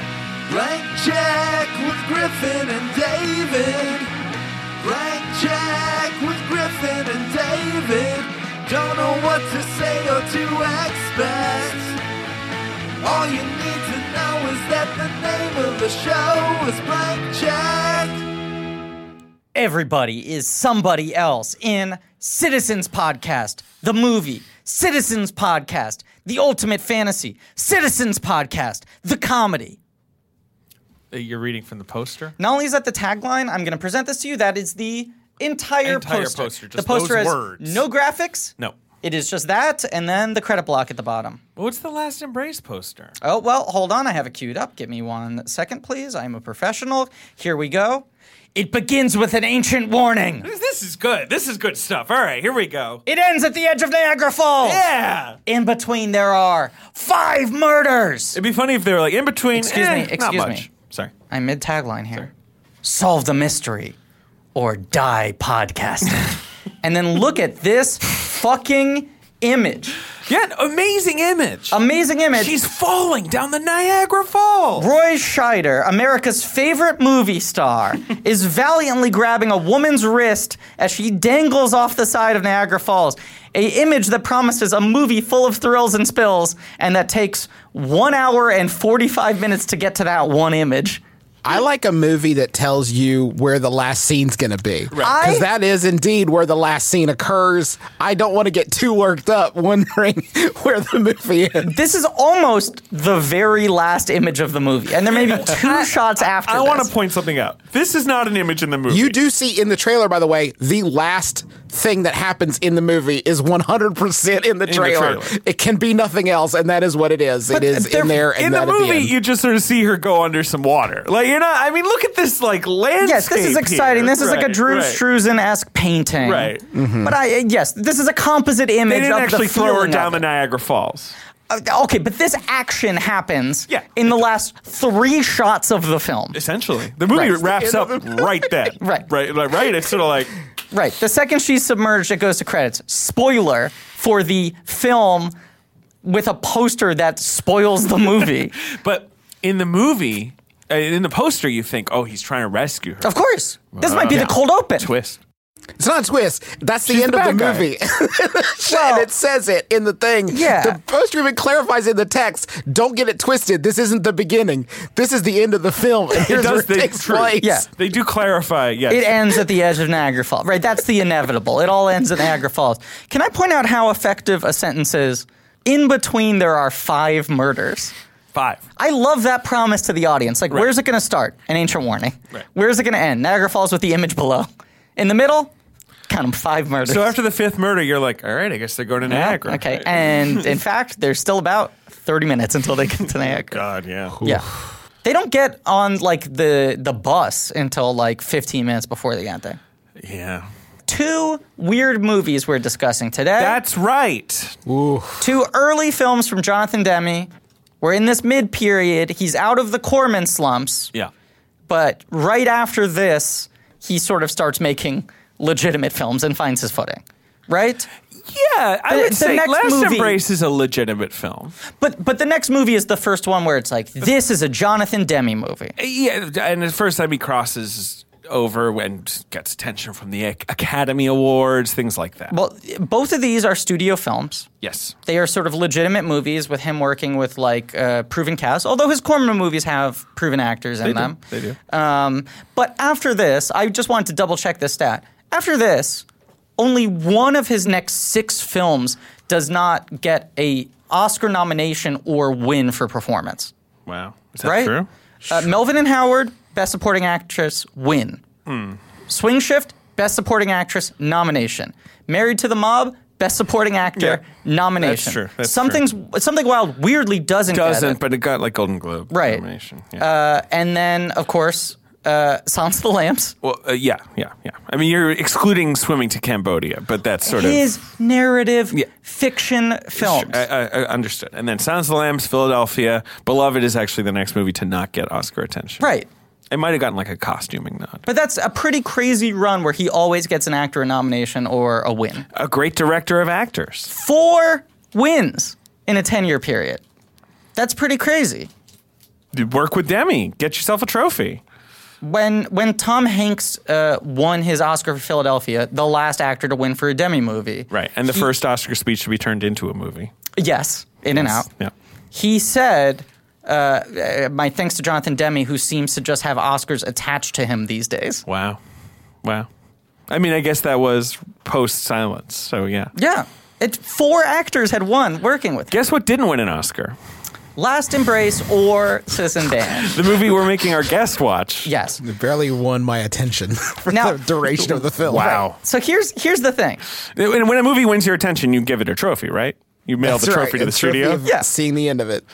Blank check with Griffin and David. Blank check with Griffin and David. Don't know what to say or to expect. All you need to know is that the name of the show is Blank Check. Everybody is somebody else in Citizens Podcast, the movie, Citizens Podcast, the ultimate fantasy, Citizens Podcast, the comedy. Uh, You're reading from the poster? Not only is that the tagline, I'm going to present this to you. That is the entire, Entire poster. poster, the just poster those has words. no graphics. No. It is just that, and then the credit block at the bottom. What's the last embrace poster? Oh, well, hold on. I have it queued up. Give me one second, please. I'm a professional. Here we go. It begins with an ancient warning. This is good. This is good stuff. All right, here we go. It ends at the edge of Niagara Falls. Yeah. In between, there are five murders. It'd be funny if they were like in between. Excuse me, eh, not excuse much. me. Sorry. I'm mid tagline here. Solve the mystery or die podcasting. and then look at this fucking image. Yeah, amazing image. Amazing image. She's falling down the Niagara Falls. Roy Scheider, America's favorite movie star, is valiantly grabbing a woman's wrist as she dangles off the side of Niagara Falls. A image that promises a movie full of thrills and spills, and that takes one hour and 45 minutes to get to that one image. I like a movie that tells you where the last scene's going to be. I- Because that is indeed where the last scene occurs. I don't want to get too worked up wondering where the movie is. This is almost the very last image of the movie, and there may be two shots after. I this. want to point something out. This is not an image in the movie. You do see in the trailer, by the way, the last thing that happens in the movie is 100% in the the trailer. trailer. It can be nothing else, and that is what it is. it is they're- in there and in the that at movie, end. you just sort of see her go under some water. Like you're not. I mean, look at this like landscape. Yes, this is exciting. here. This is like a Right, Drew right. Struzan esque painting. Right. But I yes, this is a composite image They didn't of actually the throw her feeling down of the it. Niagara Falls. Uh, Okay, but this action happens Yeah. in the last three shots of the film. Essentially, the movie Right. wraps up right then. Right. right, like, right. It's sort of like Right. The second she's submerged, it goes to credits. Spoiler for the film with a poster that spoils the movie. But in the movie, uh, in the poster, you think, oh, he's trying to rescue her. of course. This might be the cold open. Twist. It's not a twist. That's the She's end the of the bad guy. movie. Well- and it says it in the thing. Yeah. The poster even clarifies in the text. Don't get it twisted. This isn't the beginning. This is the end of the film. And here's where does it the takes truth. place. Yeah. They do clarify. Yes. It ends at the edge of Niagara Falls. Right, that's the inevitable. It all ends at Niagara Falls. Can I point out how effective a sentence is? In between, there are five murders. Five. I love that promise to the audience. Like, where's it going to start? An ancient warning. Right. Where's it going to end? Niagara Falls with the image below. In the middle, count them five murders. So after the fifth murder, you're like, all right, I guess they're going to Niagara. Okay, and in fact, there's still about 30 minutes until they get to Niagara. God, yeah. Yeah. They don't get on like the the bus until like 15 minutes before they get there. Yeah. two weird movies we're discussing today. That's right. two early films from Jonathan Demme. We're in this mid period. He's out of the Corman slumps, Yeah. but right after this, he sort of starts making legitimate films and finds his footing. Right? Yeah, I The- would the say next Last movie- Embrace is a legitimate film. But but the next movie is the first one where it's like this is a Jonathan Demme movie. Yeah, and the first time he crosses over and gets attention from the Ac- Academy Awards, things like that. Well, both of these are studio films. yes. They are sort of legitimate movies with him working with like uh, proven cast. Although his Corman movies have proven actors in do. them, They do. Um, but after this, I just wanted to double check this stat. After this, only one of his next six films does not get a Oscar nomination or win for performance. Wow. Is that right? true? Uh, Melvin and Howard, Best Supporting Actress, win. Hmm. Swing Shift, Best Supporting Actress nomination. Married to the Mob, Best Supporting Actor Yeah. That's nomination. true. That's Something's something wild weirdly doesn't get Doesn't, it. but it got like Golden Globe Right. nomination. Yeah. Uh, and then of course, uh, Silence of the Lambs. Well, uh, yeah, yeah, yeah. I mean, you're excluding swimming to Cambodia, but that's sort His narrative Yeah. Uh, fiction of. films. I, I, I understood. And then Sounds of the Lambs, Philadelphia. Beloved is actually the next movie to not get Oscar attention. right. It might have gotten like a costuming nod. But that's a pretty crazy run where he always gets an actor a nomination or a win. A great director of actors. Four wins in a 10 year period. That's pretty crazy. work with Demi. Get yourself a trophy. when when Tom Hanks uh, won his Oscar for Philadelphia, the last actor to win for a Demi movie. Right. And the first Oscar speech to be turned into a movie. Yes, in and out. Yeah. He said, uh, uh, "My thanks to Jonathan Demi, who seems to just have Oscars attached to him these days." Wow. Wow. I mean, I guess that was post silence. So, yeah. Yeah, it four actors had won working with him. Guess what didn't win an Oscar? Last Embrace or Citizen Dan. The movie we're making our guest watch. Yes. It barely won my attention for Now- the duration of the film. Wow. So here's here's the thing. When when a movie wins your attention, you give it a trophy, right? You mail That's the right, trophy to the a trophy studio. of Yeah. Seeing the end of it.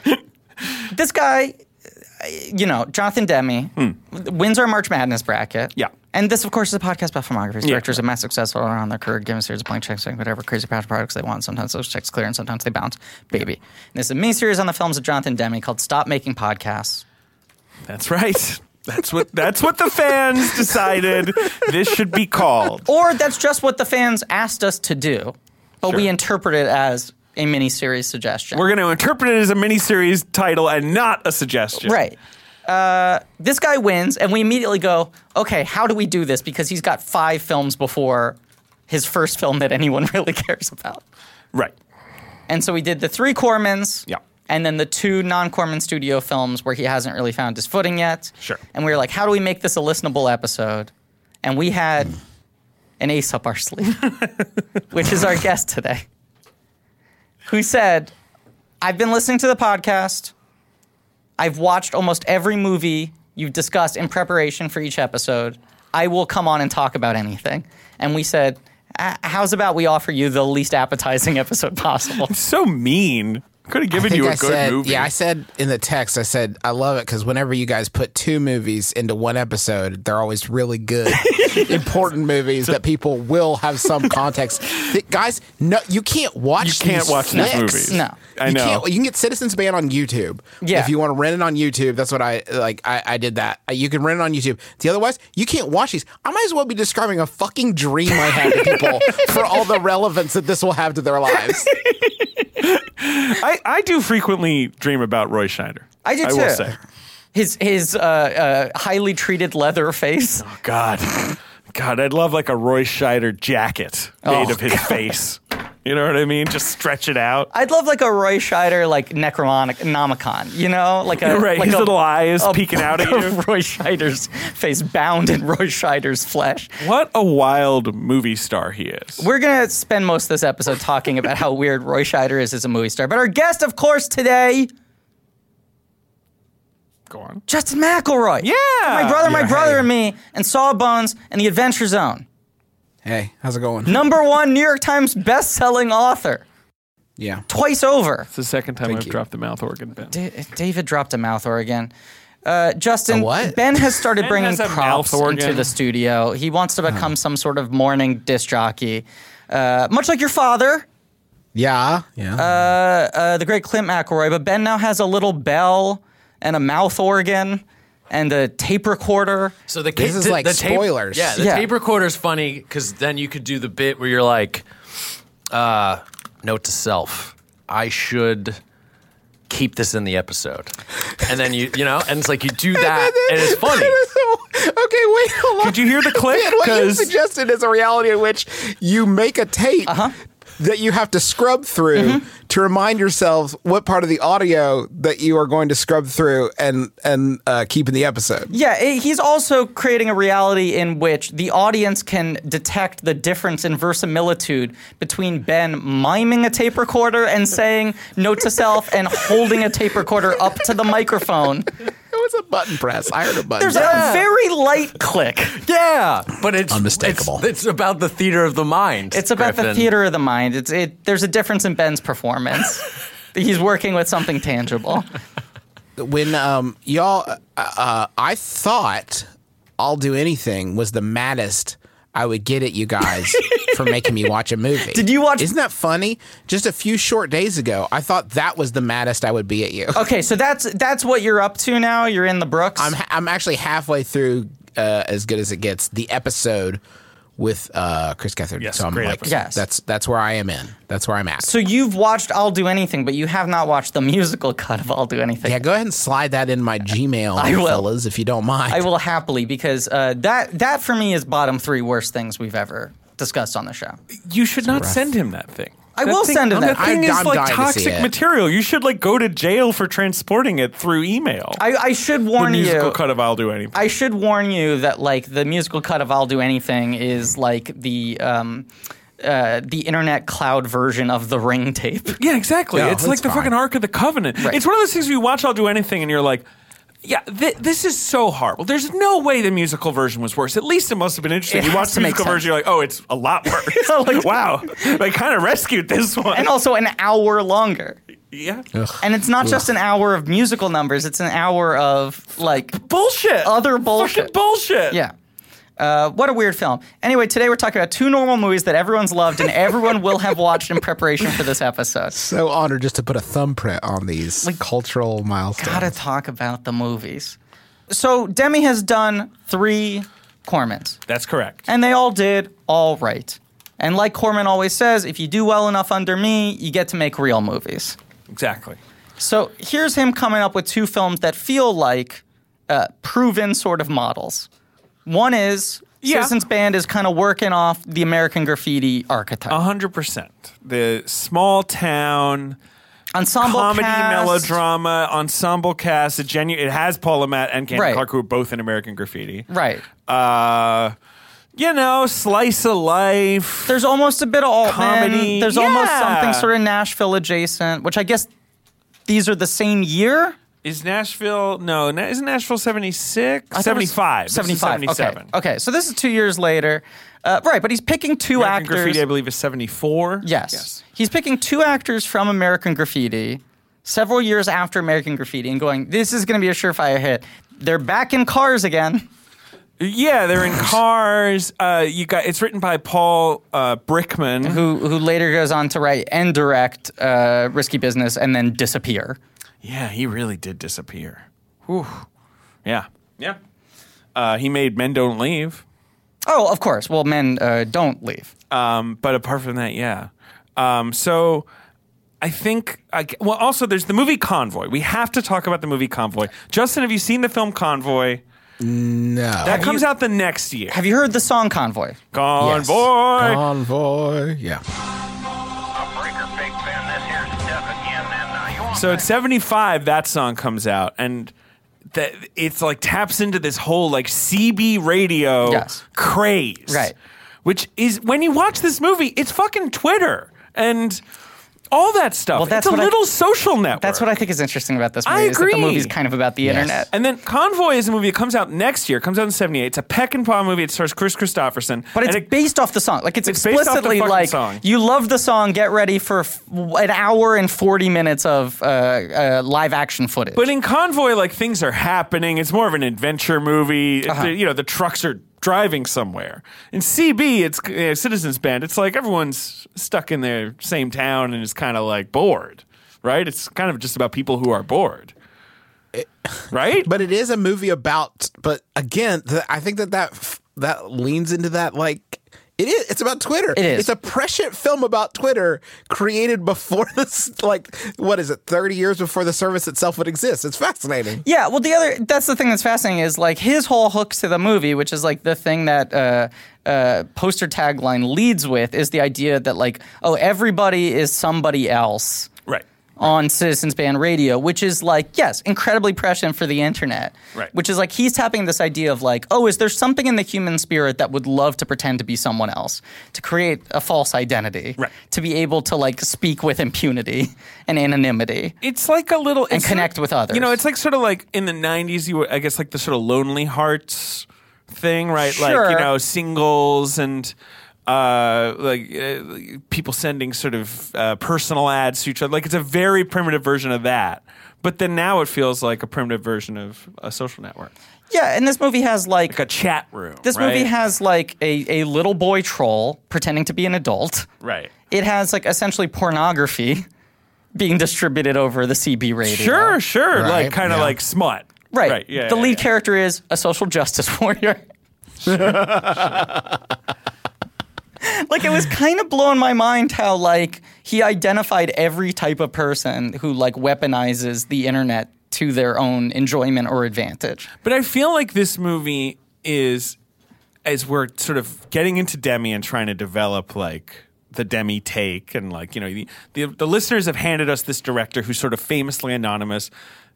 This guy, uh, you know, Jonathan Demi wins our March Madness bracket. Hmm. Yeah. And this, of course, is a podcast about filmographers. Yeah. Directors of mass success all around their career, give them a series of blank checks, like whatever crazy patch products they want. Sometimes those checks clear and sometimes they bounce. Baby. And this is a mini series on the films of Jonathan Demi called Stop Making Podcasts. That's right. That's what that's what the fans decided this should be called. Or that's just what the fans asked us to do, but we Sure. interpret it as a mini series suggestion. We're going to interpret it as a miniseries title and not a suggestion. Right. Uh, this guy wins, and we immediately go, okay, how do we do this? Because he's got five films before his first film that anyone really cares about. Right. And so we did the three Cormans. Yeah. And then the two non Corman studio films where he hasn't really found his footing yet. Sure. And we were like, how do we make this a listenable episode? And we had an ace up our sleeve, which is our guest today, who said, I've been listening to the podcast. I've watched almost every movie you've discussed in preparation for each episode. I will come on and talk about anything. And we said, "Uh, how's about we offer you the least appetizing episode possible? So mean. Could have given you a I good said, movie. Yeah, I said in the text, I said, I love it because whenever you guys put two movies into one episode, they're always really good, important movies that people will have some context. Th- guys, no, you can't watch You can't these watch these flicks. movies. No. I you know. Can't, you can get Citizens Band on YouTube. Yeah. If you want to rent it on YouTube, that's what I like. I, I did that. You can rent it on YouTube. The otherwise, you can't watch these. I might as well be describing a fucking dream I had to people for all the relevance that this will have to their lives. I, I do frequently dream about Roy Schneider. I do I will too. say. His, his uh, uh, highly treated leather face. Oh, God. God, I'd love like a Roy Scheider jacket made Oh, of his face. You know what I mean? Just stretch it out. I'd love like a Roy Scheider like Necronomicon, you know, like a right, like his a- little eye is a peeking out at bulk of you. Roy Scheider's face bound in Roy Scheider's flesh. What a wild movie star he is. We're gonna spend most of this episode talking about how weird Roy Scheider is as a movie star, but our guest, of course, today, Go on. Justin McElroy. Yeah. my brother, my Yeah, brother, hey. and me, and Sawbones and The Adventure Zone. Hey, how's it going? Number one New York Times best-selling author, Yeah. twice over. It's the second time I've you. dropped the mouth organ. Ben. D- David dropped a mouth organ. Uh, Justin, A what? Ben has started Ben bringing has a props mouth organ. into the studio. He wants to become some sort of morning disc jockey, uh, much like your father, Yeah. Yeah. uh, the great Clint McElroy. But Ben now has a little bell and a mouth organ and a tape recorder. So the This is like spoilers. Tape, yeah, the Yeah. tape recorder's funny because then you could do the bit where you're like, uh, "Note to self: I should keep this in the episode." And then you, you know, and it's like you do that, and it's funny. okay, wait, hold on. Did you hear the click? Man, what you 'Cause- suggested is a reality in which you make a tape Uh-huh. that you have to scrub through Mm-hmm. to remind yourself what part of the audio that you are going to scrub through and and uh, keep in the episode. Yeah, eh, he's also creating a reality in which the audience can detect the difference in verisimilitude between Ben miming a tape recorder and saying note to self and holding a tape recorder up to the microphone. It was a button press. I heard a button. There's press. a very light click. Yeah, but it's Unmistakable. It's, it's about the theater of the mind. It's about the Griffin. theater of the mind. It's it. There's a difference in Ben's performance. He's working with something tangible. when um y'all uh, uh, I thought I'll do anything was the maddest I would get at you guys for making me watch a movie. Did you watch- Isn't that funny? Just a few short days ago, I thought that was the maddest I would be at you. Okay, so that's that's what you're up to now. You're in the Brooks. I'm ha- I'm actually halfway through uh, as good as it gets the episode with uh, Chris Gethard. Yes, so I'm great like, episode. Yes. that's that's where I am in. That's where I'm at. So you've watched I'll Do Anything, but you have not watched the musical cut of I'll Do Anything. yeah, go ahead and slide that in my Gmail, I will. fellas, if you don't mind. I will happily because uh, that that for me is bottom three worst things we've ever discussed on the show. You should not send him that thing. I That will thing- send him that. That thing I- is I'm dying like to see toxic it. material. You should like go to jail for transporting it through email. I, I should the warn musical you. cut of "I'll Do Anything." I should warn you that like the musical cut of "I'll Do Anything" is like the um, uh, the internet cloud version of the Ring tape. yeah, exactly. No, it's like it's the fine. fucking Ark of the Covenant. It's one of those things where you watch "I'll Do Anything" and you're like. Yeah, th- this is so horrible. There's no way the musical version was worse. At least it must have been interesting. It you has watch to the make musical sense. version, you're like, oh, it's a lot worse. like, wow, they kind of rescued this one. and also an hour longer. yeah, And it's not just an hour of musical numbers; it's an hour of like bullshit. Other bullshit. Fucking bullshit. yeah. Uh, what a weird film. Anyway, today we're talking about two normal movies that everyone's loved and everyone will have watched in preparation for this episode. so honored just to put a thumbprint on these cultural milestones. Gotta talk about the movies. So Demi has done three Cormans. that's correct. and they all did all right. And like Corman always says, if you do well enough under me, you get to make real movies. Exactly. So here's him coming up with two films that feel like uh, proven sort of models. One is Yeah. Citizens Band is kind of working off the American Graffiti archetype. A hundred percent. The small town Ensemble comedy cast, melodrama ensemble cast. It genu- It has Paula Matt and Candy Right. Clark, who are both in American Graffiti. Right. Uh, you know, slice of life. There's almost a bit of Altman. Comedy, There's almost yeah. something sort of Nashville adjacent, which I guess these are the same year. Is Nashville? No, na- isn't Nashville seventy six? I thought it Seventy was five. 75. Seventy seven. Okay. okay, so this is two years later. Uh, right, but he's picking two American actors. Graffiti, I believe, is seventy four. yes. He's picking two actors from American Graffiti several years after American Graffiti and going, this is going to be a surefire hit. They're back in cars again. Yeah, they're in cars. Uh, you got. It's written by Paul uh, Brickman. Who, who later goes on to write and direct uh, Risky Business and then disappear. Yeah, he really did disappear. Whew. Yeah. Yeah. Uh, he made Men Don't Leave. Oh, of course. Well, men uh, don't leave. Um, but apart from that, yeah. Um, so I think, I, well, also there's the movie Convoy. We have to talk about the movie Convoy. Justin, have you seen the film Convoy? No. That comes out the next year. Have you heard the song Convoy? Yes. Convoy. Convoy. Yeah. Breaker Big Ben, this here's Steph again, and uh, you want So at 75, that song comes out, and that it's like taps into this whole like CB radio Yes. craze, Right. Which is when you watch this movie, it's fucking Twitter and all that stuff. Well, that's it's a what I- little social network. That's what I think is interesting about this movie. I is that the agree. movie's kind of about the internet. And then Convoy is a movie that comes out next year. It comes out in 78. It's a Peck and Paw movie. It stars Chris Christopherson. But it's and it- based off the song. Like it's, It's based off the explicitly fucking like song. you love the song. Get ready for f- an hour and forty minutes of uh, uh, live action footage. But in Convoy, like things are happening. It's more of an adventure movie. The- you know, the trucks are driving somewhere. In CB, it's uh, Citizens Band. It's like everyone's stuck in their same town and is kind of like bored, right? It's kind of just about people who are bored, right? But it is a movie about. But again, th- I think that that f- that leans into that like. It is. It's about Twitter. It is. It's a prescient film about Twitter created before this, like, what is it, 30 years before the service itself would exist. It's fascinating. yeah, well, the other that's the thing that's fascinating is like his whole hooks to the movie, which is like the thing that. Uh, uh, poster tagline leads with is the idea that like oh everybody is somebody else right. on Citizens Band Radio, which is like, yes, incredibly prescient for the internet. Right. Which is like he's tapping this idea of like, oh, is there something in the human spirit that would love to pretend to be someone else, to create a false identity, Right. to be able to like speak with impunity and anonymity. It's like a little and connect with others. You know, it's like sort of like in the '90s. You, were, I guess, like the sort of Lonely Hearts thing, right? Like Sure. you know, singles and uh, like uh, people sending sort of uh, personal ads to each other. Like it's a very primitive version of that. But then now it feels like a primitive version of a social network, Yeah, and this movie has like, like a chat room. this movie right? has like a, a little boy troll pretending to be an adult. right. It has like essentially pornography being distributed over the CB radio. Sure, sure. Right, Like kind of yeah. like smut. Right. Yeah. the yeah, lead yeah. character is a social justice warrior. like it was kind of blowing my mind how like he identified every type of person who like weaponizes the internet to their own enjoyment or advantage. But I feel like this movie is, as we're sort of getting into Demi and trying to develop like the Demi take, and like you know, the the, the listeners have handed us this director who's sort of famously anonymous.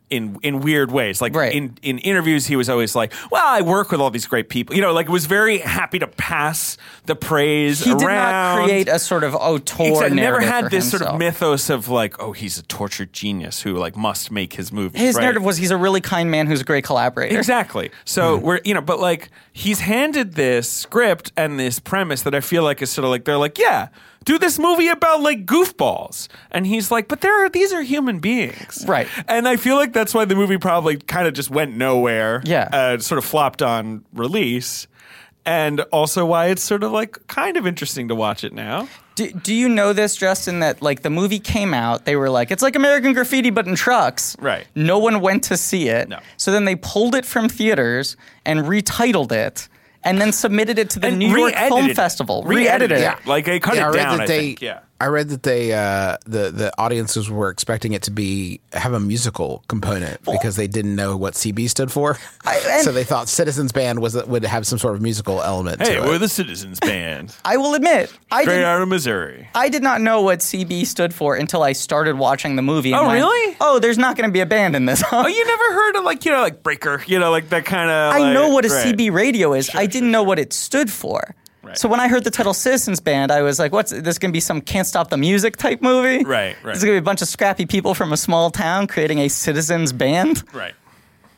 In, in weird ways, like Right. in, in interviews, he was always like, "Well, I work with all these great people," you know, like was very happy to pass the praise He around. did not create a sort of auteur Exactly. Never narrative had for this sort of himself. mythos of like, oh, he's a tortured genius who like must make his movies. His right? narrative was he's a really kind man who's a great collaborator. Exactly. So we're you know, but like he's handed this script and this premise that I feel like is sort of like they're like, yeah, do this movie about like goofballs, and he's like, but there are these are human beings, Right. And I feel like that's why the movie probably kind of just went nowhere, Yeah. uh, sort of flopped on release. And also why it's sort of like kind of interesting to watch it now. Do, do you know this, Justin? That like the movie came out, they were like, it's like American Graffiti but in trucks. Right. No one went to see it. No. So then they pulled it from theaters and retitled it, and then submitted it to the And New York Film re-edited it. Festival. Re-edited Re-edited it. it. Yeah. Like, they cut it down, I they, think, yeah. I read that they uh, the the audiences were expecting it to be have a musical component because they didn't know what CB stood for, and- so they thought Citizens Band was would have some sort of musical element. Hey, to we're it. the Citizens Band, I will admit, I straight didn't. out of Missouri. I did not know what CB stood for until I started watching the movie. and Oh, went, really? Oh, there's not going to be a band in this. Oh, you never heard of like you know like breaker, you know like that kind of. I know what a right. CB radio is. I didn't know what it stood for. Right. So when I heard the title Citizens Band, I was like, "What's this? Going to be some Can't Stop the Music type movie? Right, right. This is going to be a bunch of scrappy people from a small town creating a citizens band. Right.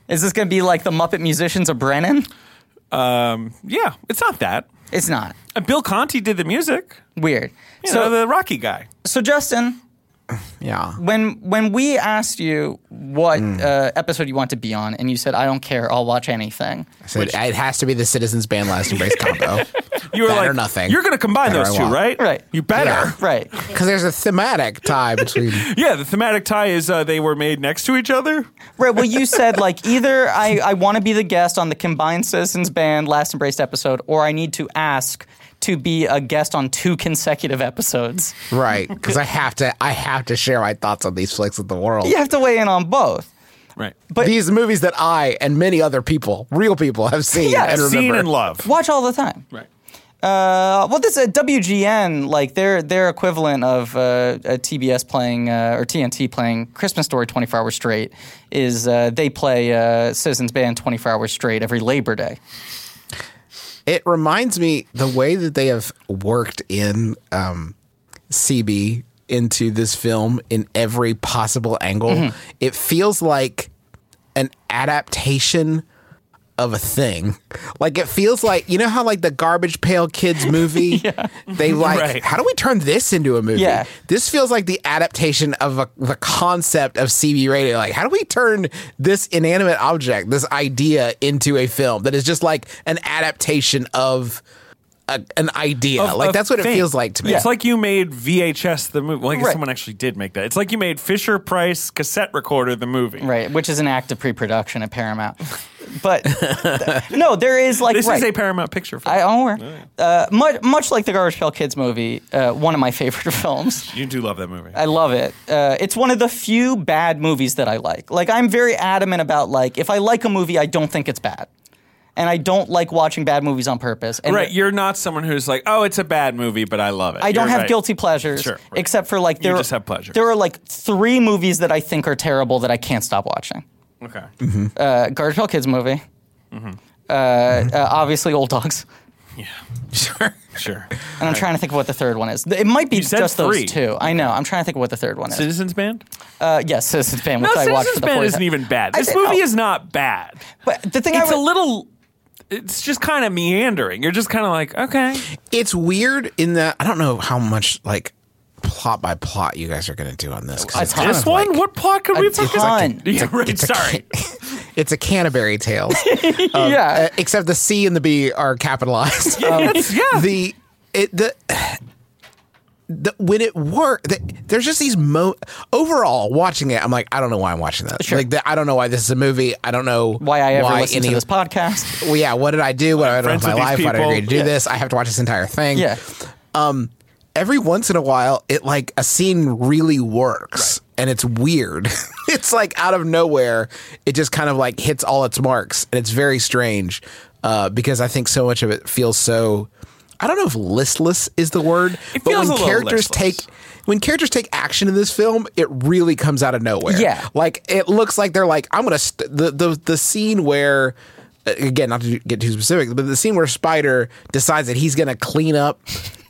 Is this going to be like the Muppet Musicians of Brennan? Um. Yeah, it's not that. It's not And Bill Conti did the music. weird. You so, know, the Rocky guy. so Justin, yeah, when when we asked you what uh, episode you want to be on, and you said, "I don't care, I'll watch anything." I said, it has to be the Citizens Band Last Embrace combo. You were That like or nothing. You're going to combine Better those I two, want. right? Right. You better. Right. Because there's a thematic tie between. Yeah. the thematic tie is uh, they were made next to each other. Right. Well, you said like either I, I want to be the guest on the Combined Citizens Band Last Embraced episode, or I need to ask to be a guest on two consecutive episodes. right because i have to i have to share my thoughts on these flicks with the world You have to weigh in on both. Right. but- these movies that i and many other people real people have seen Yeah, and Seen remember in love. Watch all the time. Right. Uh, well, this uh, WGN, like their their equivalent of uh, a TBS playing uh, or TNT playing Christmas Story 24 hours straight, is uh, they play uh, Citizens Band 24 hours straight every Labor Day. it reminds me the way that they have worked in um, cb into this film in every possible angle Mm-hmm. it feels like an adaptation of a thing like it feels like you know how like the garbage pail kids movie they like Right. how do we turn this into a movie Yeah. this feels like the adaptation of a, the concept of cb radio like how do we turn this inanimate object this idea into a film that is just like an adaptation of a, an idea Of- like of that's what it thing. feels like to me It's like you made VHS the movie. Well, I guess Right. someone actually did make that. It's like you made Fisher Price cassette recorder the movie. Right, which is an act of pre-production at Paramount. But th- no, there is like This is right. a Paramount picture. Film. I don't worry. Uh, much, much like the Garbage Pail Kids movie, uh, one of my favorite films. you do love that movie. I love it. Uh, it's one of the few bad movies that I like. Like I'm very adamant about like if I like a movie, I don't think it's bad, and I don't like watching bad movies on purpose. And Right, you're not someone who's like, oh, it's a bad movie, but I love it. I don't You're have right. guilty pleasures, Sure, right. except for like there just have pleasures. There are like three movies that I think are terrible that I can't stop watching. Okay. Mm-hmm. Uh, Garbage Pail Kids movie, Mm-hmm. Uh, uh, obviously Old Dogs. sure Sure. And I'm trying to think of what the third one is. It might be You said just three. those two. I know. I'm trying to think of what the third one is. Citizens Band? Uh, yes, Citizens Band, which no, I watched for Citizens the Band 40 isn't even bad. I This didn't- movie oh. is not bad. But the thing I It's a would- little. It's just kind of meandering. You're just kind of like, okay, it's weird in that i don't know how much like plot by plot you guys are going to do on this 'cause A it's ton. kind this of one. like- what plot could we fucking? ton. Yeah, right. a sorry. it's a Canterbury Tales. yeah. Uh, except the C and the B are capitalized. Um, That's- yeah. the it the. The, when it work, the, there's just these mo. Overall, watching it, I'm like, I don't know why I'm watching that. Like, the, I don't know why this is a movie. I don't know why I ever listened to this podcast. Well, yeah, what did I do? What I did friends with my with these life? Why did I people. agree to do Yeah. this? I have to watch this entire thing. Yeah. Um, every once in a while, it like a scene really works, and it's weird. it's like out of nowhere, it just kind of like hits all its marks, and it's very strange uh, because I think so much of it feels so. I don't know if listless is the word, It but feels a when little characters listless. take when characters take action in this film, it really comes out of nowhere. Yeah. like it looks like they're like, I'm gonna st- the the the scene where. uh, Again, not to get too specific, but the scene where Spider decides that he's going to clean up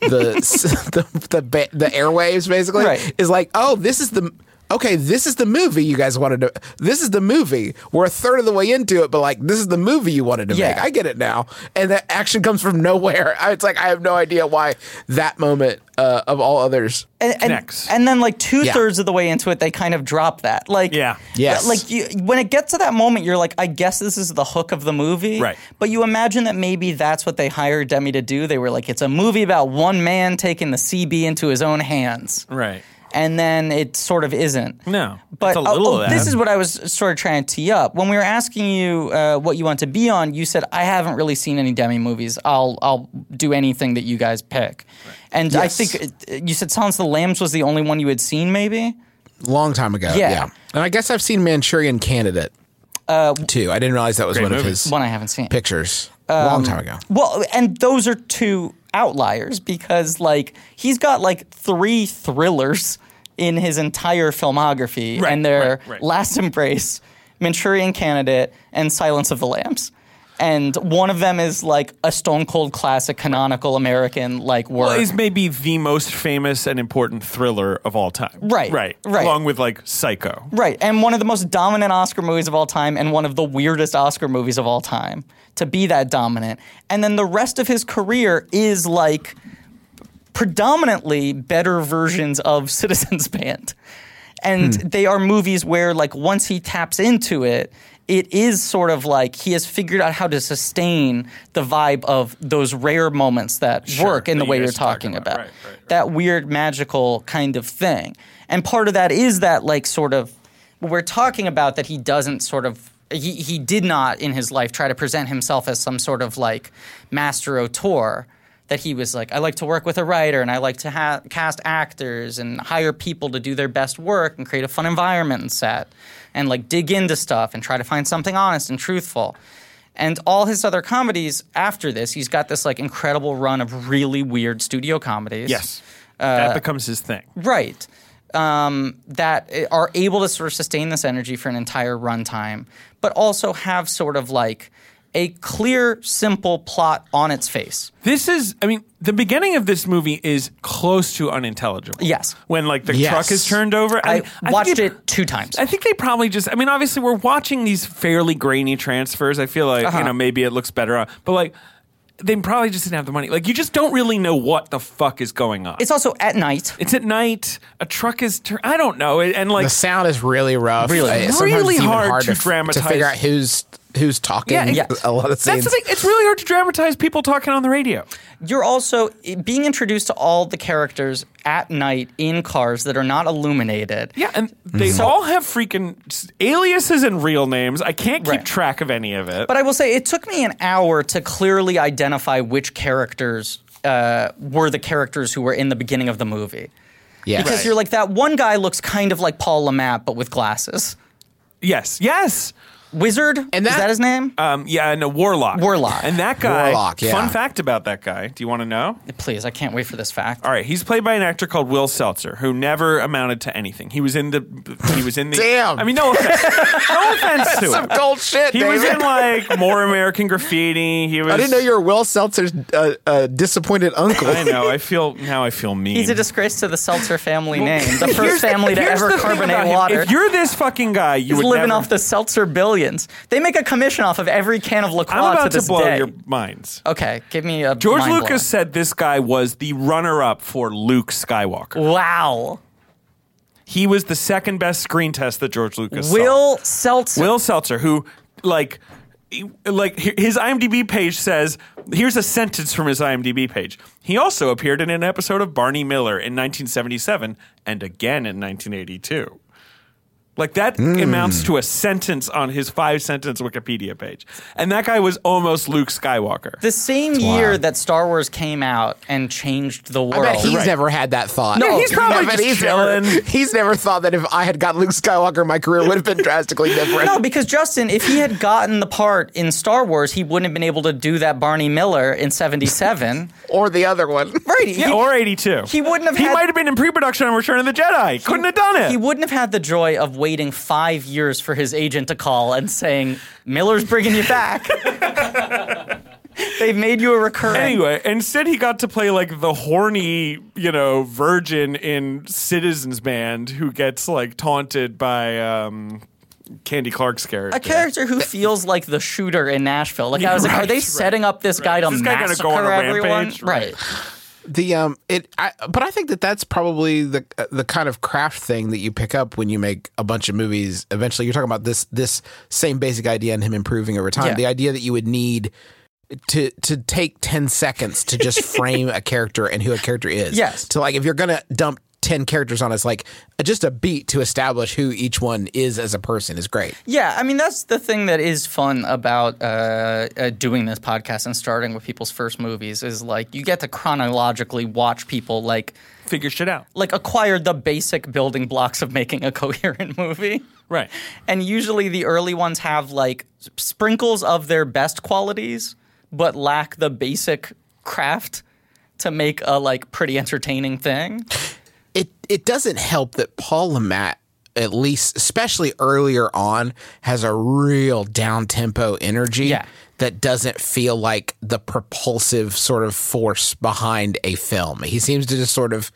the s- the the, ba- the airwaves basically Right. is like, oh, this is the okay, this is the movie you guys wanted to. This is the movie. We're a third of the way into it, but like, this is the movie you wanted to Yeah. make. I get it now. And that action comes from nowhere. I- It's like I have no idea why that moment uh, of all others. and, and, Connects. and then like two thirds of the way into it, they kind of drop that. Like Yeah. Yes. Like you, when it gets to that moment, you're like, I guess this is the hook of the movie. Right. But you imagine that maybe that's what they hired Demi to do. They were like, it's a movie about one man taking the CB into his own hands. Right. And then it sort of isn't. No, it's But a little oh, of that. this is what I was sort of trying to tee up. When we were asking you uh, what you want to be on, you said I haven't really seen any Demi movies. I'll I'll do anything that you guys pick. And I Yes. think it, you said Silence of the Lambs was the only one you had seen, maybe. Long time ago. Yeah. Yeah. And I guess I've seen Manchurian Candidate too. I didn't realize that was one of movie. his One I haven't seen. pictures. Long time ago. Well, and those are two outliers because like he's got like three thrillers in his entire filmography, Right, and they're right, right. Last Embrace, Manchurian Candidate, and Silence of the Lambs. And one of them is like a stone cold classic, canonical American like work. Well, is maybe the most famous and important thriller of all time. Right, Right. right. Along with like Psycho. Right, and one of the most dominant Oscar movies of all time, and one of the weirdest Oscar movies of all time to be that dominant. And then the rest of his career is like predominantly better versions of Citizens Band. And Hmm. they are movies where, like, once he taps into it, it is sort of like he has figured out how to sustain the vibe of those rare moments that work in that the you way guys you're are talking talking about. about. Right, right, right. That weird magical kind of thing. And part of that is that, like, sort of, what we're talking about that he doesn't sort of. He, he did not in his life try to present himself as some sort of like master auteur that he was like, I like to work with a writer and I like to ha- cast actors and hire people to do their best work and create a fun environment and set and like dig into stuff and try to find something honest and truthful. And all his other comedies after this, he's got this like incredible run of really weird studio comedies. Yes. Uh, that becomes his thing. Right. Um, that i- are able to sort of sustain this energy for an entire runtime, but also have sort of like a clear, simple plot on its face. This is, I mean, the beginning of this movie is close to unintelligible. Yes. When like the Yes. truck is turned over. I, think watched they- it two times. I think they probably just. I mean, obviously, we're watching these fairly grainy transfers. I feel like Uh-huh. you know maybe it looks better on, but like they probably just didn't have the money. Like you just don't really know what the fuck is going on. it's also at night. It's at night. A truck is. Tur- I don't know. And and, like The sound is really rough. Really. Uh, sometimes Really it's even hard to f- dramatize. to figure out who's who's talking. Yeah, yeah. a lot of that's scenes. the thing. It's really hard to dramatize people talking on the radio. You're also i- being introduced to all the characters at night in cars that are not illuminated. Yeah, and Mm-hmm. they all have freaking s- aliases and real names. I can't keep Right. track of any of it. But I will say it took me an hour to clearly identify which characters uh, were the characters who were in the beginning of the movie. Yes. Because you're like, that one guy looks kind of like Paul Lamatt, but with glasses. yes, yes. Wizard? And Is that- that his name? Um, yeah, no, Warlock. Warlock. And that guy. Warlock, yeah. Fun fact about that guy. Do you want to know? Please, I can't wait for this fact. All right, he's played by an actor called Will Seltzer, who never amounted to anything. He was in the. He was in the. Damn. I mean, no offense. no offense to him. some cold shit. He was David. in like more American Graffiti. He was. I didn't know you were Will Seltzer's uh, uh, disappointed uncle. I know. I feel now. I feel mean. He's a disgrace to the Seltzer family name, the Here's first the- family to here's ever the thing about carbonate him. water. If you're this fucking guy, you He's would living never- off the Seltzer billions. They make a commission off of every can of LaCroix I'm about to to, this blow day. your minds. Okay, give me a George mind Lucas blow. said this guy was the runner-up for Luke Skywalker. Wow. He was the second best screen test that George Lucas saw. Will Seltzer. Will Seltzer, who like he- like hi- his IMDb page says, here's a sentence from his IMDb page. He also appeared in an episode of Barney Miller in 1977 and again in 1982. Like that Hmm. amounts to a sentence on his five sentence Wikipedia page. And that guy was almost Luke Skywalker. The same year that Star Wars came out and changed the world. I bet he's never had that thought. No, he's probably I bet just never, chilling. he's never thought that if I had got Luke Skywalker, my career would have been drastically different. No, because Justin, if he had gotten the part in Star Wars, he wouldn't have been able to do that Barney Miller in '77. or the other one. right? yeah, he, or 82. he wouldn't have He had- might have been in pre production on Return of the Jedi. Couldn't have done it. he wouldn't have had the joy of waiting five years for his agent to call and saying, "Miller's bringing you back." They've made you a recurring. Anyway, instead he got to play like the horny, you know, virgin in Citizens Band who gets like taunted by um, Candy Clark's character. A character who feels like the shooter in Nashville. Like I was like, Right, are they right, setting up this guy to This guy gotta massacre go on a everyone? rampage, right. right. The um, it. I, but I think that that's probably the uh, the kind of craft thing that you pick up when you make a bunch of movies. Eventually, you're talking about this this same basic idea and him improving over time. Yeah. The idea that you would need. To to take ten seconds to just frame a character and who a character is. Yes. To like if you're gonna dump ten characters on us, like just a beat to establish who each one is as a person is great. Yeah, I mean that's the thing that is fun about uh, uh, doing this podcast and starting with people's first movies is like you get to chronologically watch people like Figure shit out. like acquire the basic building blocks of making a coherent movie. Right. And usually the early ones have like sprinkles of their best qualities but lack the basic craft to make a like pretty entertaining thing. it it doesn't help that Paul Lamatt, at least especially earlier on, has a real down tempo energy Yeah. that doesn't feel like the propulsive sort of force behind a film. He seems to just sort of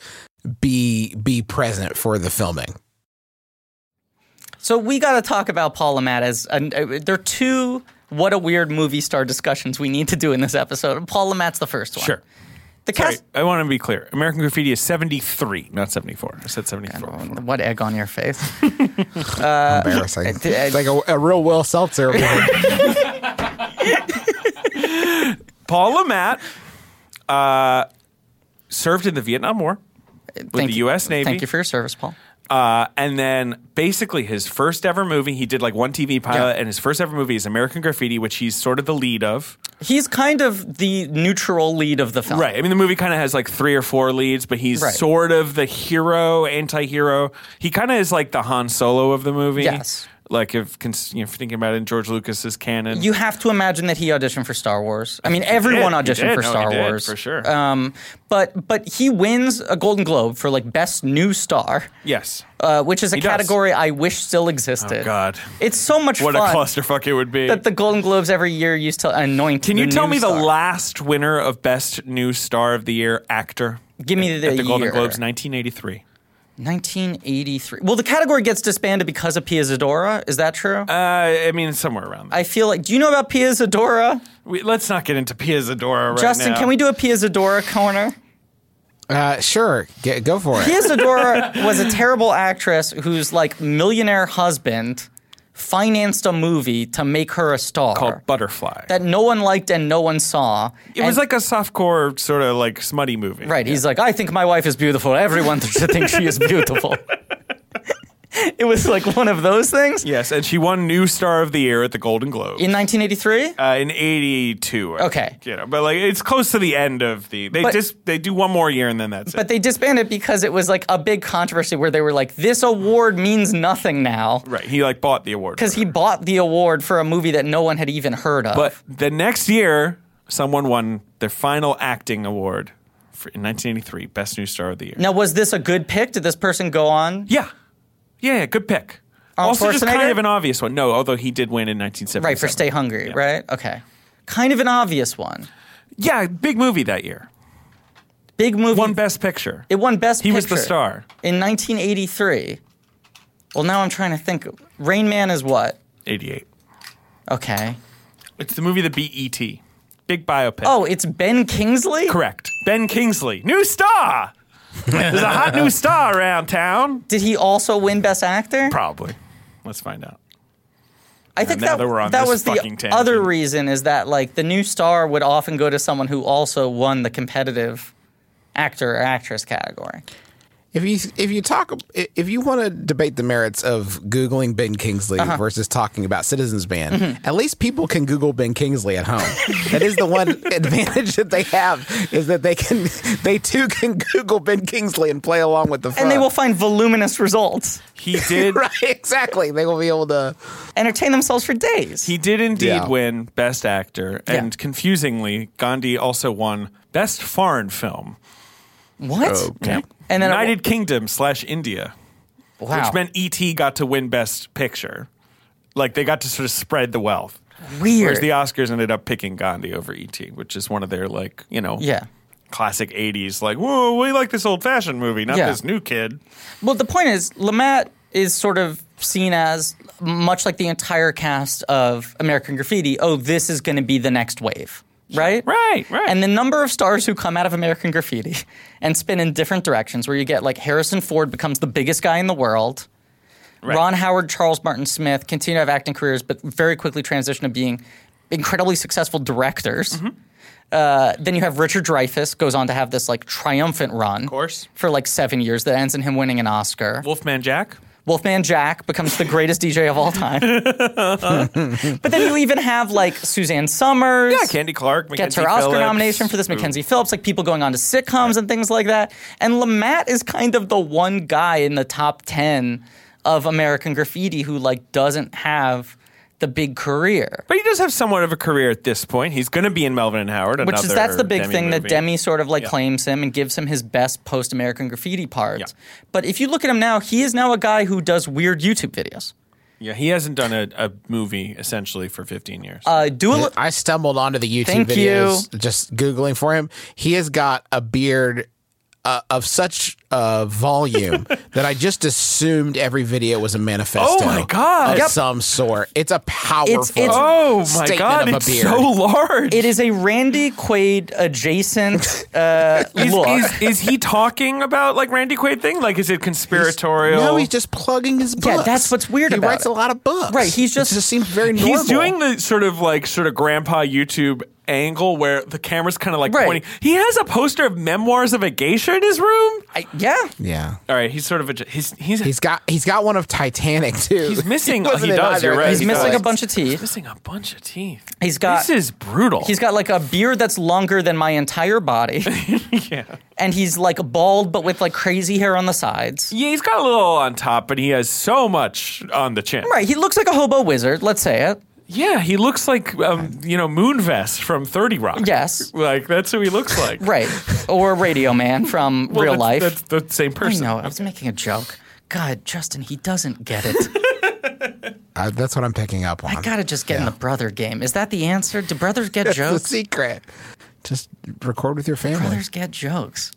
be be present for the filming. So we got to talk about Paul Lamatt as and, uh, there are two what a weird movie star discussions we need to do in this episode. Paul Lamatt's the first one. Sure. The Sorry, cast. I want to be clear. American Graffiti is 73, not 74. I said 74. oh, What egg on your face? Embarrassing. Uh, I- I- It's like a, a real Will Seltzer. Paul Lamatt uh, served in the Vietnam War with Uh, Thank the you- U.S. Navy. Thank you for your service, Paul. Uh, and then basically his first ever movie, he did like one TV pilot, and his first ever movie is American Graffiti, which he's sort of the lead of. He's kind of the neutral lead of the film. Right. I mean, the movie kind of has like three or four leads, but he's Oh. Right. sort of the hero, anti-hero. He kind of is like the Han Solo of the movie. Yes. Like if cons- you know, thinking about it in George Lucas's canon. You have to imagine that he auditioned for Star Wars. I mean, everyone did. He auditioned did. for No, he Star did, Wars for sure. Um, but but he wins a Golden Globe for like best new star, yes. uh, which is a does. Oh, category I wish still existed. God. it's so much What a fun. clusterfuck it would be. that the Golden Globes every year used to anoint. Can you the tell new me star. the last winner of Best New Star of the Year actor? Give me the, at the Golden year. Globes, 1983. 1983. Well, the category gets disbanded because of Pia Zadora. Is that true? Uh, I mean, somewhere around there. I feel like. Do you know about Pia Zadora, we, let's not get into Pia Zadora right Justin? now. Can we do a Pia Zadora corner? uh, sure, get, go for it. Pia Zadora was a terrible actress whose like millionaire husband financed a movie to make her a star Called Butterfly. that no one liked and no one saw. it was like a softcore sort of like smutty movie. Right. He's like, I think my wife is beautiful. Everyone should think she is beautiful. it was like one of those things. Yes, and she won New Star of the Year at the Golden Globe. In 1983? uh, in '82. I Okay. think, you know, but like it's close to the end of the. They But- just they do one more year and then that's But it. they disbanded because it was like a big controversy where they were like, this award means nothing now. Right, he like bought the award Because he bought the award for a movie that no one had even heard of. But the next year, someone won their final acting award for, in 1983, Best New Star of the Year. now, was this a good pick? Did this person go on? Yeah, yeah, yeah, good pick. also, just Schwarzenegger? kind of an obvious one. No, although he did win in 1977. Right, for Stay Hungry, right? Okay. Kind of an obvious one. Yeah, big movie that year. Big movie. Won Best Picture. it won Best he was the Picture star. In 1983. Well, now I'm trying to think. Rain Man is what? 88. Okay. It's the movie that beat E.T. Big biopic. Oh, it's Ben Kingsley? Correct. Ben Kingsley. New star. There's a hot new star around town. Did he also win Best Actor? Probably. Let's find out. I think now that, that we're on that this was the fucking tangent. other reason is that like the new star would often go to someone who also won the competitive actor or actress category. If you if you talk if you want to debate the merits of googling Ben Kingsley Uh-huh. versus talking about Citizens Band, Mm-hmm. at least people can Google Ben Kingsley at home. that is the one advantage that they have is that they can they too can Google Ben Kingsley and play along with the fun. and they will find voluminous results. He did. right exactly. They will be able to. Entertain themselves for days. He did indeed Yeah. win Best Actor, and confusingly, Gandhi also won Best Foreign Film. what? And then it- Oh, United Kingdom slash India, wow. which meant ET got to win Best Picture. Like they got to sort of spread the wealth. weird. Whereas the Oscars ended up picking Gandhi over ET, which is one of their like you know yeah. classic '80s like whoa we like this old fashioned movie, not Yeah. this new kid. Well, the point is, Lamat is sort of seen as much like the entire cast of American Graffiti. Oh, this is going to be the next wave, right? Right, right. And the number of stars who come out of American Graffiti and spin in different directions, where you get like Harrison Ford becomes the biggest guy in the world. Ron Howard, Charles Martin Smith continue to have acting careers, but very quickly transition to being incredibly successful directors. Uh, then you have Richard Dreyfuss goes on to have this like triumphant run, of course. for like seven years that ends in him winning an Oscar. Wolfman Jack. Wolfman Jack becomes the greatest DJ of all time. but then you even have like Suzanne Summers Yeah, Candy Clark gets Mackenzie her Oscar Phillips. nomination for this Mackenzie Phillips, like people going on to sitcoms and things like that. And Lamat is kind of the one guy in the top 10 of American Graffiti who like doesn't have the big career. But he does have somewhat of a career at this point. He's going to be in Melvin and Howard. Which is another that's the big thing that movie. Demi sort of like claims him and gives him his best post American graffiti parts. Yeah. But if you look at him now, he is now a guy who does weird YouTube videos. Yeah, he hasn't done a, a movie essentially for 15 years. Uh, do a li- I stumbled onto the YouTube Thank videos just googling for him. He has got a beard uh, of such uh, volume that I just assumed every video was a manifesto. Oh my God. Of Yep. some sort. It's a powerful. It's- it's- oh my statement god, of a it's beard. so large. it is a Randy Quaid adjacent uh, is, look. is, is he talking about like Randy Quaid thing? Like, is it conspiratorial? No, he's just plugging his books. Yeah, that's what's weird He about writes it. a lot of books. Right, he's It just- just seems very normal. He's doing the sort of like sort of grandpa YouTube angle where the camera's kind of like Right. pointing. He has a poster of Memoirs of a Geisha in his room. I- yeah, Yeah. All right, he's sort of a he's he's he's, He's got he's got one of Titanic too. He's missing- wasn't he in does, either you're of right, these he's he missing does. a bunch of teeth. missing a bunch of teeth. He's got- this is brutal. He's got like a beard that's longer than my entire body, yeah. and he's like bald but with like crazy hair on the sides. Yeah, he's got a little on top, but he has so much on the chin. Right, he looks like a hobo wizard. Let's say it. Yeah, he looks like um, you know Moonvest from Thirty Rock. Yes. like that's who he looks like. Right, or Radio Man from Well, real that's- life. That's the same I person. know. I was making a joke. God, Justin, he doesn't get it. Uh, that's what I'm picking up on. I gotta just get in the brother game. Is that the answer? Do brothers get the jokes? secret. Just record with your family. brothers get jokes.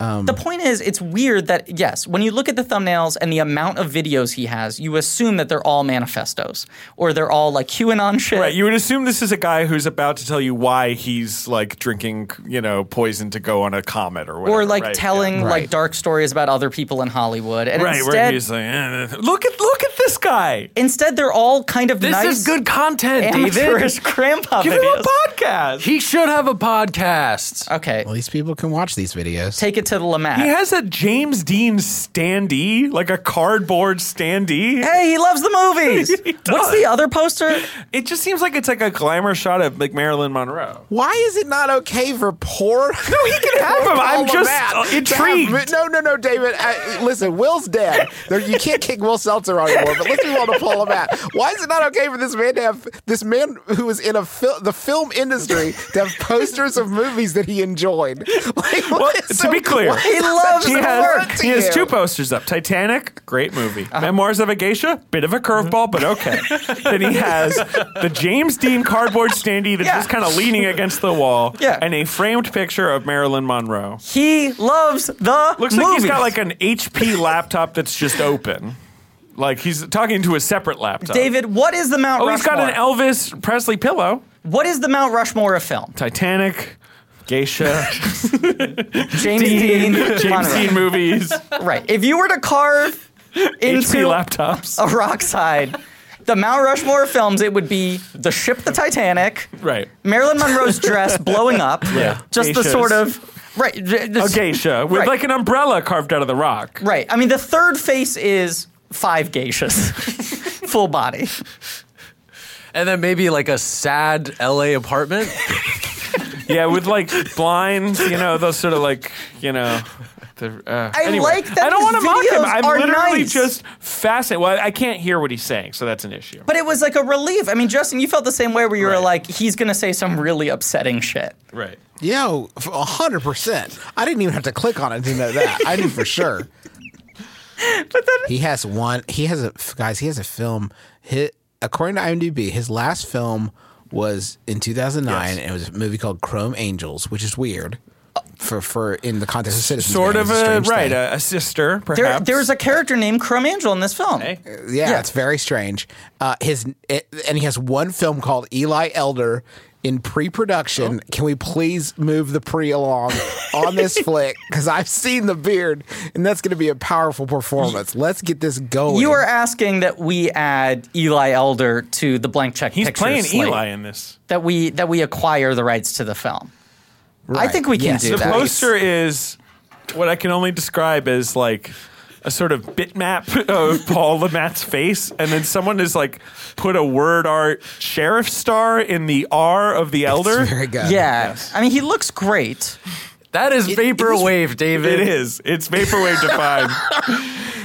Um, the point is, it's weird that, yes, when you look at the thumbnails and the amount of videos he has, you assume that they're all manifestos or they're all like QAnon shit. Right, you would assume this is a guy who's about to tell you why he's like drinking, you know, poison to go on a comet or whatever. or like right? telling Yeah. like Right. dark stories about other people in Hollywood. And Right, where instead, he's like, eh, look at look at this guy. instead, they're all kind of This nice, is good content, amateurish David. grandpa Give him videos. a podcast. He should have a podcast. okay, Well, these people can watch these videos. take it to the Lamat. He has a James Dean standee, like a cardboard standee. Hey, he loves the movies. What's the other poster? It just seems like it's like a glamour shot of like Marilyn Monroe. Why is it not okay for poor? No, he can have him. I'm just, uh, intrigued. no, no, no, David. I, listen, Will's dead. There, you can't kick Will Seltzer anymore. But let's move on to Paul Labatt. Why is it not okay for this man to have this man who is in a fil- the film industry to have posters of movies that he enjoyed? Like, Well, what to is so- be clear, why is He that loves so he the hard has, to he has you? two posters up Titanic, great movie. Uh-huh. Memoirs of a Geisha, bit of a curveball, but okay. then he has the James Dean cardboard standee that's Yeah. just kind of leaning against the wall, Yeah. and a framed picture of Marilyn Monroe. He loves the Looks like movies. he's got like an HP laptop that's just open. Like he's talking to a separate laptop. David, what is the Mount Oh, he's Rushmore? got an Elvis Presley pillow. what is the Mount Rushmore of film? Titanic, Geisha, James Dean, Dean, Monroe. James Dean movies, Right. If you were to carve HP into laptops. a rock side the Mount Rushmore of films, it would be the ship, the Titanic, Right. Marilyn Monroe's dress blowing up, Yeah. just the Geishas. sort of Right. th- this- A geisha with Right. like an umbrella carved out of the rock. Right. I mean, the third face is five geishas, full body. And then maybe like a sad LA apartment. Yeah, with like blinds, you know, those sort of like, you know. The, uh, I anyway. like that I don't his wanna mock him. videos I'm are literally nice. just fascinated. Well, I can't hear what he's saying, so that's an issue. But it was like a relief. I mean, Justin, you felt the same way where you were Right. like, he's going to say some really upsetting shit. right. Yo, f- 100%. I didn't even have to click on it to know that. I knew for sure. he has one, he has a, guys, he has a film. Hit, according to IMDb, his last film was in 2009, and it was a movie called Chrome Angels, which is weird. For, for in the context of Citizen, Sort of a, right, a, a sister, There, perhaps. there's a character named Crum Angel in this film. Hey. yeah, Yeah. it's very strange. Uh, his it, and he has one film called Eli Elder in Oh. pre-production. Can we please move the pre along on this flick? Because I've seen the beard, and that's going to be a powerful performance. Let's get this going. You are asking that we add Eli Elder to the blank check He's picture playing slate, Eli in this. That we that we acquire the rights to the film. I Right. think we can Yes. do The that. poster is what I can only describe as like a sort of bitmap of Paul Lamatte's face, and then someone has like put a word art sheriff star in the R of the elder. It's very good. yeah. I mean, he looks great. That is vaporwave, David. It is. It's vaporwave defined.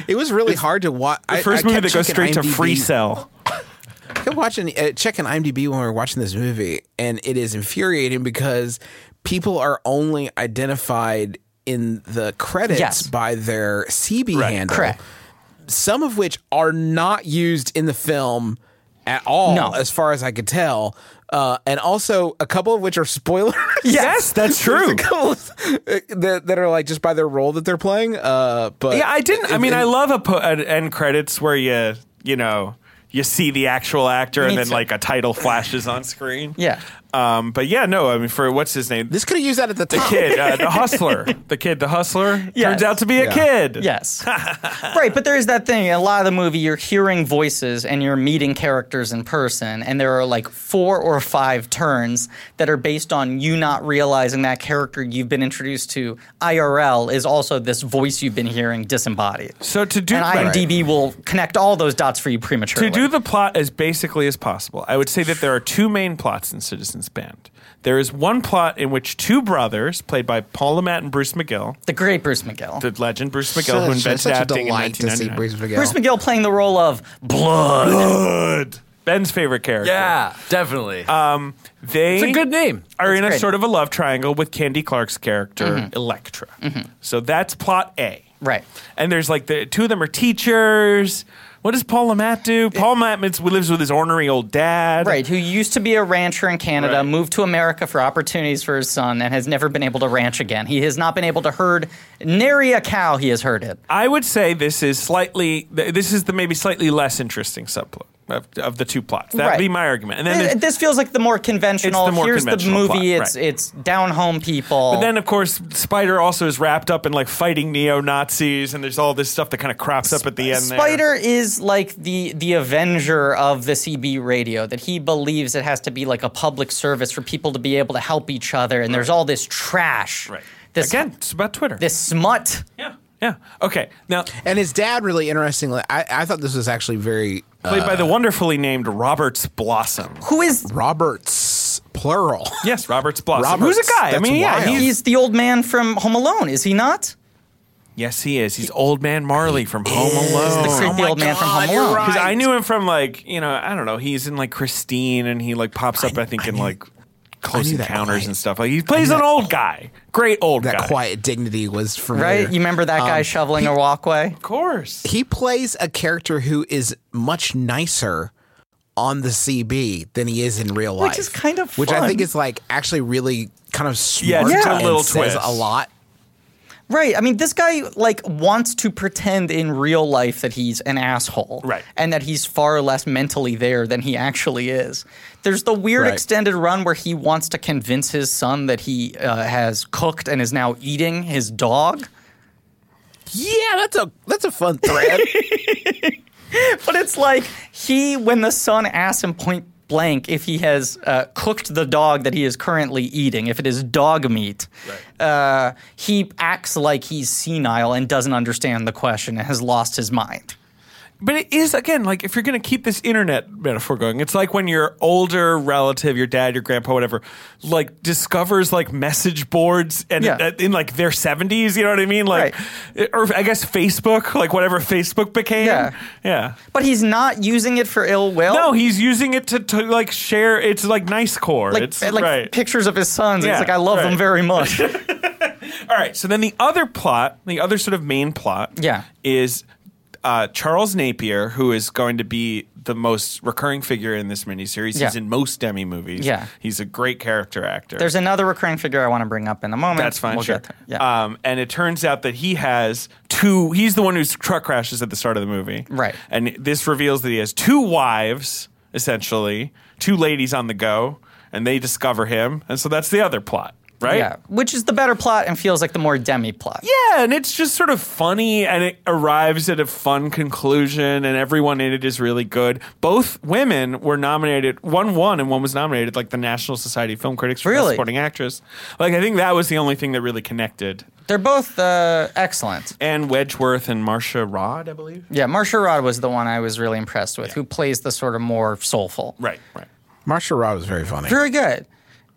it was really hard to watch. The first movie that goes straight to free cell. I kept watching, uh, checking IMDb when we were watching this movie, and it is infuriating because people are only identified in the credits Yes. by their CB Right. handle. Correct. some of which are not used in the film at all, No. as far as I could tell. Uh, and also a couple of which are spoilers. Yes, that's true. A couple of- uh, that, that are like just by their role that they're playing. Uh, but Yeah, I didn't. I mean, I love a po- an end credits where you you know you see the actual actor Me and then too. like a title flashes on screen. Yeah. Um. But yeah, no. I mean, for what's his name? this could have used that at the the top. kid, uh, the hustler, the kid, the hustler Yes. turns out to be a Yeah. kid. Yes. right, but there is that thing. In a lot of the movie, you're hearing voices and you're meeting characters in person, and there are like four or five turns that are based on you not realizing that character you've been introduced to IRL is also this voice you've been hearing disembodied. So to do and IMDb will connect all those dots for you prematurely. to do the plot as basically as possible, I would say that there are two main plots in Citizens Band. There is one plot in which two brothers, played by Paul Lamatt and Bruce McGill, the great Bruce McGill. the legend Bruce Such- McGill, who invented such a acting in delight to see 1999. Bruce McGill. Bruce McGill playing the role of Blood. Blood. Ben's favorite character. Yeah, They definitely. it's Mm-hmm. a good name. are in a great. sort of a love triangle with Candy Clark's character, Electra. So that's plot A. Right. And there's like the two of them are teachers. What does Paul Lamatt do? Paul Lamatt lives- lives with his ornery old dad. Right, who used to be a rancher in Canada, Right. moved to America for opportunities for his son, and has never been able to ranch again. He has not been able to herd nary a cow he has herded. I would say this is slightly, th- this is the maybe slightly less interesting subplot of, of the two plots. That would Right. be my argument. And then, Th- there's- This feels like the more conventional. more Here's conventional the plot, movie. It's right. it's down home people. but then, of course, Spider also is wrapped up in like fighting neo Nazis, and there's all this stuff that kind of crops up at the end. there. Spider is like the the avenger of the CB radio that he believes it has to be like a public service for people to be able to help each other, and there's all this trash. Right. This Again, it's about Twitter. This smut. yeah. Yeah. Okay. Now, And his dad, really interestingly, I, I thought this was actually very uh, played by the wonderfully named Roberts Blossom. Who is Roberts, plural. Yes, Roberts Blossom. Roberts, Who's a guy? I that's mean, yeah, wild. he's, he's the old man from Home Alone? Is he not? yes, he is. He's old man Marley from Home Alone. the creepy old man from Home you're Alone. right. Because I knew him from like you know I don't know he's in like Christine and he like pops up I, think in like Close knew that Encounters guy. and stuff like he plays an old guy great old That guy quiet dignity was familiar. Right? You remember that guy shoveling a walkway? of course he plays a character who is much nicer on the CB than he is in real life, is kind of which I think fun. is like actually really kind of smart. Yeah, it's a and little says twist. a lot. Right. I mean, this guy like wants to pretend in real life that he's an asshole. Right. And that he's far less mentally there than he actually is. There's the weird Right. extended run where he wants to convince his son that he uh, has cooked and is now eating his dog. Yeah, that's a that's a fun thread. But it's like he, when the son asks him point blank if he has uh, cooked the dog that he is currently eating, if it is dog meat, uh, he acts like he's senile and doesn't understand the question and has lost his mind. But it is again like if you're going to keep this internet metaphor going, it's like when your older relative, your dad, your grandpa, whatever, like discovers like message boards and Yeah. uh, in like their 70s, you know what I mean? Like, or I guess Facebook, like whatever Facebook became. Yeah. Oh. yeah. But he's not using it for ill will. No, he's using it to, to like share. It's like nice core. like, it's like right. pictures of his sons. and Yeah, he's like, I love right. them very much. All right. So then the other plot, the other sort of main plot, Yeah. is uh, Charles Napier, who is going to be the most recurring figure in this miniseries. Yeah. He's in most Demi movies. Yeah. He's a great character actor. There's another recurring figure I want to bring up in a moment. that's fine. We'll sure. get there. Yeah. Um, and it turns out that he has two. He's the one whose truck crashes at the start of the movie. Right. And this reveals that he has two wives, essentially, two ladies on the go, and they discover him. And so that's the other plot, right? yeah. Which is the better plot and feels like the more demi plot. Yeah, and it's just sort of funny and it arrives at a fun conclusion and everyone in it is really good. Both women were nominated, one won and one was nominated like the National Society of Film Critics for Best Really? supporting actress. Like I think that was the only thing that really connected. They're both uh, excellent. And Wedgeworth and Marcia Rod, I believe. Yeah, Marsha Rod was the one I was really impressed with, who plays the sort of more soulful. Right, right. Marsha Rod was very funny. Very good.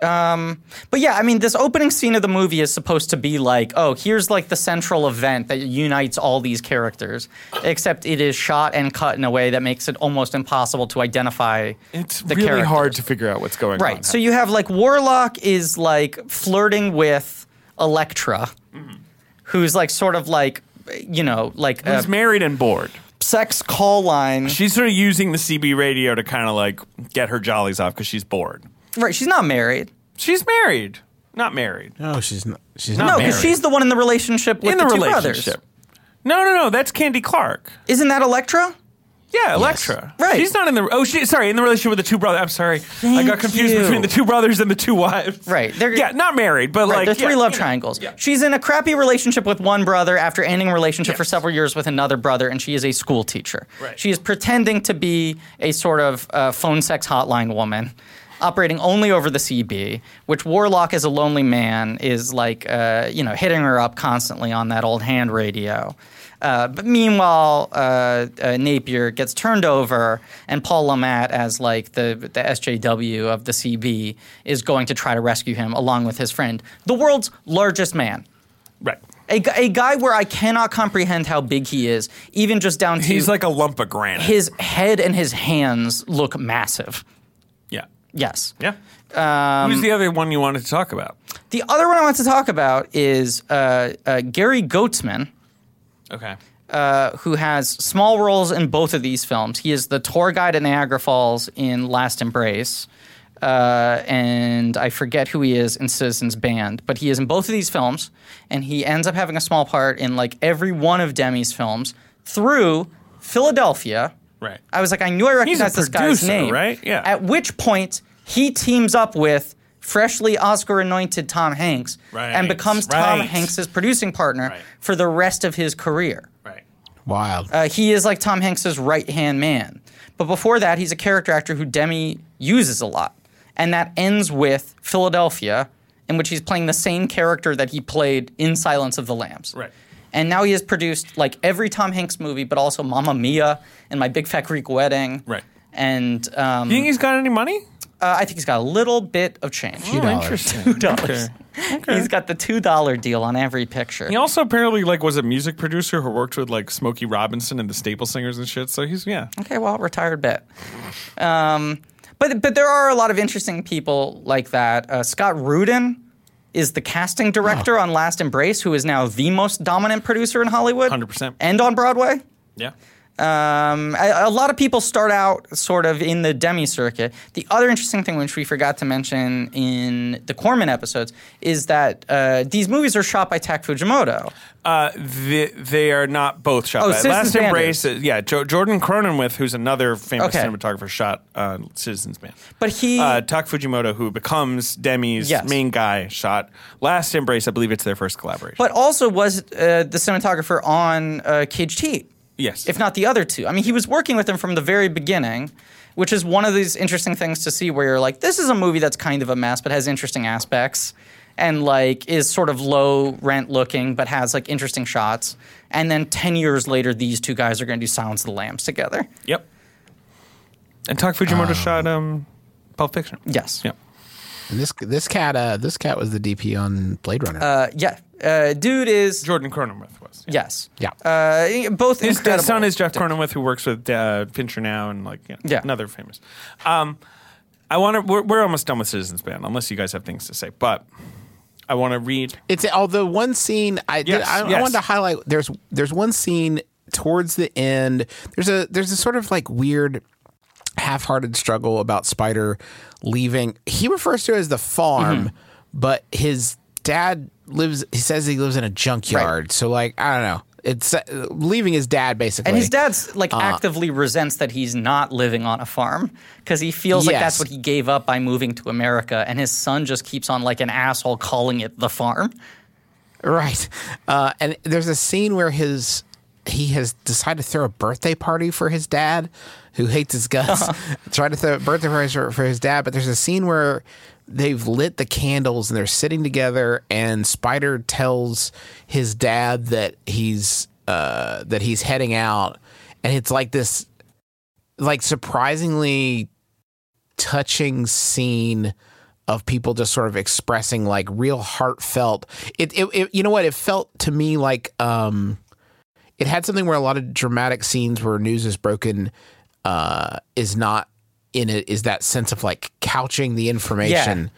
Um, but yeah, I mean, this opening scene of the movie is supposed to be like, oh, here's like the central event that unites all these characters, except it is shot and cut in a way that makes it almost impossible to identify It's the really characters. hard to figure out what's going on. Right. So you have like Warlock is like flirting with Electra, Mm-hmm. who's like sort of like you know like a He's married and bored. sex call line. She's sort of using the CB radio to kind of like get her jollies off because she's bored. right. She's not married. She's married, not married. No, Oh, she's not. She's No, not. because she's the one in the relationship with in the, two relationship. brothers. No, no, no. That's Candy Clark. Isn't that Electra? Yeah, Electra. Right. She's not in the. Oh, she. Sorry, in the relationship with the two brothers. I'm sorry. I got confused you. between the two brothers and the two wives. Right, they're- yeah, not married, but Right, like they're three yeah, love you know. triangles. She's in a crappy relationship with one brother after ending a relationship for Yes. several years with another brother, and she is a school teacher. Right. She is pretending to be a sort of uh, phone sex hotline woman, operating only over the CB, which Warlock, as a lonely man, is like, uh, you know, hitting her up constantly on that old hand radio. Uh, but meanwhile, uh, uh, Napier gets turned over, and Paul Lamatt, as like the the SJW of the CB, is going to try to rescue him along with his friend, the world's largest man, Right. a, gu- a guy where I cannot comprehend how big he is, even just down to He's like a lump of granite. his head and his hands look massive. yeah. Yes. Yeah. Um, Who's the other one you wanted to talk about? The other one I want to talk about is uh, uh, Gary Goetzman. uh, Okay. who has small roles in both of these films. He is the tour guide at Niagara Falls in Last Embrace, uh, and I forget who he is in Citizens Band, but he is in both of these films, and he ends up having a small part in like every one of Demi's films through Philadelphia. Right. I was like, I knew I recognized this guy's producer, name, right? Yeah. At which point he teams up with. Freshly Oscar anointed Tom Hanks Right, and becomes Tom right. Hanks' producing partner Right. for the rest of his career. Right. Wild. Uh, he is like Tom Hanks's right hand man. But before that, he's a character actor who Demi uses a lot. And that ends with Philadelphia, in which he's playing the same character that he played in Silence of the Lambs. Right. And now he has produced like every Tom Hanks movie, but also Mamma Mia and My Big Fat Greek Wedding. Right. And um, You think he's got any money? uh, I think he's got a little bit of change. Two dollars. Interesting. dollars. He's got the $2 deal on every picture. He also apparently like was a music producer who worked with like Smokey Robinson and the Staple Singers and shit. So he's yeah. okay, well, retired bet. Um, but but there are a lot of interesting people like that. Uh, Scott Rudin is the casting director on Last Embrace, who is now the most dominant producer in Hollywood, 100%. and on Broadway. Yeah. Um, a, a lot of people start out sort of in the demi circuit. The other interesting thing, which we forgot to mention in the Corman episodes, is that uh, these movies are shot by Tak Fujimoto. Uh, the, they are not both shot. Oh, by. Citizens Last Band Embrace. is- yeah, jo- Jordan Cronenwith, who's another famous Okay. cinematographer, shot uh, Citizens Band. But he- uh, Tak Fujimoto, who becomes Demi's Yes. main guy, shot Last Embrace. I believe it's their first collaboration. But also was uh, the cinematographer on uh, Cage Heat. yes, if not the other two. I mean, he was working with them from the very beginning. which is one of these interesting things to see where you're like, this is a movie that's kind of a mess but has interesting aspects and like is sort of low rent looking but has like interesting shots. And then 10 years later, these two guys are going to do Silence of the Lambs together. Yep. And Talk Fujimoto shot um, Pulp Fiction. Yes. Yep. And this this cat uh this cat was the DP on Blade Runner. Uh, yeah. Uh, dude is. Jordan Cronenworth was. Yes. yeah. Uh, both His incredible. son is Jeff Cronenworth, who works with uh, Fincher now, and like you know, Yeah. another famous. Um, I want to. We're, we're almost done with Citizens Band, unless you guys have things to say. But I want to read. It's although one scene I did, Yes, I, yes. I wanted to highlight. There's there's one scene towards the end. There's a there's a sort of like weird half-hearted struggle about Spider leaving. He refers to it as the farm, Mm-hmm. but his dad lives. He says he lives in a junkyard. So like I don't know. It's uh, leaving his dad basically. And his dad's like actively resents that he's not living on a farm because he feels like that's Yes. what he gave up by moving to America, and his son just keeps on like an asshole calling it the farm. Right. Uh, and there's a scene where his he has decided to throw a birthday party for his dad, who hates his guts. Tried to throw a birthday party for, for his dad, but there's a scene where they've lit the candles and they're sitting together, and Spider tells his dad that he's uh, that he's heading out, and it's like this like surprisingly touching scene of people just sort of expressing like real heartfelt it, it, it you know what it felt to me like um it had something where a lot of dramatic scenes where news is broken uh is not in it is that sense of like couching the information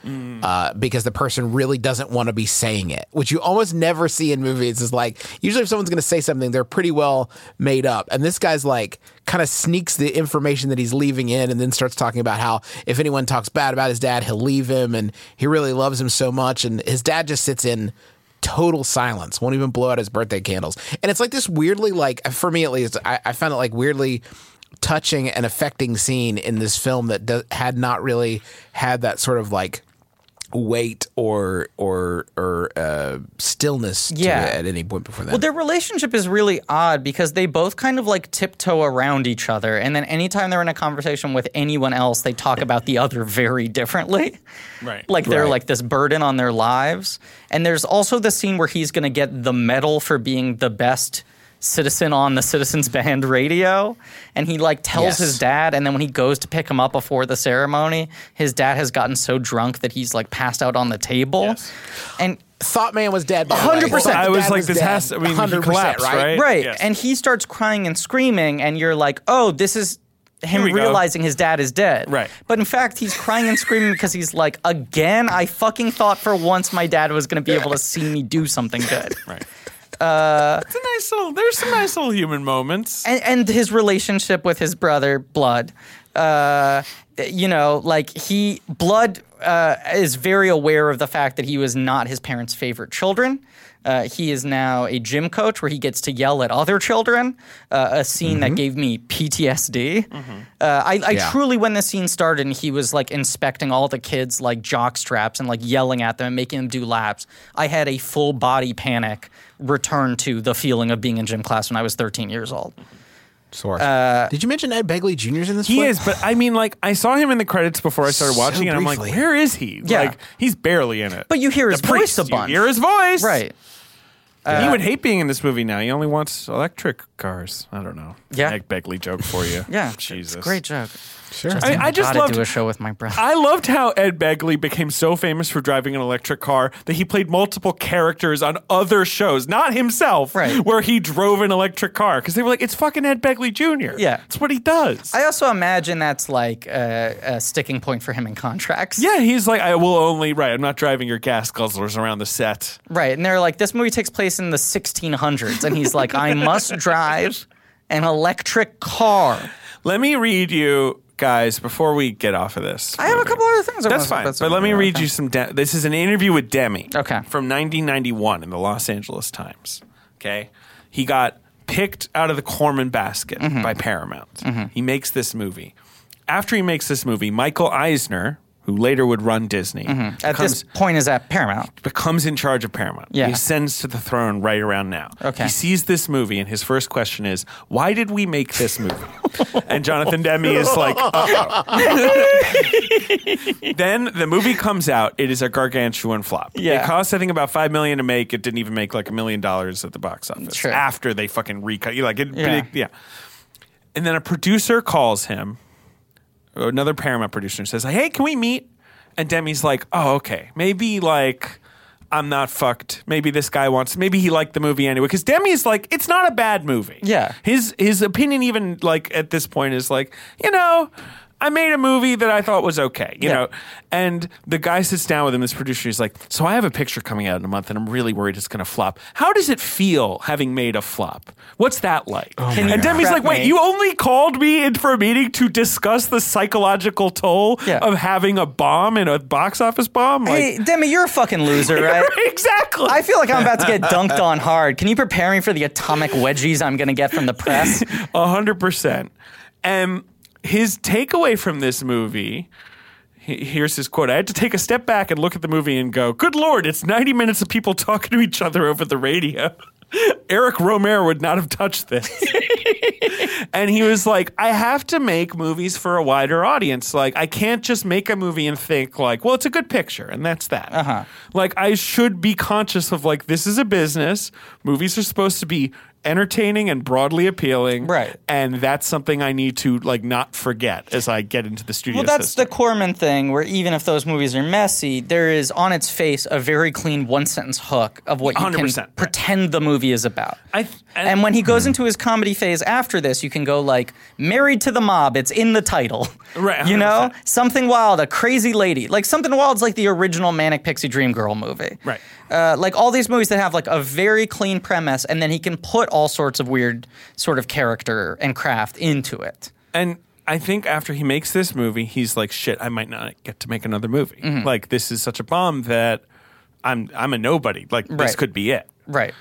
uh, because the person really doesn't want to be saying it which you almost never see in movies is like usually if someone's going to say something they're pretty well made up and this guy's like kind of sneaks the information that he's leaving in and then starts talking about how if anyone talks bad about his dad he'll leave him and he really loves him so much and his dad just sits in total silence won't even blow out his birthday candles and it's like this weirdly like for me at least i, I found it like weirdly touching and affecting scene in this film that do, had not really had that sort of like weight or or or uh, stillness Yeah. to it at any point before that Well, their relationship is really odd because they both kind of like tiptoe around each other, and then anytime they're in a conversation with anyone else, they talk about the other very differently. Right. Like they're Right. like this burden on their lives. And there's also the scene where he's going to get the medal for being the best citizen on the Citizens Band radio. And he like tells Yes. his dad. And then when he goes to pick him up before the ceremony, his dad has gotten so drunk that he's like passed out on the table. Yes. And Thought Man was dead. by the way. 100%. Thought I was Dad like, this dead. has to- I mean, he collapsed, right? Right. Yes. And he starts crying and screaming, and you're like, oh, this is him Here we go. realizing his dad is dead. Right. But in fact, he's crying and screaming because he's like, again, I fucking thought for once my dad was going to be able to see me do something good. Right. it's a nice little. There's some nice little human moments. and, and his relationship with his brother blood uh, you know like he blood uh, is very aware of the fact that he was not his parents favorite children uh, he is now a gym coach where he gets to yell at other children uh, a scene that gave me ptsd uh, i, I Yeah. truly when the scene started and he was like inspecting all the kids like jock straps and like yelling at them and making them do laps i had a full body panic return to the feeling of being in gym class when i was 13 years old Source. Did you mention Ed Begley Jr.'s in this? He one? is, but I mean, like, I saw him in the credits before I started So watching, and I'm like, briefly. where is he? Yeah. Like, he's barely in it. But you hear his The voice priest, a bunch. You hear his voice, Right. Uh, he would hate being in this movie now. He only wants electric cars. I don't know. Yeah. Egg Beckley joke for you. Yeah. it's Jesus, a great joke. Sure. I, I just Gotta loved. do a show with my brother. I loved how Ed Begley became so famous for driving an electric car that he played multiple characters on other shows, not himself, Right. where he drove an electric car because they were like, "It's fucking Ed Begley Jr." Yeah. it's what he does. I also imagine that's like a, a sticking point for him in contracts. yeah, he's like, "I will only right. I'm not driving your gas guzzlers around the set." Right. And they're like, this movie takes place in the 1600s. And he's like, I must drive an electric car. Let me read you guys before we get off of this. I have a couple other things I That's wanna- fine. that's but let me okay. read you some. De- this is an interview with Demi. Okay. From 1991 in the Los Angeles Times. Okay. He got picked out of the Corman basket Mm-hmm. by Paramount. He makes this movie. After he makes this movie, Michael Eisner, who later would run Disney, Mm-hmm. At becomes, this point, is at Paramount. becomes in charge of Paramount. Yeah. He ascends to the throne right around now. Okay. He sees this movie, and his first question is, "Why did we make this movie?" and Jonathan Demme is like, "Uh-oh." then the movie comes out. It is a gargantuan flop. Yeah. It cost I think about five million to make. It didn't even make like a million dollars at the box office Sure. after they fucking recut. You like it? Yeah. it- yeah. And then a producer calls him another Paramount producer says, "Hey, can we meet?" And Demi's like, "Oh, okay. Maybe like I'm not fucked. Maybe this guy wants. Maybe he liked the movie anyway." Because Demi's like, "It's not a bad movie." Yeah. His his opinion even like at this point is like, you know. I made a movie that I thought was okay, you Yeah. know. And the guy sits down with him, this producer. He's like, So I have a picture coming out in a month and I'm really worried it's going to flop. How does it feel having made a flop? What's that like? Oh and Demi's like, prep Wait, me?" you only called me in for a meeting to discuss the psychological toll Yeah. of having a bomb and a box office bomb. Like, hey, Demi, you're a fucking loser, right? exactly. I feel like I'm about to get dunked on hard. Can you prepare me for the atomic wedgies I'm going to get from the press? A hundred percent. And his takeaway from this movie. he- Here's his quote. I had to take a step back and look at the movie and go, Good Lord, it's 90 minutes of people talking to each other over the radio. Eric Romer would not have touched this. and he was like, I have to make movies for a wider audience. Like, I can't just make a movie and think, like, well, it's a good picture, and that's that. Uh-huh. Like, I should be conscious of, like, this is a business. Movies are supposed to be entertaining and broadly appealing. Right. And that's something I need to, like, not forget as I get into the studio Well, that's system. the Corman thing, where even if those movies are messy, there is on its face a very clean one sentence hook of what you can 100%, right. pretend the movie is about. I Hmm. th- and, when he goes into his comedy phase after this, you can go like "Married to the Mob." It's in the title, Right, You know, 100%. something wild, a crazy lady, like something wild's like the original Manic Pixie Dream Girl movie, Right. Uh, like all these movies that have like a very clean premise, and then he can put all sorts of weird sort of character and craft into it. And I think after he makes this movie, he's like, "Shit, I might not get to make another movie. Mm-hmm. Like, this is such a bomb that I'm I'm a nobody. Like, this Right. could be it." Right.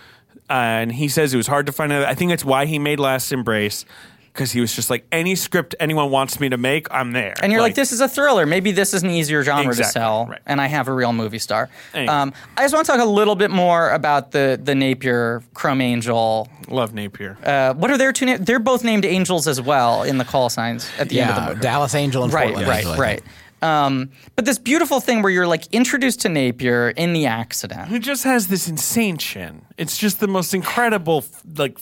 and he says it was hard to find out. I think that's why he made Last Embrace because he was just like any script anyone wants me to make, I'm there. And you're like, this is a thriller. Maybe this is an easier genre to Exactly, sell, right. and I have a real movie star. Anyway. Um, I just want to talk a little bit more about the the Napier Chrome Angel. love Napier. Uh, what are their two? Na- they're both named angels as well in the call signs at the end of the Yeah, movie. Dallas Angel and Right, Portland right, Angel, I right. think. Um, but this beautiful thing where you're like introduced to Napier in the accident. Who just has this insane chin? It's just the most incredible f- like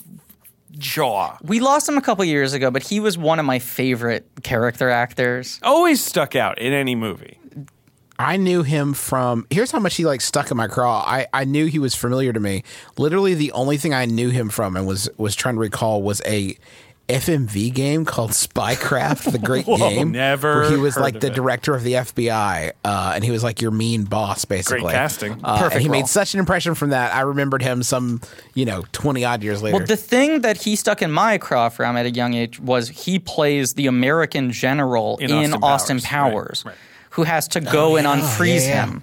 jaw. We lost him a couple years ago, but he was one of my favorite character actors. Always stuck out in any movie. I knew him from. Here's how much he like stuck in my craw. I, I knew he was familiar to me. Literally, the only thing I knew him from and was was trying to recall was a FMV game called Spycraft, the great game. never Where he was heard like of the it. director of the FBI, uh, and he was like your mean boss, basically. casting. Uh, Perfect. he role. made such an impression from that. I remembered him some, you know, twenty odd years later. Well, the thing that he stuck in my craw from at a young age was he plays the American general in, Austin, Powers, Powers, right, right. who has to go and unfreeze Oh, yeah, yeah. him.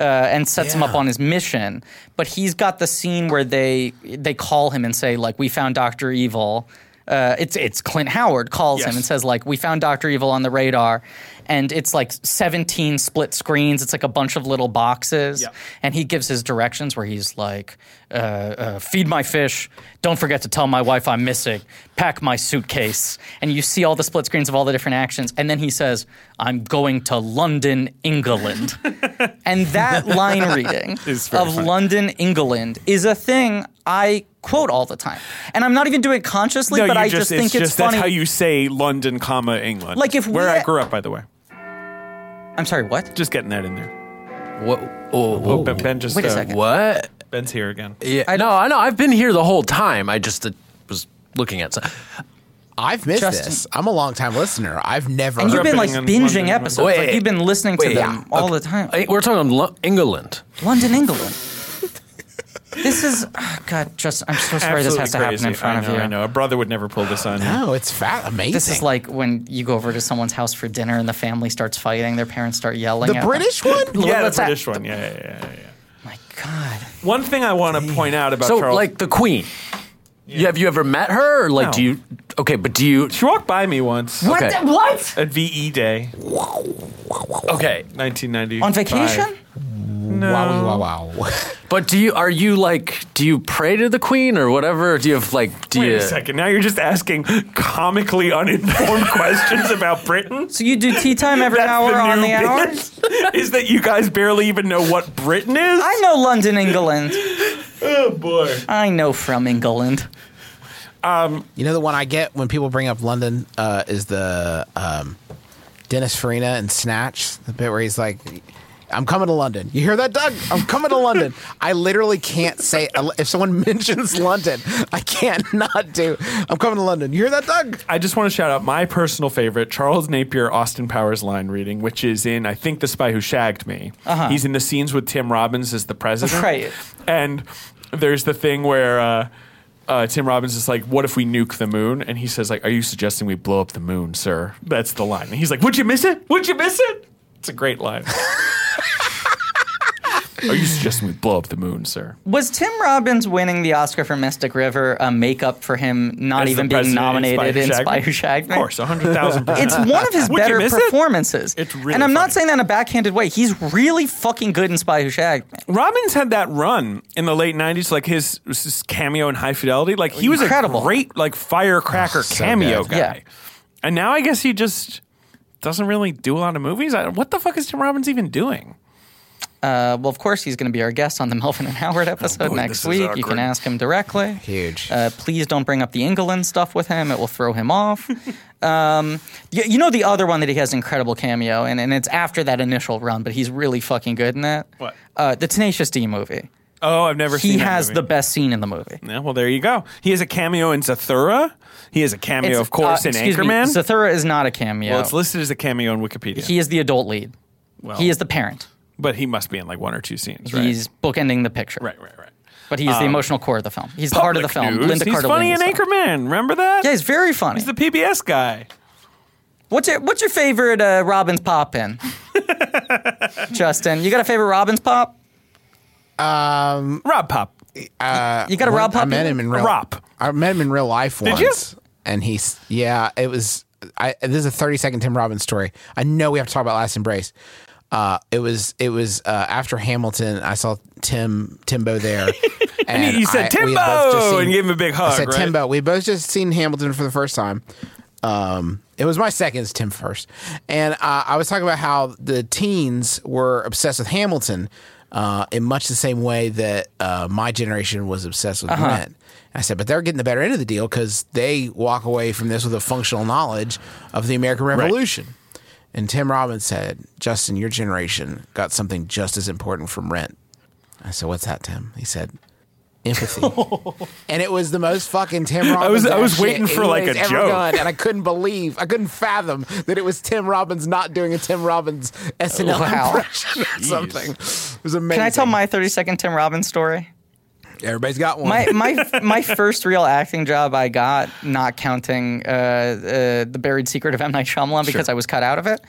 Uh, and sets him up Yeah. on his mission, but he's got the scene where they they call him and say like, "We found Doctor Evil." Uh, it's it's Clint Howard calls him Yes. and says like, "We found Doctor Evil on the radar," and it's like seventeen split screens. It's like a bunch of little boxes, Yeah. and he gives his directions where he's like, uh, uh, "Feed my fish. Don't forget to tell my wife I'm missing. Pack my suitcase." And you see all the split screens of all the different actions, and then he says, "I'm going to London, England," and that line reading It's very of funny. London, England is a thing I quote all the time, and I'm not even doing it consciously, No, but you I just, just, think it's, that's funny. how you say London, comma England. Like, if where we- I grew up, by the way. I'm sorry, what? Just getting that in there. What? Oh, Oh, Ben, Ben just Wait a uh, second. what? Ben's here again. Yeah, I know. I know. I've been here the whole time. I just uh, was looking at. Some. I've missed Justin- this. I'm a long time listener. I've never. And you've been like Repping in London, binging episodes, Wait, like you've been listening to wait, them yeah. all the time. I- We're talking Lo- England. Uh, London, England. this is oh God. Just I'm so sorry this Absolutely has to crazy. happen in front I know, of you. I know. A brother would never pull this on you. no, it's fat. Amazing. This is like when you go over to someone's house for dinner and the family starts fighting, their parents start yelling. the at British one. Them. Yeah, the What's that? British one. Yeah, yeah, yeah, yeah, yeah. My God. One thing I want to point out about So, Charles, like the Queen. You, have you ever met her? Or like, No. do you? Okay, but do you? She walked by me once What? Okay. the- what? at VE Day, Okay, 1990. On vacation? Wow, wow, wow. but do you? Are you like? Do you pray to the queen or whatever? Do you have like? Do Wait you? a second. Now you're just asking comically uninformed questions about Britain. So you do tea time every That's hour the on new the hour? bit, Is that you guys barely even know what Britain is? I know London, England. oh boy. I know from England. You know the one I get when people bring up London uh, is the um, Dennis Farina and Snatch, the bit where he's like, "I'm coming to London." You hear that, Doug? I'm coming to London. I literally can't say if someone mentions London, I can't not do. I'm coming to London. You hear that, Doug? I just want to shout out my personal favorite, Charles Napier, Austin Powers line reading, which is in, I think, The Spy Who Shagged Me. Uh-huh. He's in the scenes with Tim Robbins as the president. Right. And there's the thing where uh, uh, Tim Robbins is like, what if we nuke the moon? And he says, like, are you suggesting we blow up the moon, sir? That's the line. And he's like, would you miss it? Would you miss it? It's a great line. are you suggesting we blow up the moon, sir? Was Tim Robbins winning the Oscar for Mystic River a makeup for him not As the even being president nominated in Spy Who Shagged Me? Of course, 100,000%. It's one of his Would you better miss it? performances. It's really and I'm not funny. saying that in a backhanded way. He's really fucking good in Spy Who Shagged Me. Robbins had that run in the late '90s, like his, his cameo in High Fidelity. Like he was Incredible. Oh, a great like firecracker cameo good. guy. Yeah. And now I guess he just doesn't really do a lot of movies. I, what the fuck is Tim Robbins even doing? Uh, well, of course, he's going to be our guest on the Melvin and Howard Oh, episode boy, next this is week. You awkward. can ask him directly. Huge. Uh, please don't bring up the England stuff with him. It will throw him off. um, you, you know the other one that he has incredible cameo, in, and it's after that initial run, but he's really fucking good in that. What? Uh, the Tenacious D movie. Oh, I've never He seen. that has movie. the best scene in the movie. Yeah, well, there you go. He has a cameo in Zathura. He has a cameo, of course, uh, in excuse Anchorman. Me, Zathura is not a cameo. well, it's listed as a cameo on Wikipedia, he is the adult lead. Well- he is the parent. but he must be in like one or two scenes, right? He's bookending the picture. right, right, right. But he's the emotional core of the film. He's the heart of the Public film. news. Linda he's Carter funny in Williams film. Anchorman. Remember that? Yeah, he's very funny. he's the PBS guy. What's your What's your favorite uh, Robin's pop in? Justin, you got a favorite Robin's pop? Rob Pop. You got a Rob pop? I met in? him in real. Rop. I met him in real life once. you? And he's yeah. It was. I this is a thirty second Tim Robbins story. I know we have to talk about Last Embrace. Uh, it was it was uh, after Hamilton. I saw Tim Timbo there, and you said, we had both just "Timbo!" and gave him a big I hug, said right? Timbo. We both just seen Hamilton for the first time. Um, it was my second, it's Tim first, and uh, I was talking about how the teens were obsessed with Hamilton uh, in much the same way that uh, my generation was obsessed with Uh-huh. Rent. I said, but they're getting the better end of the deal because they walk away from this with a functional knowledge of the American Revolution. And Tim Robbins said, Justin, your generation got something just as important from Rent. I said, what's that, Tim? He said, empathy. and it was the most fucking Tim Robbins. was- I was shit waiting for, like, anyone's a ever joke. done, and I couldn't believe, I couldn't fathom that it was Tim Robbins not doing a Tim Robbins Oh, SNL Wow. impression or something. It was amazing. Can I tell my 30 second Tim Robbins story? Everybody's got one. My my my first real acting job I got, not counting uh, uh, the buried secret of M Night Shyamalan because I was cut out of it,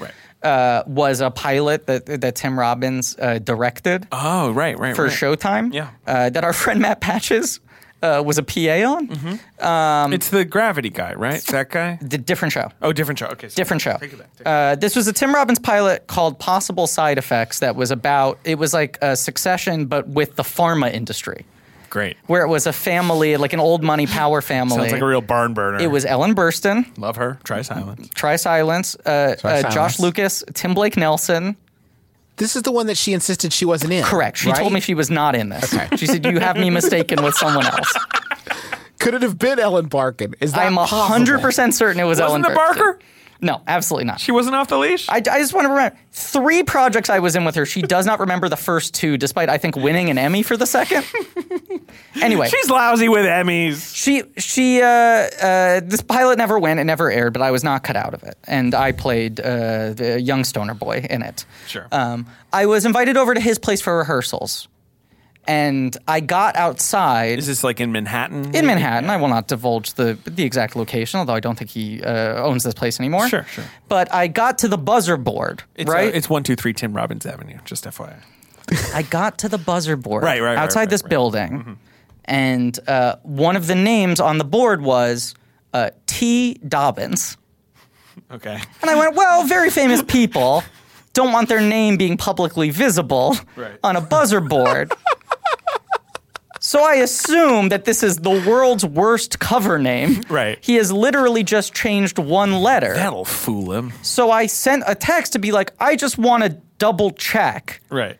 uh, was a pilot that that Tim Robbins uh, directed Oh, right, right, for right. Showtime. Yeah. uh, that our friend Matt Patches uh, was a PA on. Mm-hmm. Um, It's the gravity guy, right? That guy? D- different show. Oh, different show. Okay. sorry. Different show. Take it back. Take it Uh, this was a Tim Robbins pilot called Possible Side Effects that was about, it was like a succession, but with the pharma industry, back. Great. where it was a family, like an old money power family. Sounds like a real barn burner. it was Ellen Burstyn, Love her. Try silence. Try Silence, uh, Try uh, Silence. Josh Lucas, Tim Blake Nelson. this is the one that she insisted she wasn't in. Correct. She right? told me she was not in this. Okay. She said, You have me mistaken with someone else. Could it have been Ellen Barkin? Is that I am possible? 100% certain it was Ellen Wasn't the Burstyn. Barker? No, absolutely not. She wasn't off the leash. I, I just want to remember three projects I was in with her. She does not remember the first two, despite I think winning an Emmy for the second. anyway, She's lousy with Emmys. she she uh, uh, this pilot never went, it never aired, but I was not cut out of it, and I played uh, the young stoner boy in it. Sure. Um, I was invited over to his place for rehearsals, and I got outside. Is this like in Manhattan? in Manhattan, I will not divulge the the exact location, although I don't think he uh, owns this place anymore. Sure, sure. But I got to the buzzer board, It's, right? uh, it's 123 Tim Robbins Avenue, just FYI. I got to the buzzer board Right, right, Mm-hmm. right, outside right, this right. building, and uh, one of the names on the board was uh, T. Dobbins. Okay. And I went, well, very famous people don't want their name being publicly visible Right. on a buzzer board. so I assume that this is the world's worst cover name. Right. He has literally just changed one letter. That'll fool him. so I sent a text to be like, I just want to double check Right.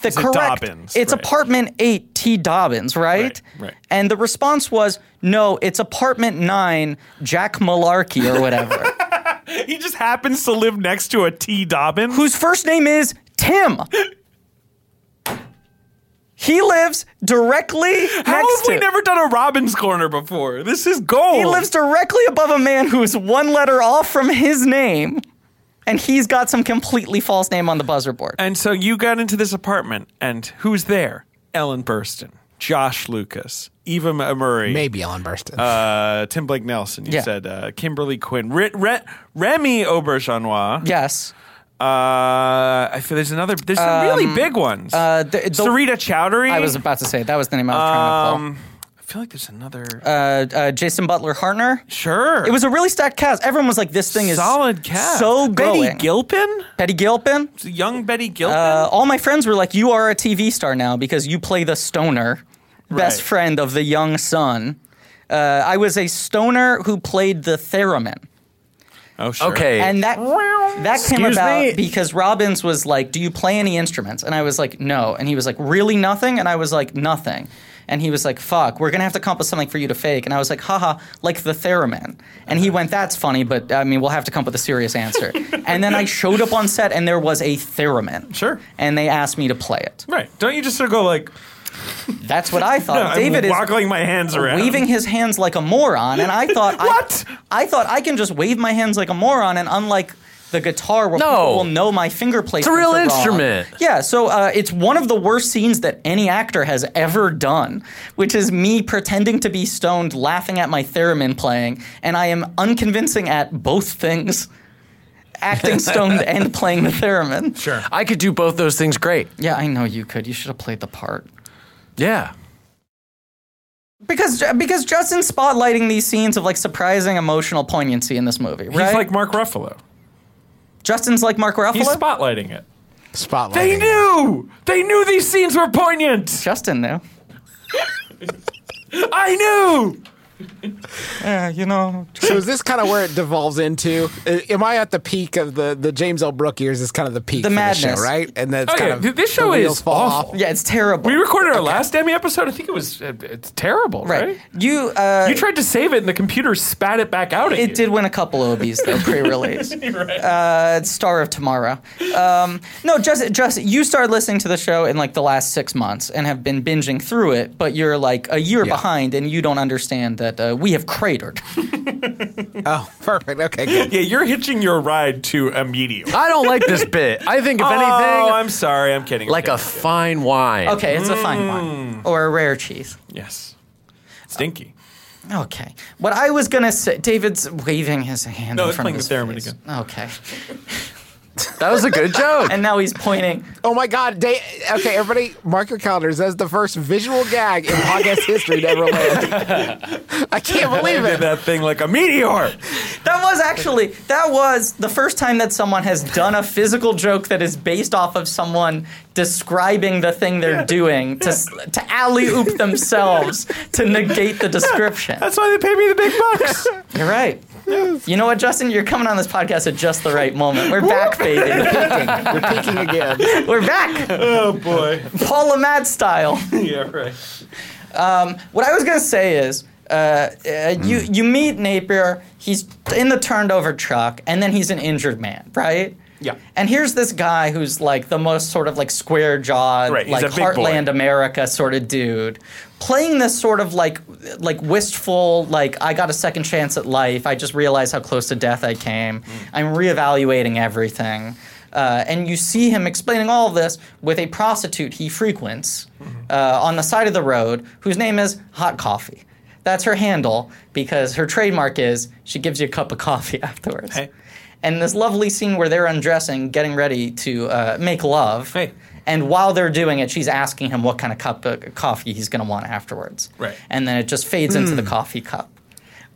the it correct. Dobbins? It's Right. apartment eight T Dobbins, right? Right, right. And the response was, no, it's apartment nine Jack Malarkey or whatever, He just happens to live next to a T. Dobbin. whose first name is Tim. He lives directly How next have we to. never done a Robin's Corner before? This is gold. he lives directly above a man who is one letter off from his name, and he's got some completely false name on the buzzer board. And so you got into this apartment, and who's there? Ellen Burstyn, Josh Lucas, Eva M- Murray, Maybe Ellen Burstyn. uh, Tim Blake Nelson. You Yeah. said uh, Kimberly Quinn, Re- Re- Remy Auberjonois. yes. Uh, I feel there's another. There's some really big ones. Uh, the, the- Sarita Chowdhury. I was about to say that was the name I was trying to pull. Um, I feel like there's another. uh, uh, Jason Butler Hartner. sure. It was a really stacked cast. Everyone was like, "This thing is solid cast. so Betty going." Gilpin, Betty Gilpin. young Betty Gilpin. Uh, all my friends were like, "You are a TV star now because you play the stoner, best Right. friend of the young son." Uh, I was a stoner who played the theremin, oh sure. Okay. and that that came Excuse about me? because Robbins was like, "Do you play any instruments?" And I was like, "No," and he was like, "Really nothing?" And I was like, "Nothing." And he was like, "Fuck, we're gonna have to come up with something for you to fake." And I was like, "Haha, like the theremin." And he went, "That's funny, but I mean, we'll have to come up with a serious answer." and then I showed up on set, and there was a theremin. Sure. And they asked me to play it. Right. Don't you just sort of go like, That's what I thought. Uh, David I'm is waggling my hands around. waving his hands like a moron, and I thought, What? I, I thought I can just wave my hands like a moron, and unlike the guitar, where No. people will know my finger placements. It's a real are wrong. instrument. Yeah, so uh, it's one of the worst scenes that any actor has ever done, which is me pretending to be stoned, laughing at my theremin playing, and I am unconvincing at both things. Acting stoned and playing the theremin. Sure. I could do both those things great. Yeah, I know you could. You should have played the part. Yeah. Because because Justin's spotlighting these scenes of like surprising emotional poignancy in this movie, right? He's like Mark Ruffalo. Justin's like Mark Ruffalo. He's spotlighting it. Spotlight. They knew. They knew these scenes were poignant. Justin knew. I knew. Yeah, you know. So is this kind of where it devolves into? I- Am I at the peak of the the James L. Brook years? Is kind of the peak The for this madness. show, right? And that's Oh, kind yeah. of Th- this the show is wheels fall awful. off. Yeah, it's terrible. We recorded our last Emmy episode. I think it was. uh, It's terrible, right? right. You uh You tried to save it, and the computer spat it back out at you. it did win a couple Obies though pre-release. uh, it's Star of Tomorrow. Um, no, just just you started listening to the show in like the last six months and have been binging through it, but you're like a year behind and you don't understand that uh, we have cratered. Oh, perfect. Okay, good. Yeah, you're hitching your ride to a meteor. I don't like this bit. I think, if oh, anything, I'm sorry. I'm kidding. like Okay. a fine wine. Okay, it's a fine Mm. wine or a rare cheese. yes, stinky. Okay. What I was gonna say, David's waving his hand. No, in it's front playing of his the theremin face. again. Okay. That was a good joke. And now he's pointing. Oh my God. Day- okay, everybody, mark your calendars. That's the first visual gag in podcast history to ever land. I can't believe Did it. that thing like a meteor. That was actually that was the first time that someone has done a physical joke that is based off of someone describing the thing they're doing to s to alley oop themselves to negate the description. That's why they pay me the big bucks. You're right. You know what, Justin? You're coming on this podcast at just the right moment. We're back, baby. We're peaking again. We're back, oh boy. Paul Lamat style. yeah, right. What I was gonna say is, uh, uh, you Mm. you meet Napier. He's in the turned over truck, and then he's an injured man, right? Yeah. And here's this guy who's like the most sort of like square jawed, Right, he's like a big boy. Heartland America sort of dude, playing this sort of like like wistful, like I got a second chance at life. I just realized how close to death I Mm. came. I'm reevaluating everything. Uh, and you see him explaining all of this with a prostitute he frequents Mm-hmm. uh, on the side of the road, whose name is Hot Coffee. That's her handle because her trademark is she gives you a cup of coffee afterwards. Hey. And this lovely scene where they're undressing, getting ready to uh, make love. Hey. And while they're doing it, she's asking him uh, what kind of cup of coffee he's going to want afterwards. Right. And then it just fades into the coffee cup.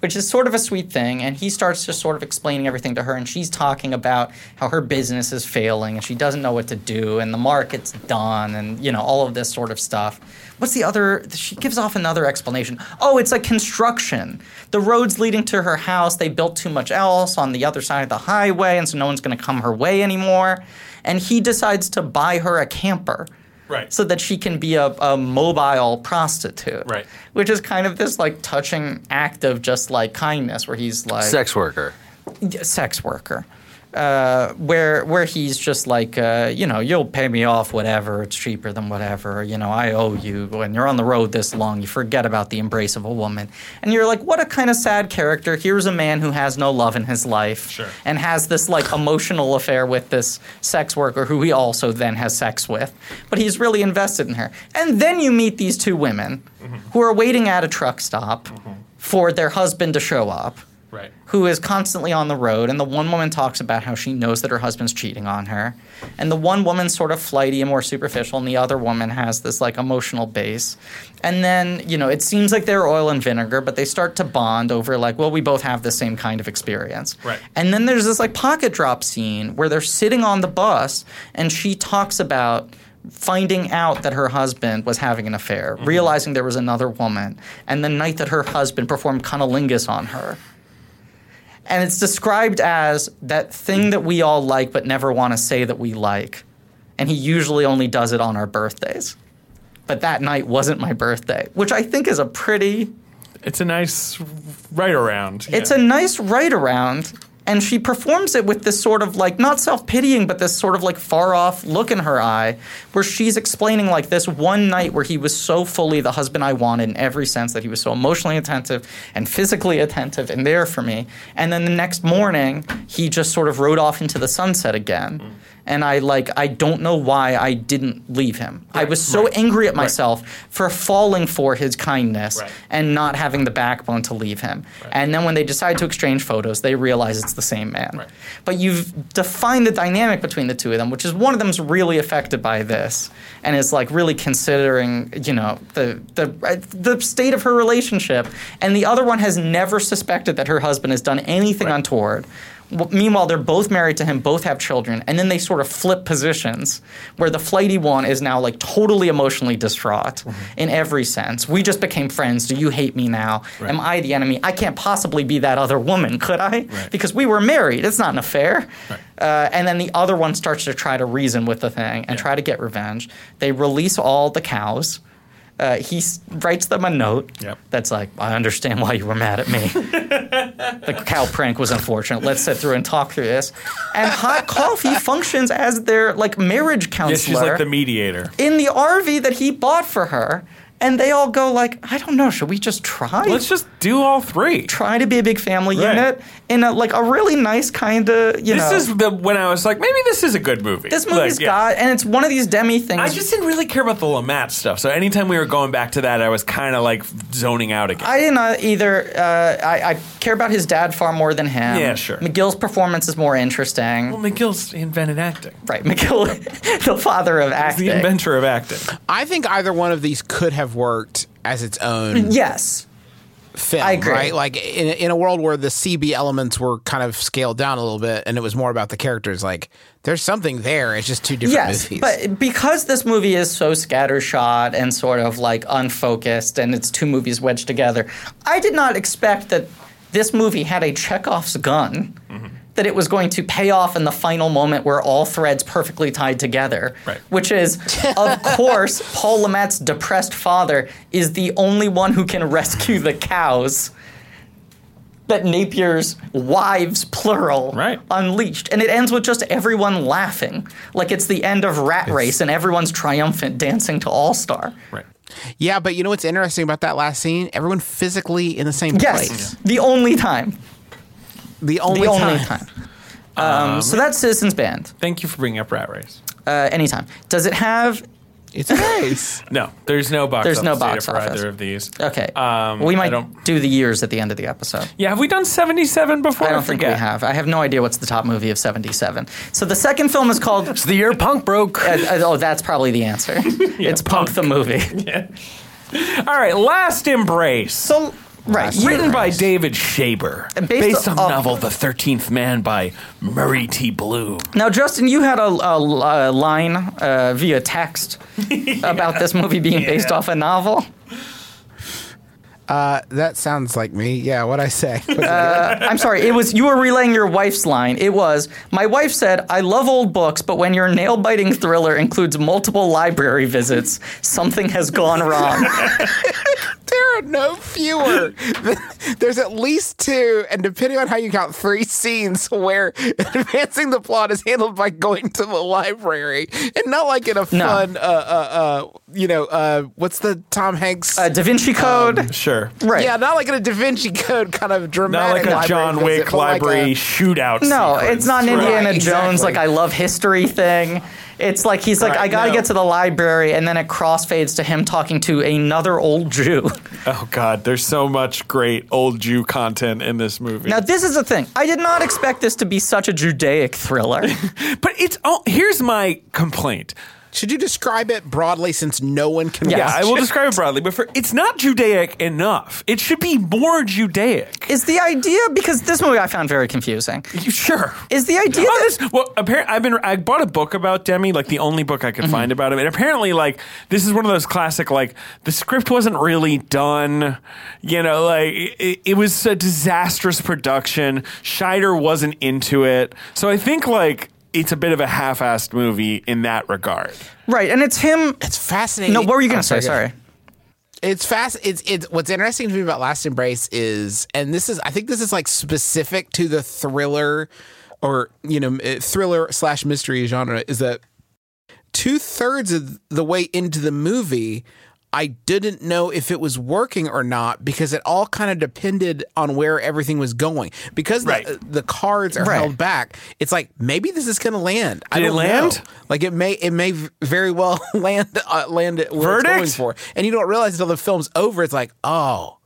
which is sort of a sweet thing. And he starts just sort of explaining everything to her, and she's talking about how her business is failing and she doesn't know what to do, and the market's done, and you know all of this sort of stuff. What's the other? She gives off another explanation. Oh, it's like construction. The roads leading to her house, they built too much else on the other side of the highway, and so no one's going to come her way anymore. And he decides to buy her a camper Right. so that she can be a, a mobile prostitute. Right. Which is kind of this like touching act of just like kindness, where he's like Sex worker. sex worker, uh, where where he's just like uh, you know you'll pay me off whatever it's cheaper than whatever you know I owe you when you're on the road this long you forget about the embrace of a woman and you're like what a kind of sad character here's a man who has no love in his life Sure. and has this like emotional affair with this sex worker who he also then has sex with but he's really invested in her and then you meet these two women Mm-hmm. who are waiting at a truck stop for their husband to show up Right. who is constantly on the road, and the one woman talks about how she knows that her husband's cheating on her, and the one woman's sort of flighty and more superficial, and the other woman has this like emotional base, and then you know it seems like they're oil and vinegar, but they start to bond over like, well, we both have the same kind of experience, Right. And then there's this like pocket drop scene where they're sitting on the bus, and she talks about finding out that her husband was having an affair, realizing there was another woman, and the night that her husband performed cunnilingus on her. And it's described as that thing that we all like but never want to say that we like. And he usually only does it on our birthdays. But that night wasn't my birthday, which I think is a pretty It's a nice right around. it's a nice write around, and she performs it with this sort of like not self pitying, but this sort of like far off look in her eye, where she's explaining like this one night where he was so fully the husband I wanted in every sense that he was so emotionally attentive and physically attentive and there for me, and then the next morning he just sort of rode off into the sunset again. And I like I don't know why I didn't leave him. I was so angry at myself for falling for his kindness Right. and not having the backbone to leave him. And then when they decide to exchange photos, they realize it's the same man. But you've defined the dynamic between the two of them, which is one of them's really affected by this and is like really considering, you know, the the uh, the state of her relationship, and the other one has never suspected that her husband has done anything untoward. W- Meanwhile, they're both married to him, both have children, and then they sort of flip positions where the flighty one is now like totally emotionally distraught in every sense. We just became friends. Do you hate me now? Am I the enemy? I can't possibly be that other woman, could I? Because we were married. It's not an affair. Uh, and then the other one starts to try to reason with the thing and try to get revenge. They release all the cows. Uh, he s- writes them a note Yep. that's like, I understand why you were mad at me the cow prank was unfortunate. Let's sit through and talk through this. And hot coffee functions as their like marriage yeah, counselor she's like the mediator. in the RV that he bought for her. And they all go like, I don't know. Should we just try? Let's just do all three. try to be a big family Right. unit in a like a really nice kind of you This know. is the when I was like, maybe this is a good movie. this movie movie's like, yeah. got, and it's one of these demi things. I just didn't really care about the Lamat stuff, so anytime we were going back to that, I was kind of like zoning out again. I didn't uh, either. Uh, I, I care about his dad far more than him. Yeah, sure. McGill's performance is more interesting. well, McGill's invented acting. right, McGill, the father of acting. The inventor of acting. I think either one of these could have worked as its own yes. film, Mm, I agree. right? Like in, in a world where the CB elements were kind of scaled down a little bit, and it was more about the characters. Like there's something there. It's just two different Yes, movies. but because this movie is so scattershot and sort of like unfocused, and it's two movies wedged together, I did not expect that this movie had a Chekhov's gun. That it was going to pay off in the final moment where all threads perfectly tied together. Right. Which is, of course, Paul Lamette's depressed father is the only one who can rescue the cows that Napier's wives, plural, Right. unleashed. And it ends with just everyone laughing. Like it's the end of Rat Race and everyone's triumphant dancing to All Star. Right. yeah, but you know what's interesting about that last scene? Everyone physically in the same Yes, place. the only time. The The only only time. time. Um, so that's Citizens Band. Thank you for bringing up Rat Race. Uh, anytime. Does it have. It's nice. No, there's no box. There's no office data box for office. either of these. Okay. Um, we I might don't- do the years at the end of the episode. Yeah, have we done 77 before? I don't think we forget. have. I have no idea what's the top movie of 77. So the second film is called. It's the year punk broke. Uh, uh, oh, that's probably the answer. it's Punk the Movie. All right, Last Embrace. So Right. last year, Written by right? David Shaber, And based, based on the off- novel The Thirteenth Man by Murray T. Bloom. Now, Justin, you had a, a- a line uh, via text about this movie being based off a novel. Uh, That sounds like me. Yeah, what I say. I'm sorry. It was you were relaying your wife's line. It was my wife said, "I love old books, but when your nail-biting thriller includes multiple library visits, something has gone wrong." there are no fewer. There's at least two, and depending on how you count, three scenes where advancing the plot is handled by going to the library, and not like in a fun, uh, uh, uh, you know, uh, what's the Tom Hanks? Uh, da Vinci Code. Sure. right. Yeah, not like in a Da Vinci Code kind of Not like dramatic. a library John visit, Wick but like a- library shootout. No, sequence. it's not an Right. Indiana Jones exactly. like I love history thing. It's like he's like Right, I gotta no. get to the library, and then it crossfades to him talking to another old Jew. Oh God, there's so much great old Jew content in this movie. now this is the thing. I did not expect this to be such a Judaic thriller. but it's oh, here's my complaint. Should you describe it broadly since no one can? Yeah, Yeah, watch I will it? describe it broadly, but for, it's not Judaic enough. It should be more Judaic. is the idea because this movie I found very confusing. Sure. Is the idea Oh, that this, well, apparently, I've been I bought a book about Demi, like the only book I could find about him, and apparently, like this is one of those classic, like the script wasn't really done, you know, like it, it was a disastrous production. Scheider wasn't into it, so I think like it's a bit of a half-assed movie in that regard. right? And it's him. It's fascinating. No, what were you gonna Oh, say? go ahead. Sorry. It's fast. It's it's what's interesting to me about Last Embrace is, and this is I think this is like specific to the thriller, or you know, eh, thriller slash mystery genre is that two thirds of the way into the movie. I didn't know if it was working or not because it all kind of depended on where everything was going. Because Right. the, the cards are Right. held back, it's like maybe this is going to land. I Did it don't land? Know. Like it may it may v- very well land uh, land it where it's Verdict? going for. And you don't realize until the film's over, it's like, oh,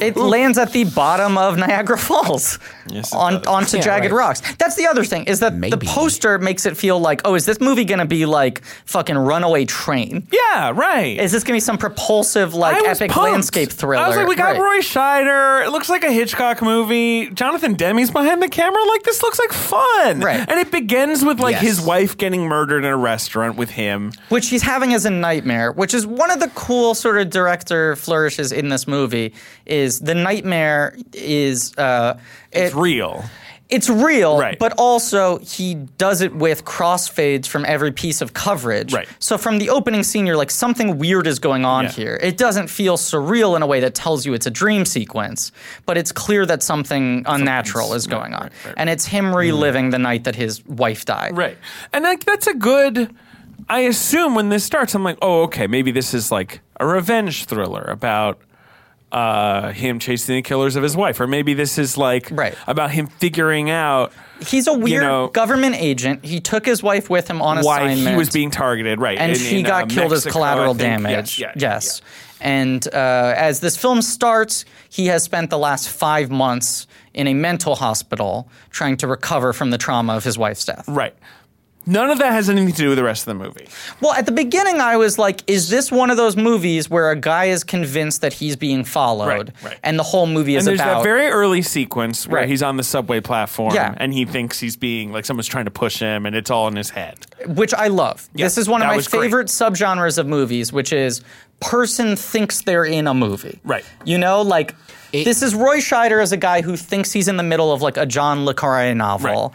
It lands at the bottom of Niagara Falls Yes, it on does. onto Yeah, jagged right. rocks. That's the other thing is that the Maybe. poster makes it feel like, oh, is this movie going to be like fucking Runaway Train? Yeah, right. Is this going to be some propulsive like I was epic pumped. landscape thriller? I was like, we got Right. Roy Scheider. It looks like a Hitchcock movie. Jonathan Demi's behind the camera. Like, this looks like fun. Right. And it begins with like Yes. his wife getting murdered in a restaurant with him. which he's having as a nightmare, which is one of the cool sort of director flourishes in this movie. Is the nightmare is uh, It's real. it's real, Right. but also he does it with crossfades from every piece of coverage. Right. So from the opening scene, you're like, something weird is going on Yeah. here. It doesn't feel surreal in a way that tells you it's a dream sequence, but it's clear that something unnatural is going on. And it's him reliving the night that his wife died. Mm. Right. And like, that's a good. I assume when this starts, I'm like, oh, okay, maybe this is like a revenge thriller about uh, him chasing the killers of his wife. Or maybe this is like Right. about him figuring out He's a weird know- government agent. He took his wife with him on why assignment. he was being targeted. Right. and in- she in, got uh, killed as Mexico, collateral I think. damage. Yeah, yeah, yes. And uh, as this film starts, he has spent the last five months in a mental hospital trying to recover from the trauma of his wife's death. Right. None of that has anything to do with the rest of the movie. Well, at the beginning, I was like, is this one of those movies where a guy is convinced that he's being followed Right, right. and the whole movie and is there's about. that very early sequence where Right. he's on the subway platform Yeah. and he thinks he's being like someone's trying to push him and it's all in his head. which I love. Yeah, this is one of that my was great. favorite subgenres of movies, which is person thinks they're in a movie. Right. You know, like this is Roy Scheider as a guy who thinks he's in the middle of like a John Le Carre novel,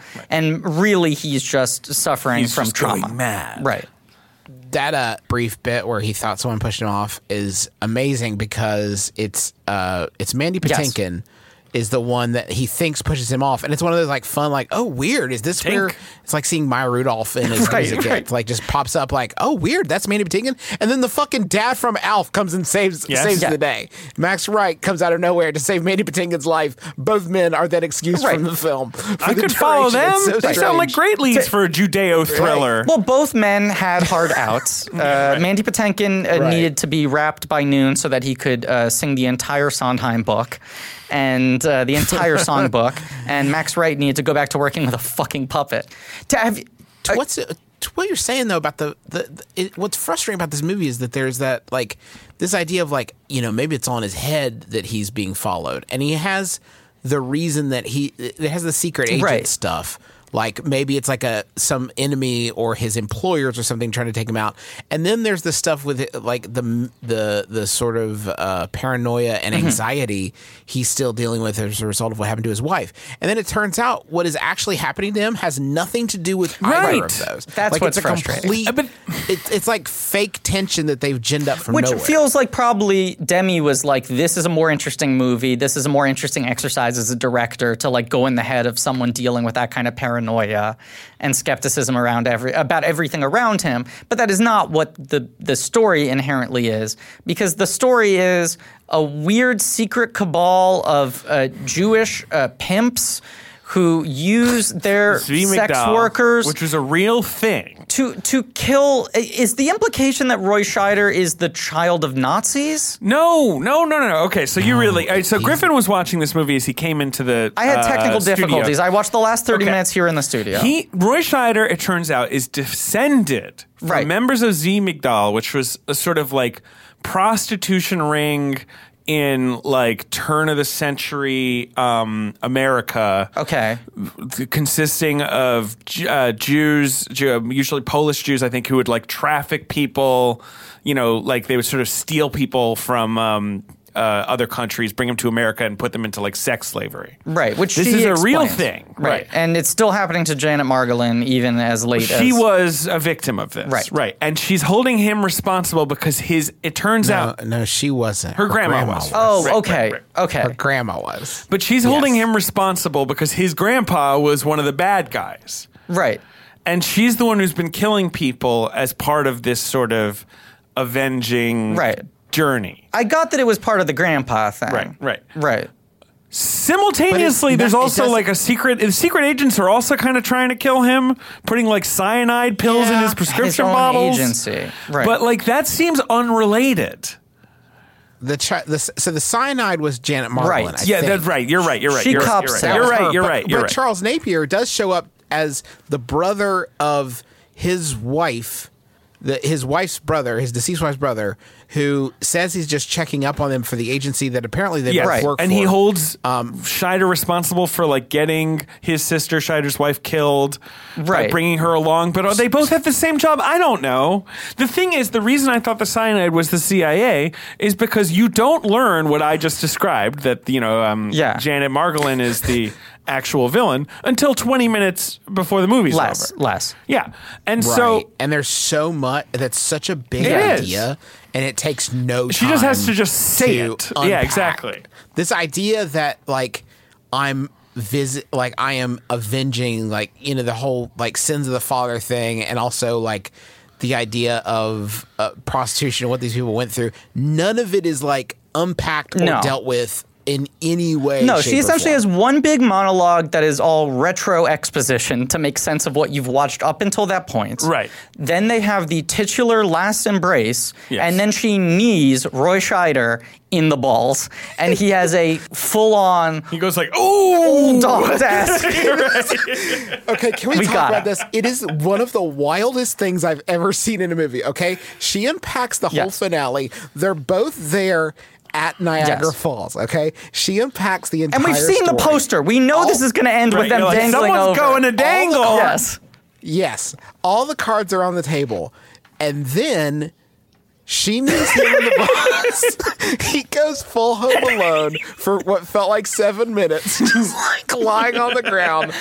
Right, right. and really he's just suffering He's from just trauma. going mad. Right. that uh, brief bit where he thought someone pushed him off is amazing because it's uh, it's Mandy Yes. Patinkin is the one that he thinks pushes him off, and it's one of those like fun, like oh weird, is this where Tink. it's like seeing Maya Rudolph in his Right, music right. act, like just pops up like oh weird, that's Mandy Patinkin, and then the fucking dad from Alf comes and saves Yes. saves Yeah. the day. Max Wright comes out of nowhere to save Mandy Patinkin's life. Both men are then excused Right. from the film. for I the could follow duration. them. It's so they sound like strange. great leads for a Judeo thriller. Well, both men had hard outs. Uh, Mandy Patinkin uh, Right. needed to be wrapped by noon so that he could uh, sing the entire Sondheim book and uh, the entire song book. And Max Wright needed to go back to working with a fucking puppet. To have, What's it? what you're saying though about the the, the it, what's frustrating about this movie is that there's that like this idea of like you know maybe it's on his head that he's being followed and he has the reason that he it has the secret agent Right. stuff like maybe it's like a some enemy or his employers or something trying to take him out and then there's the stuff with like the the the sort of uh, paranoia and Mm-hmm. anxiety he's still dealing with as a result of what happened to his wife and then it turns out what is actually happening to him has nothing to do with either of Right. those That's like what's it's a frustrating. complete it's, it's like fake tension that they've ginned up from Which nowhere feels like probably Demi was like, this is a more interesting movie. This is a more interesting exercise as a director to like go in the head of someone dealing with that kind of paranoia and skepticism around every about everything around him. But that is not what the the story inherently is, because the story is a weird secret cabal of uh, Jewish uh, pimps who use their Zvi sex McDowell, workers which was a real thing. to to kill i- is the implication that Roy Scheider is the child of Nazis? No, no, no, no, no. Okay, so you really uh, so Griffin was watching this movie as he came into the. I had technical uh, studio. difficulties. I watched the last 30 Okay. minutes here in the studio. He Roy Scheider, it turns out, is descended from Right. members of Z Migdal, which was a sort of like prostitution ring in like turn of the century um, America. okay. consisting of Ju- uh, Jews, Ju- usually Polish Jews, I think, who would like traffic people. You know, like they would sort of steal people from um, uh, other countries, bring them to America, and put them into like sex slavery. Right, which This she is a real explains. thing, Right. right. And it's still happening to Janet Margolin even as late as She was a victim of this, Right. Right, and she's holding him responsible because his. It turns no, out no she wasn't her grandma, was. Oh, Right, right, okay. right. Okay. her grandma was But she's holding him responsible because his grandpa was one of the bad guys. Right. and she's the one who's been killing people as part of this sort of avenging Right. journey. I got that it was part of the grandpa thing. Right, right. Right. Simultaneously, But it- there's it also doesn't- like a secret. The secret agents are also kind of trying to kill him, putting like cyanide pills in Yeah. his prescription His own bottles. agency. Right. But like that seems unrelated. the, chi- the so the cyanide was Janet Marlin Right. I yeah, think. that's right. You're right. You're right. She you're, right, cops you're out. right. You're right. You're her, but, right. You're but right. Charles Napier does show up as the brother of his wife, the, his wife's brother, his deceased wife's brother, who says he's just checking up on them for the agency that apparently they Yes. both work and for. he holds Um, um, Scheider responsible for like getting his sister Scheider's wife killed, Right. By bringing her along. But are they both have the same job? I don't know. The thing is, the reason I thought the cyanide was the CIA is because you don't learn what I just described that you know um, Yeah. Janet Margolin is the actual villain until twenty minutes before the movie's Less. over. Less. Yeah, and Right. so. and there's so much that's such a big It is. idea, and it takes no. She just has time to just say to it. Yeah, unpack. exactly. This idea that like I'm visit like I am avenging like you know the whole like sins of the father thing, and also like the idea of uh, prostitution and what these people went through. None of it is like unpacked or No. dealt with in any way. No, shape, she or essentially form. has one big monologue that is all retro exposition to make sense of what you've watched up until that point. Right. Then they have the titular last embrace, Yes. and then she knees Roy Scheider in the balls, and he has a full on He goes like, "Oh, dog desk. Okay, can we, We talk got about it. this? It is one of the wildest things I've ever seen in a movie. Okay, she unpacks the whole Yes. finale. They're both there at Niagara Yes. Falls. Okay, she unpacks the entire. And we've seen the story. Oh, poster. We know this is going to end with Right, them you're like, dangling "Someone's over. going to dangle." Yes. Yes, all the cards are on the table, and then she meets him in the bus. he goes full home alone for what felt like seven minutes, just like lying on the ground,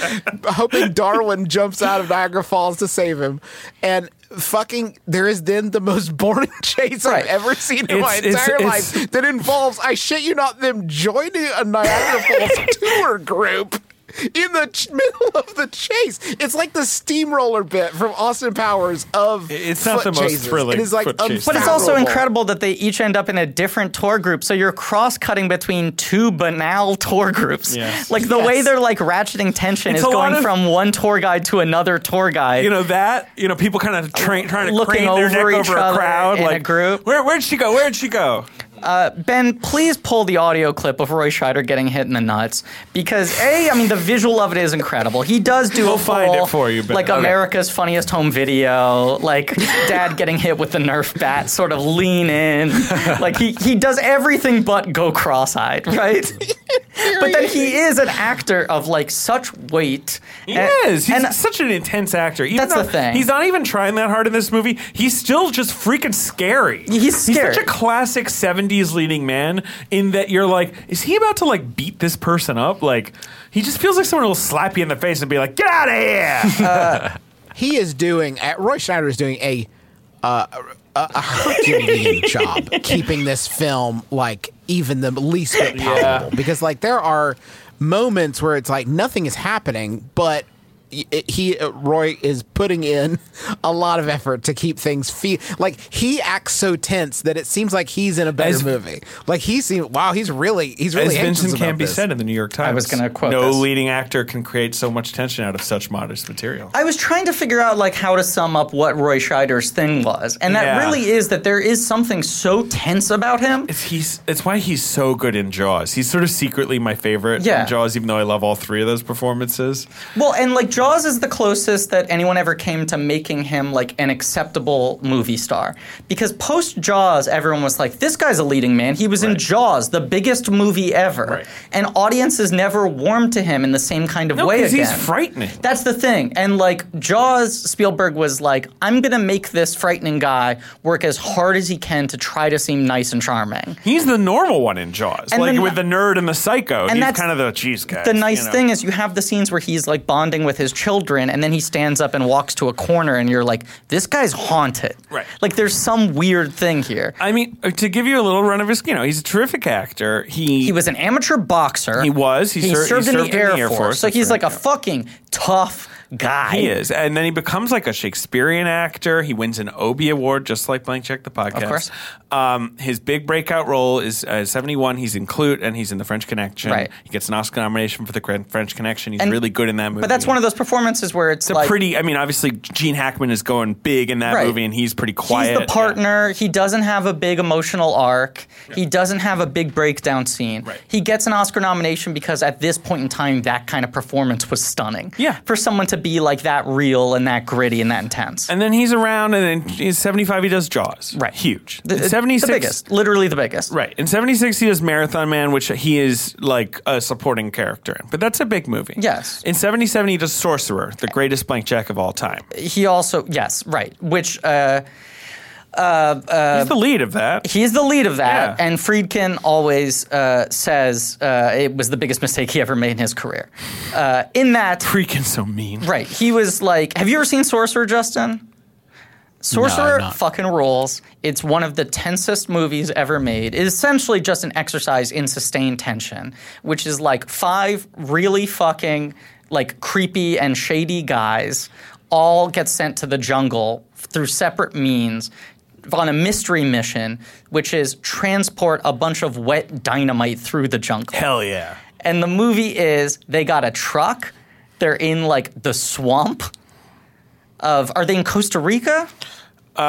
hoping Darwin jumps out of Niagara Falls to save him, and. Fucking, there is then the most boring chase Right. I've ever seen in It's- my it's- entire it's- life that involves, I shit you not, them joining a Niagara Falls tour group in the ch- middle of the chase. It's like the steamroller bit from Austin Powers of It's not foot the most chases. thrilling It is like foot chase. But it's also unfathomable. incredible that they each end up in a different tour group. So you're cross cutting between two banal tour groups. Yes. Like the way Yes. they're like ratcheting tension It's is a lot going of- from one tour guide to another tour guide. you know that you know people kind of tra- trying to Looking crane their neck over over each a other crowd in a like group. Where, where'd she go? Where'd she go? Uh, ben, please pull the audio clip of Roy Scheider getting hit in the nuts because a, I mean, the visual of it is incredible. He does do a We'll find it full, for you, Ben. like Okay. America's funniest home video, like dad getting hit with the Nerf bat, sort of lean in, like he he does everything but go cross-eyed, right? but then he is an actor of like such weight. He and- is. He's and such an intense actor. Even That's though the thing. He's not even trying that hard in this movie. He's still just freaking scary. He's scary. such a classic '70s leading man in that you're like, is he about to like beat this person up? Like, he just feels like someone will slap you in the face and be like, "Get out of here!" He is doing. Uh, Roy Schneider is doing a uh, a, a Herculean job keeping this film like even the least bit palatable because like there are moments where it's like nothing is happening, but. y- it- He uh, Roy is putting in a lot of effort to keep things feel like he acts so tense that it seems like he's in a better As- movie. Like he seems wow, he's really he's As really anxious Vincent about Canby this. said in the New York Times, was gonna quote "No this. leading actor can create so much tension out of such modest material." I was trying to figure out like how to sum up what Roy Scheider's thing was, and that Yeah. really is that there is something so tense about him. It's he's it's why he's so good in Jaws. He's sort of secretly my favorite Yeah. in Jaws, even though I love all three of those performances. Well, and like Jaws is the closest that anyone ever came to making him like an acceptable movie star. Because post Jaws, everyone was like, this guy's a leading man. He was in Jaws, the biggest movie ever. Right. And audiences never warmed to him in the same kind of No, way 'cause again. he's frightening. That's the thing. And like Jaws, Spielberg was like, I'm going to make this frightening guy work as hard as he can to try to seem nice and charming. He's the normal one in Jaws, And like the- with the nerd and the psycho. he's that's kind of the cheese guy. The nice thing is you have the scenes where he's like bonding with his children and then he stands up and walks to a corner and you're like, this guy's haunted. Right. Like there's some weird thing here. I mean, uh, to give you a little run of his, you know, he's a terrific actor. He He was an amateur boxer. He was. He ser- he served in, served the, Air Force. So That's he's right, like a yeah. fucking tough guy. He is. And then he becomes like a Shakespearean actor. He wins an Obie Award, just like Blank Check the Podcast. Of course. Um, his big breakout role is uh, 71. He's in Clute and he's in The French Connection. Right. He gets an Oscar nomination for The Grand- French Connection. He's And- really good in that movie. But that's one of those performances where it's It's a like pretty, I mean, obviously, Gene Hackman is going big in that Right. movie and he's pretty quiet. He's the Yeah. partner. He doesn't have a big emotional arc. He doesn't have a big breakdown scene. Right. He gets an Oscar nomination because at this point in time, that kind of performance was stunning. Yeah. For someone to be like that real and that gritty and that intense. And then he's around and then he's 75, he does Jaws. Right. Huge. The- In the 76, biggest. Literally the biggest. Right. In 76, he does Marathon Man, which he is like a supporting character in. But that's a big movie. Yes. In 77, he does Sorcerer, the greatest blank jack of all time. He also, yes, right. Which, uh, He's the lead of that. He is the lead of that, Yeah. and Friedkin always uh, says uh, it was the biggest mistake he ever made in his career. Uh, in that, Freaking so mean. Right. He was like, Have you ever seen Sorcerer, Justin? Sorcerer not. fucking rules. It's one of the tensest movies ever made. It is essentially just an exercise in sustained tension, which is like five really fucking like creepy and shady guys all get sent to the jungle through separate means on a mystery mission, which is transport a bunch of wet dynamite through the jungle. Hell yeah. And the movie is they got a truck. They're in like the swamp of are they in Costa Rica? Uh,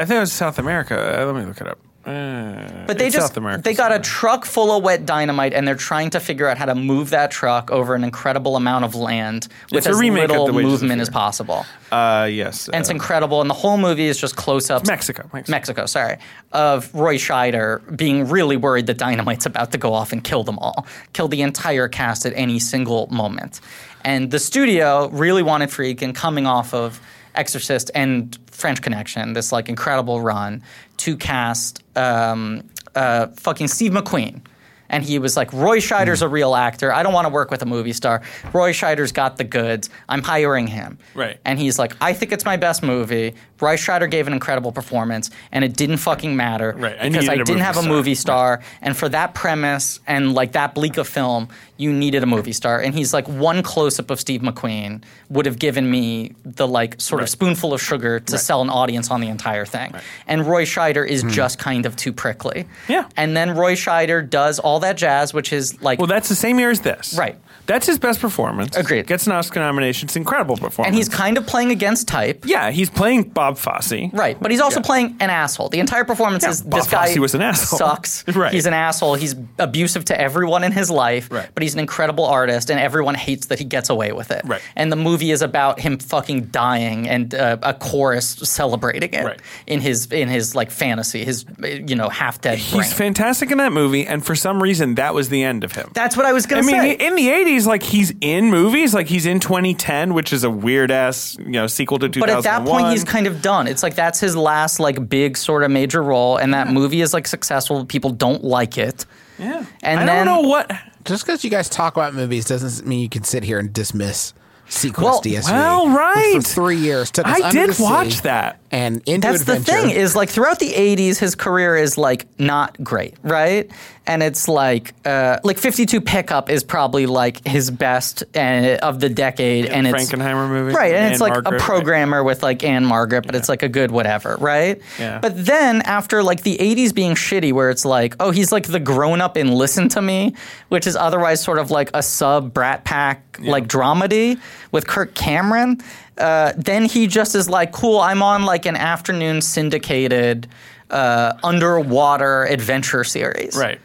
I think it was South America. Uh, let me look it up. Uh, But they it's just South America they got a somewhere. truck full of wet dynamite and they're trying to figure out how to move that truck over an incredible amount of land with It's a as remake of little The Wages of movement Fear. as possible. Uh, yes. And uh, it's incredible and the whole movie is just close-ups Mexico. Mexico. Mexico, sorry, of Roy Scheider being really worried that dynamite's about to go off and kill them all, kill the entire cast at any single moment. And the studio really wanted Friedkin coming off of Exorcist and French Connection, this like incredible run, to cast um, uh, fucking Steve McQueen. And he was like, Roy Scheider's a real actor. I don't want to work with a movie star. Roy Scheider's got the goods. I'm hiring him. Right. And he's like, I think it's my best movie. Bryce Schreider gave an incredible performance, and it didn't fucking matter Right, I because needed I a didn't movie have a star. movie star. And for that premise and like that bleak of film, you needed a movie star. And he's like, one close up of Steve McQueen would have given me the like sort of spoonful of sugar to sell an audience on the entire thing. And Roy Scheider is just kind of too prickly. Yeah. And then Roy Scheider does all that jazz, which is like Well, that's the same year as this. Right. That's his best performance. Agreed. Gets an Oscar nomination. It's an incredible performance. And he's kind of playing against type. yeah, he's playing Bob Fosse. Right, but he's also playing an asshole. The entire performance Yeah, is Bob this guy Fosse was an asshole. sucks. Right. He's an asshole. He's abusive to everyone in his life, Right. but he's an incredible artist and everyone hates that he gets away with it. Right. And the movie is about him fucking dying and uh, a chorus celebrating it Right. in his in his like fantasy, his uh, you know, half-dead brain. He's fantastic in that movie, and for some reason, that was the end of him. That's what I was I going to mean, say. in the '80s, like he's in movies, like he's in 2010, which is a weird ass, you know, sequel to 2001. But at that point, he's kind of done. It's like that's his last like big sort of major role, and that movie is like successful. People don't like it. Yeah. and I then- don't know what. Just because you guys talk about movies doesn't mean you can sit here and dismiss Sequest Well, DSV. well, which right. For three years, took us I under did the watch sea that. And into That's the adventure. thing is like throughout the '80s, his career is like not great, right? And it's like uh, like 52 Pickup is probably like his best uh, of the decade, and it's Frankenheimer movie, right? And, it's Anne like Margaret, a right. programmer with like Anne Margaret, but it's like a good whatever, right? Yeah. But then after like the '80s being shitty, where it's like, oh, he's like the grown up in Listen to Me, which is otherwise sort of like a sub Brat Pack like dramedy with Kirk Cameron. Uh, then he just is like, cool, I'm on like an afternoon syndicated uh, underwater adventure series, Right.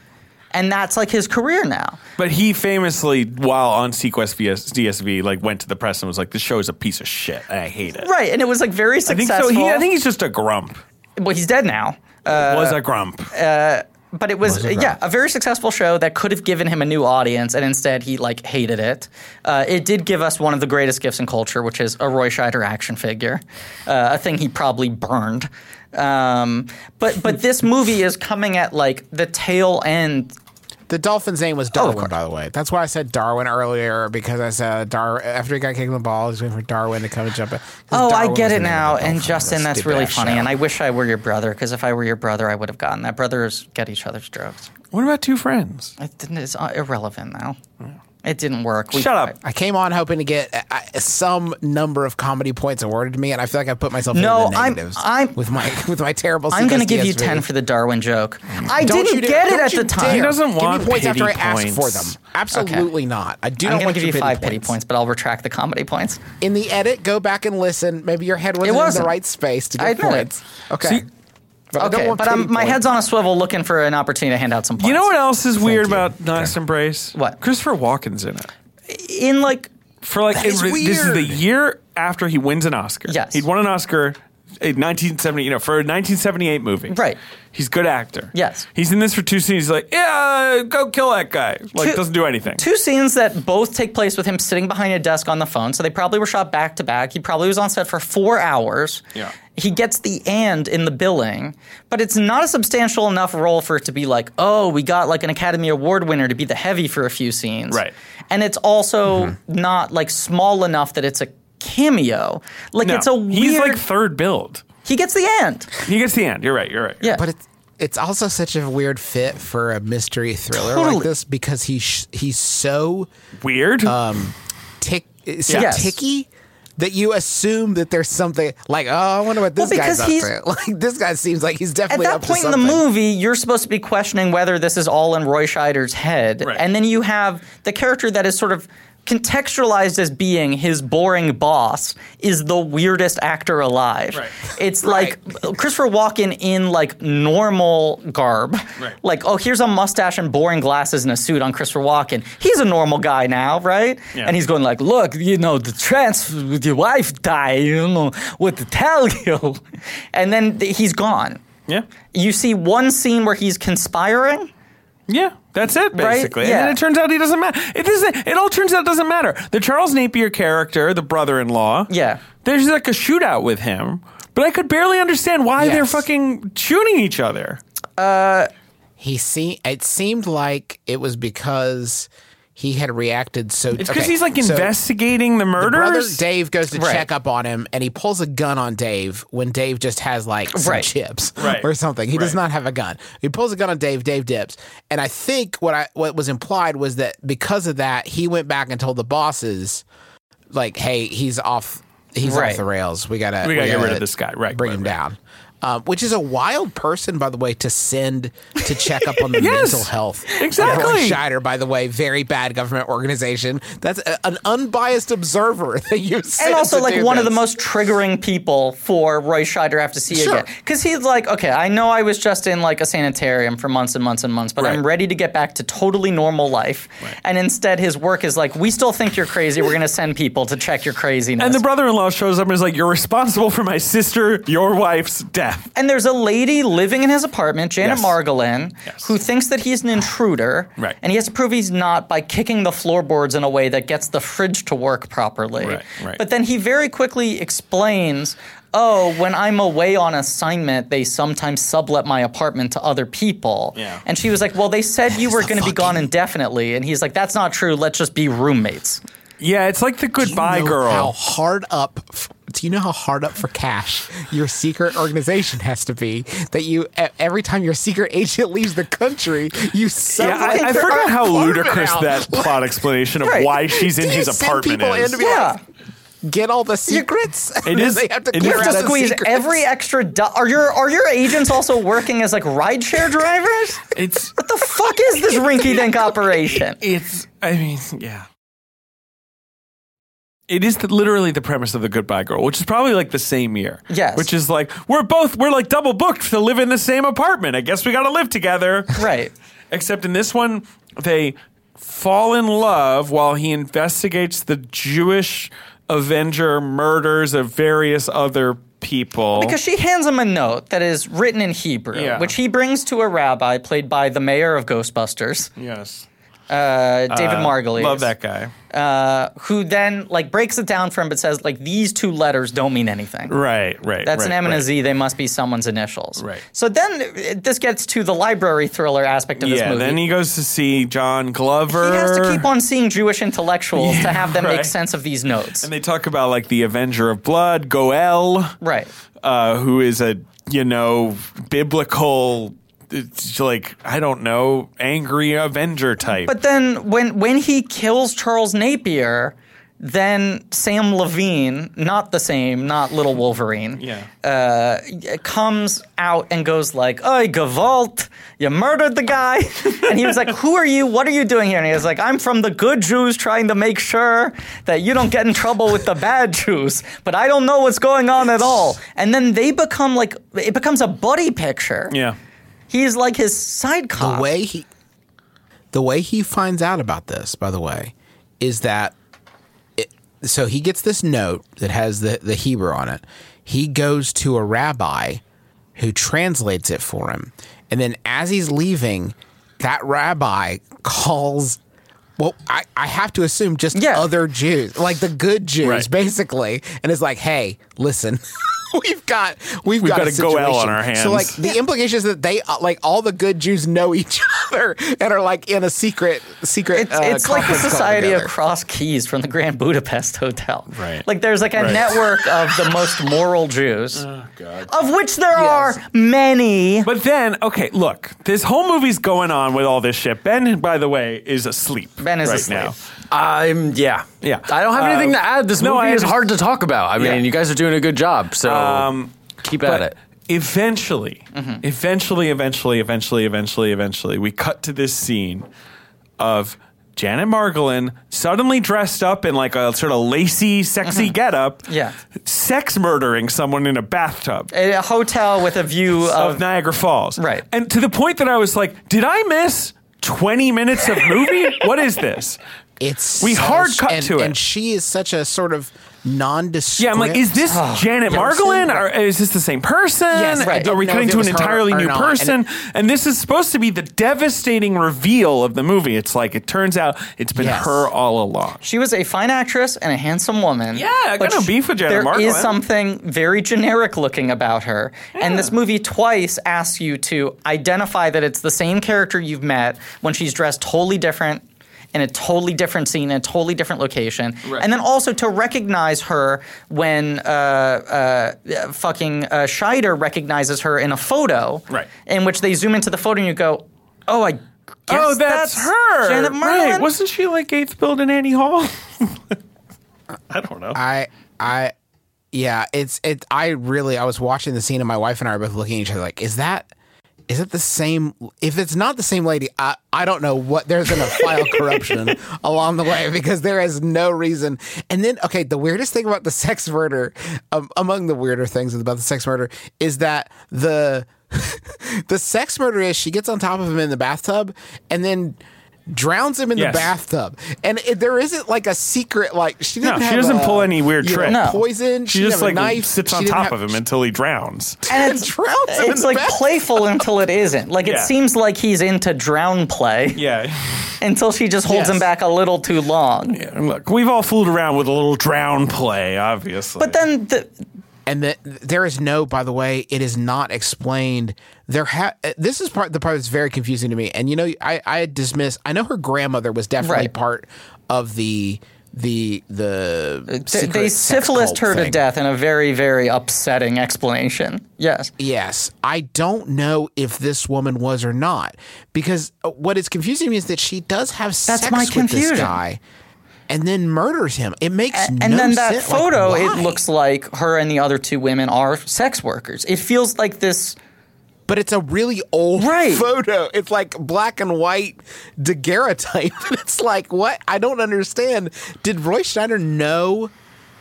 And that's like his career now. But he famously, while on Sequest VS, DSV, like went to the press and was like, "This show is a piece of shit. and I hate it." Right, and it was like very I think successful. so. He, I think he's just a grump. well, he's dead now. was a grump. Uh, but it was, yeah a very successful show that could have given him a new audience and instead he like hated it uh, it did give us one of the greatest gifts in culture which is a roy scheider action figure uh, a thing he probably burned um, but but this movie is coming at like the tail end The dolphin's name Oh, was Darwin, by the way. That's why I said Darwin earlier because I said Dar after he got kicked in the ball, he's waiting for Darwin to come and jump in. 'Cause oh i Darwin was get the it oh, name of now and the dolphin justin in that that's really stupid-ass funny show. and i wish i were your brother because if i were your brother i would have gotten that brothers get each other's drugs what about two friends? it didn't, it's uh, irrelevant now it didn't work We- Shut up. I came on hoping to get uh, uh, some number of comedy points awarded to me, and I feel like I put myself No, in the I'm- negatives I'm- with my with my terrible. I'm going to Sequest give you DSV. 10 for the Darwin joke. I Don't didn't you dare- get it don't at you the time. dare. He doesn't want give me points after I pity ask for points. them. Absolutely not. I do I'm not going want to give your you pity five points. pity points, but I'll retract the comedy points. In the edit, go back and listen. Maybe your head wasn't, in wasn't. the right space to I get admit it. points. Okay. See- but I don't Okay, want but I'm, pity my points. head's on a swivel looking for an opportunity to hand out some points. You know what else is weird you. about Nice Embrace? What? Christopher Walken's in it. In like, For like, it is re- this is the weird. year after he wins an Oscar. Yes. he'd won an Oscar in 1970. You know, for a 1978 movie. Right. He's a good actor. Yes. He's in this for two scenes. He's like, yeah, go kill that guy. Like, Two- doesn't do anything. two scenes that both take place with him sitting behind a desk on the phone, so they probably were shot back to back. He probably was on set for four hours. Yeah. He gets the and in the billing, but it's not a substantial enough role for it to be like, oh, we got like an Academy Award winner to be the heavy for a few scenes. Right. And it's also Mm-hmm. not like small enough that it's a cameo. Like No. it's a weird. He's like third build. he gets the and. He gets the end. You're right. You're right. Yeah. But it's it's also such a weird fit for a mystery thriller Totally. like this because he sh- he's so Weird. tick so Yes. ticky that you assume that there's something like oh I wonder what this Well, because guy's up he's- to. Like this guy seems like he's at definitely that up point to in the something. movie, you're supposed to be questioning whether this is all in Roy Scheider's head, Right. and then you have the character that is sort of contextualized as being his boring boss is the weirdest actor alive. Right. It's like Christopher Walken in like normal garb. Right. Like, oh, here's a mustache and boring glasses and a suit on Christopher Walken. He's a normal guy now, right? Yeah. And he's going like, look, you know, the trans with your wife die, you know, what to tell you. And then th- he's gone yeah. you see one scene where he's conspiring. Yeah, that's it Right? basically. And Yeah. then it turns out he doesn't matter. It doesn't. It all turns out it doesn't matter. The Charles Napier character, the brother-in-law. Yeah. there's like a shootout with him, but I could barely understand why they're Yes. fucking shooting each other. he see it seemed like it was because he had reacted so It's because okay, he's like so investigating the the brother murders. Dave goes to Right. check up on him and he pulls a gun on Dave when Dave just has like some Right. chips Right. or something. He does Right. not have a gun. He pulls a gun on Dave, Dave dips. And I think what I what was implied was that because of that, he went back and told the bosses like, "Hey, he's off he's Right. off the rails. We got to We gotta get rid of this guy." Right, Bring right, him right. down." um, which is a wild person, by the way, to send to check up on the Yes, mental health. of Roy exactly. Scheider, by the way, very bad government organization. That's a, an unbiased observer that you and send also to like do one of the this. most triggering people for Roy Scheider after see Sure. again because he's like, okay, I know I was just in like a sanitarium for months and months and months, but I'm Right. ready to get back to totally normal life. And instead, his work is like, we still think you're crazy. We're gonna send people to check your craziness. And the brother-in-law shows up and is like, "You're responsible for my sister, your wife's death." And there's a lady living in his apartment, Janet Yes. Margolin, Yes. who thinks that he's an intruder. Right. And he has to prove he's not by kicking the floorboards in a way that gets the fridge to work properly. Right, right. But then he very quickly explains oh, when I'm away on assignment, they sometimes sublet my apartment to other people. Yeah. And she was like, well, they said you were going to be gone indefinitely. And he's like, that's not true. Let's just be roommates. Yeah, it's like the Do you goodbye know girl. How hard up? f- Do you know how hard up for cash your secret organization has to be? That you e- every time your secret agent leaves the country, you sell yeah, I, I forgot how ludicrous that plot explanation of Right. why she's in Do you his send apartment people is. in to be Yeah. get all the secrets. and It then is- They have to it clear is You out have to the squeeze secrets. every extra. Do- are your are your agents also working as like rideshare drivers? It's What the fuck is this rinky dink operation? it's I mean, yeah. It is the, literally the premise of the Goodbye Girl, which is probably like the same year. Yes. Which is like we're both we're like double booked to live in the same apartment. I guess we got to live together. Right. Except in this one, they fall in love while he investigates the Jewish Avenger murders of various other people. Because she hands him a note that is written in Hebrew, Yeah. which he brings to a rabbi played by the mayor of Ghostbusters, yes, uh, David Margulies. love that guy. Uh, who then like breaks it down for him, but says like these two letters don't mean anything. Right, right. That's right, an M and a right. Z. They must be someone's initials. Right. So then uh, this gets to the library thriller aspect of this Yeah. movie. Then he goes to see John Glover. He has to keep on seeing Jewish intellectuals to have them make right. sense of these notes. And they talk about like the Avenger of Blood, Goel, right. uh, who is a you know biblical, it's like I don't know, angry Avenger type. But then when when he kills Charles Napier, then Sam Levine, not the same, not Little Wolverine, yeah, comes out and goes like, "Oi, Gavalt, you murdered the guy." and he was like, "Who are you? What are you doing here?" And he was like, "I'm from the good Jews trying to make sure that you don't get in trouble with the bad Jews, but I don't know what's going on at all." And then they become like it becomes a buddy picture. yeah. He's like his side cop. the way he the way he finds out about this by the way is that it, so he gets this note that has the, the hebrew on it he goes to a rabbi who translates it for him and then as he's leaving that rabbi calls well, I, I have to assume just Yeah. other Jews, like the good Jews, Right. basically, and it's like, hey, listen, we've got we've, We've got a situation. Goel on our So like hands. the implication is that they uh, like all the good Jews know each other and are like in a secret secret. It's, uh, it's like the conference call Society of together. Cross Keys from the Grand Budapest Hotel. Right. Like there's like a Right. Oh, network of the most moral Jews, of which there are many. But then, okay, look, this whole movie's going on with all this shit. Ben, by the way, is asleep. Ben is right asleep. now. I'm yeah Yeah. I don't have anything Um, to add. This no, movie I is under- hard to talk about. I mean, Yeah. Um, you guys are doing a good job, so keep at But it. Eventually, Mm-hmm. eventually, eventually, eventually, eventually, eventually, we cut to this scene of Janet Margolin suddenly dressed up in like a sort of lacy, sexy getup, Mm-hmm. Yeah. sex murdering someone in a bathtub. A a hotel with a view of, of. Niagara Falls. um, Right. And to the point that I was like, did I miss 20 minutes of movie? what is this? It's We so- hard cut and, to it. And she is such a sort of nondescript. Yeah, I'm like, is this Janet Margolin? Or is this the same person? Yes, right. Are we Didn't know cutting if to it an was her entirely or new not. person? And- And, this is supposed to be the devastating reveal of the movie. It's like, it turns out it's been Yes. her all along. She was a fine actress and a handsome woman. Yeah, I got but no sh- beef with Janet There is Margolin. something very generic looking about her. And this movie twice asks you to identify that it's the same character you've met when she's dressed totally different in a totally different scene, in a totally different location. And then also to recognize her when uh, uh, fucking uh, Scheider recognizes her in a photo Right. in which they zoom into the photo and you go, oh, I guess oh, that's, her. Janet Margolin. Right. Wasn't she like eighth build in Annie Hall? I don't know. I I Yeah, it's it. I really, I was watching the scene, and my wife and I were both looking at each other like, "Is that, is it the same? If it's not the same lady, I, I don't know what. There's an file corruption along the way because there is no reason. And then, okay, the weirdest thing about the sex murder, um, among the weirder things about the sex murder, is that the the sex murder is she gets on top of him in the bathtub, and then. Drowns him in Yes. the bathtub, and it, there isn't like a secret. Like she No, didn't. she have doesn't a, pull any weird you know, trick. No. Poison. She, didn't just have a like knife. sits She on didn't top have- of him until he drowns. And it's, drowns him in it's the like bath- playful until it isn't. Like it Yeah. seems like he's into drown play Yeah. until she just holds him Yes. back a little too long. yeah. Look, we've all fooled around with a little drown play, obviously. But then the, and that there is no. By the way, it is not explained. There ha- This is part the part that's very confusing to me. And you know, I I dismiss. I know her grandmother was definitely Right. part of the the the. th- secret they sex syphilised cult her to thing. death in a very, very upsetting explanation. Yes. Yes, I don't know if this woman was or not because uh, what is confusing to me is that she does have sex my with confusion. this guy, and then murders him. It makes and no then that sense. Like, photo why? it looks like her and the other two women are sex workers it feels like this but it's a really old Right. photo. It's like black and white daguerreotype. And it's like, what? I don't understand. Did Roy Schneider know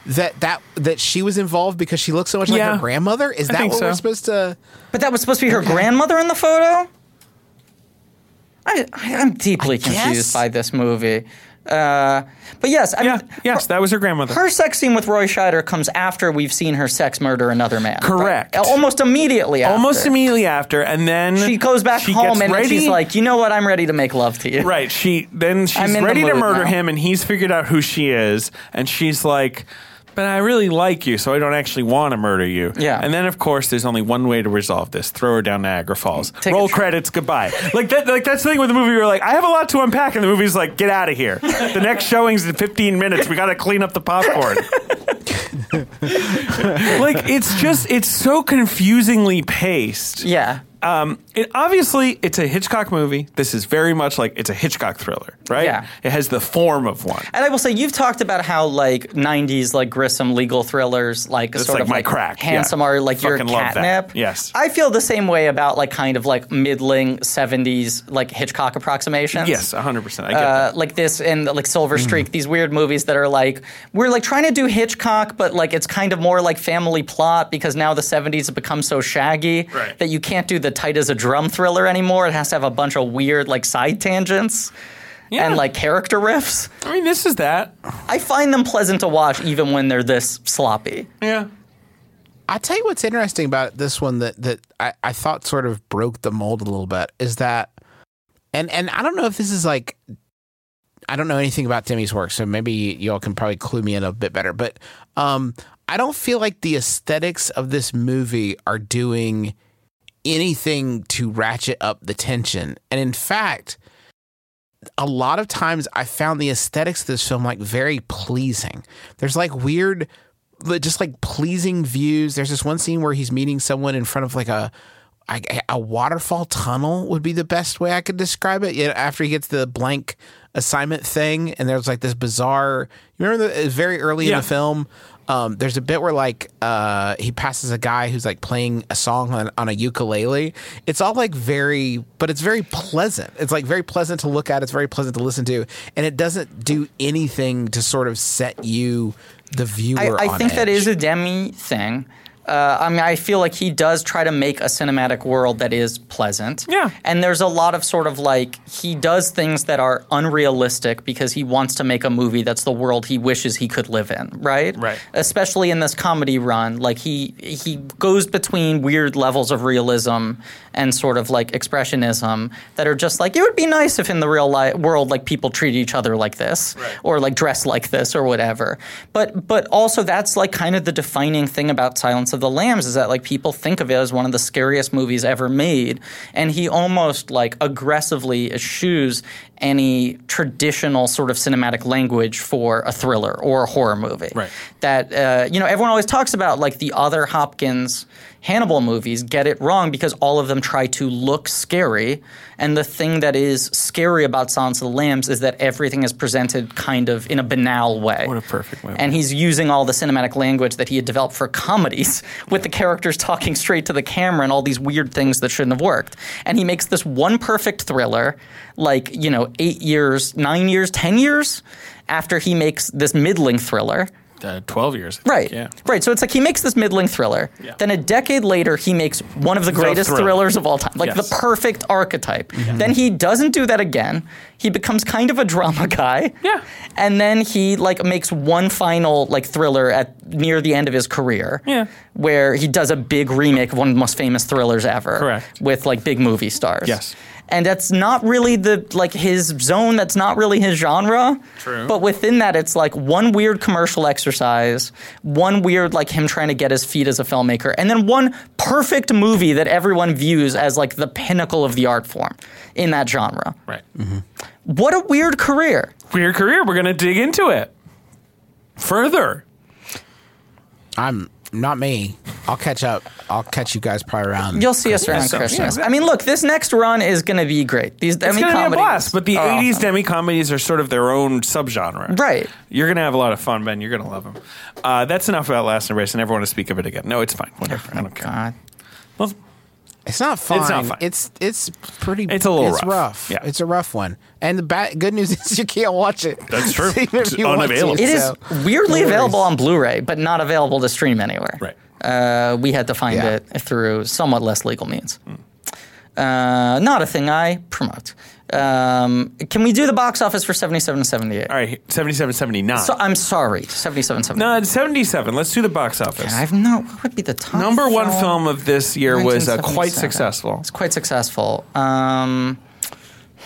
that that that she was involved because she looked so much like Yeah. her grandmother? Is I that think what we're so. supposed to? but that was supposed to be her grandmother in the photo I, I, i'm deeply confused guess. by this movie uh, but yes I yeah, mean, yes, that was her grandmother. her sex scene with roy scheider comes after we've seen her sex murder another man right? Correct. almost immediately after. Almost immediately after, and then she goes back she home gets and ready. she's like you know what i'm ready to make love to you Right. She then I'm she's in the ready to mood murder now. him, and he's figured out who she is, and she's like, "But I really like you, so I don't actually want to murder you." Yeah. And then of course, there's only one way to resolve this: throw her down Niagara Falls. Take a Roll trip. credits. Goodbye. like that. Like that's the thing with the movie. You're like, I have a lot to unpack, and the movie's like, get out of here. the next showing's in 15 minutes. We got to clean up the popcorn. like it's just it's so confusingly paced. yeah Um, it obviously it's a Hitchcock movie. This is very much like it's a Hitchcock thriller, right? Yeah. It has the form of one. And I will say, you've talked about how like '90s like grissom legal thrillers, like That's sort like of my like crack, yeah. handsome are like your Fucking love that. catnip. Yes. I feel the same way about like kind of like middling '70s like Hitchcock approximations. Yes, 100%. I get Uh, that. Mm-hmm. like this and like Silver Streak, these weird movies that are like we're like trying to do Hitchcock, but like it's kind of more like family plot because now the '70s have become so shaggy Right. that you can't do the tight as a drum thriller anymore. It has to have a bunch of weird like side tangents and Yeah. like character riffs. I mean, this is that. I find them pleasant to watch even when they're this sloppy. Yeah. I tell you what's interesting about this one that that I, I thought sort of broke the mold a little bit is that, and and I don't know if this is like, I don't know anything about Timmy's work, so maybe y'all can probably clue me in a bit better. But um, I don't feel like the aesthetics of this movie are doing anything to ratchet up the tension, and in fact, a lot of times I found the aesthetics of this film like very pleasing. There's like weird, li- just like pleasing views. There's this one scene where he's meeting someone in front of like a I- a waterfall tunnel would be the best way I could describe it. You know, after he gets the blank assignment thing, and there's like this bizarre. You remember the, it was very early in Yeah. the film. Um, there's a bit where like uh, he passes a guy who's like playing a song on, on a ukulele. It's all like very, but it's very pleasant. It's like very pleasant to look at. It's very pleasant to listen to, and it doesn't do anything to sort of set you, the viewer. I, I on think that edge. is a Demi thing. Uh, I mean, I feel like he does try to make a cinematic world that is pleasant. Yeah. And there's a lot of sort of like, he does things that are unrealistic because he wants to make a movie that's the world he wishes he could live in, right? Right. Especially in this comedy run. Like, he, he goes between weird levels of realism and sort of like expressionism that are just like, it would be nice if in the real li- world, like, people treat each other like this or like dress like this or whatever. But, but also, that's like kind of the defining thing about Silence of the Lambs is that like people think of it as one of the scariest movies ever made. And he almost like aggressively eschews any traditional sort of cinematic language for a thriller or a horror movie. Right. That, uh, you know, everyone always talks about like the other Hopkins Hannibal movies get it wrong because all of them try to look scary. And the thing that is scary about Silence of the Lambs is that everything is presented kind of in a banal way. What a perfect way. And he's using all the cinematic language that he had developed for comedies with the characters talking straight to the camera and all these weird things that shouldn't have worked. And he makes this one perfect thriller, like, you know, eight years, nine years, ten years after he makes this middling thriller. Uh, Twelve years, I think, Right. Yeah, Right. So it's like he makes this middling thriller. Then a decade later, he makes one of the greatest thriller. thrillers of all time, like Yes. Mm-hmm. the perfect archetype. Then he doesn't do that again. He becomes kind of a drama guy. Yeah. And then he like makes one final like thriller at near the end of his career. Yeah. Where he does a big remake of one of the most famous thrillers ever. Correct. With like big movie stars. Yes. And that's not really the like his zone. That's not really his genre. True. But within that, it's like one weird commercial exercise, one weird like him trying to get his feet as a filmmaker, and then one perfect movie that everyone views as like the pinnacle of the art form in that genre. right. What a weird career! Weird Mm-hmm. career. We're gonna dig into it further. I'm not me. I'll catch up. I'll catch you guys probably around. You'll see us around so- yeah, Christmas. exactly. I mean, look, this next run is going to be great. These It's demi gonna comedies, be a blast. But the are '80s awesome. demi comedies are sort of their own subgenre. Oh. right? You're gonna have a lot of fun, Ben. You're gonna love them. Uh, that's enough about Last and Race. I never want to speak of it again. No, it's fine. Whatever. I don't care. Oh God. Well, It's not fine. It's It's not fine. It's pretty. It's a little it's rough. rough. Yeah. it's a rough one. And the bad good news is you can't watch it. That's true. Even if It's you want to, unavailable. It is so- weirdly no worries. available on Blu-ray, but not available to stream anywhere. Right. Uh, we had to find Yeah. it through somewhat less legal means. Uh, not a thing I promote. Um, can we do the box office for seventy-seven and seventy-eight? all right, 77, 79. So I'm sorry, seventy-seven, seventy-eight. no, it's 77. Let's do the box office. I've no. What would be the top Number one film of this year was uh, quite 1977. successful. It's quite successful. Um,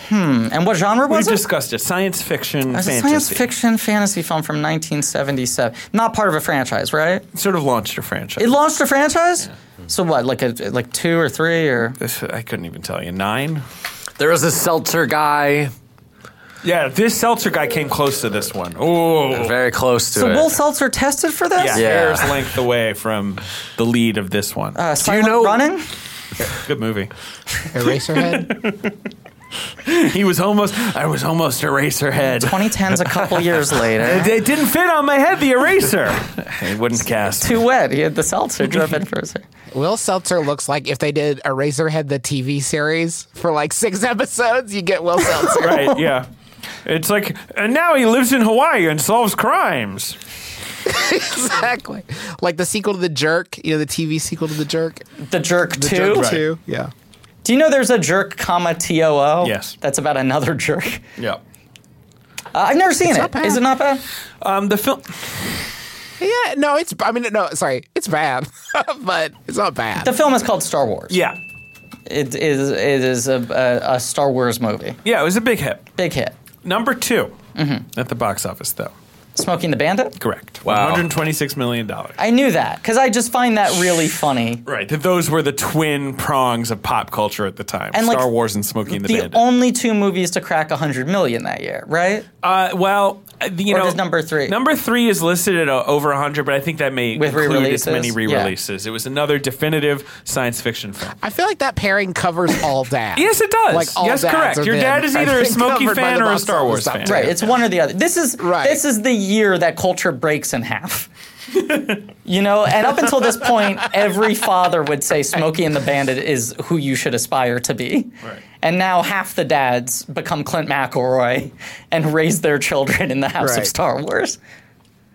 hmm. And what genre We was it? discussed it. Science fiction, It was a fantasy. science fiction fantasy film from 1977. Not part of a franchise, right? Sort of launched a franchise. It launched a franchise. So what, like a like two or three or? This- I couldn't even tell you. Nine? There was a seltzer guy, Yeah, this Seltzer guy came close to this one. Oh. very close to So it. Will Seltzer tested for this? Yeah, Yeah. hair's length away from the lead of this one. Uh, Silent know- Running? Good movie. Eraserhead. He was almost, I was almost Eraserhead. 2010's a couple years later. It, it didn't fit on my head, the eraser. it wouldn't cast. Too wet. He had the seltzer drip in first. Will Seltzer looks like if they did Eraserhead the TV series for like six episodes, you get Will Seltzer. right, yeah. It's like, and now he lives in Hawaii and solves crimes. exactly. Like the sequel to The Jerk. You know the TV sequel to The Jerk. The Jerk The 2. Jerk Two. Yeah. Do you know there's a Jerk, comma, T-O-O? Yes. That's about another jerk. Yeah. Uh, I've never seen it. bad. Is it not bad? Um, the film. Yeah. No, it's. I mean, no. Sorry, it's bad, but it's not bad. The film is called Star Wars. Yeah. It is, it is a, a, a Star Wars movie. Yeah, it was a big hit. Big hit. Number 2 Mm-hmm. at the box office, though. Smoking the Bandit? Correct. Wow. $126 million. I knew that because I just find that really funny. Right. that Those were the twin prongs of pop culture at the time And, like, Star Wars and Smoking the, the Bandit. only two movies to crack 100 million that year, right? uh, well, uh, you Or know. just number three? Number three is listed at uh, over 100, but I think that may With include as re-releases? many Yeah. re releases. It was another definitive science fiction film. I feel like that pairing covers all dads. Yes, it does. Like all Yes, dads correct. have Your been, dad is I either a think, Smokey covered by fan the or a box Star Wars office fan. numbers. Right, it's one or the other. This is Right. this is the year that culture breaks in half. you know, and up until this point, every father would say Smokey and the Bandit is who you should aspire to be. Right. And now half the dads become Clint McElroy and raise their children in the house of Right. Star Wars.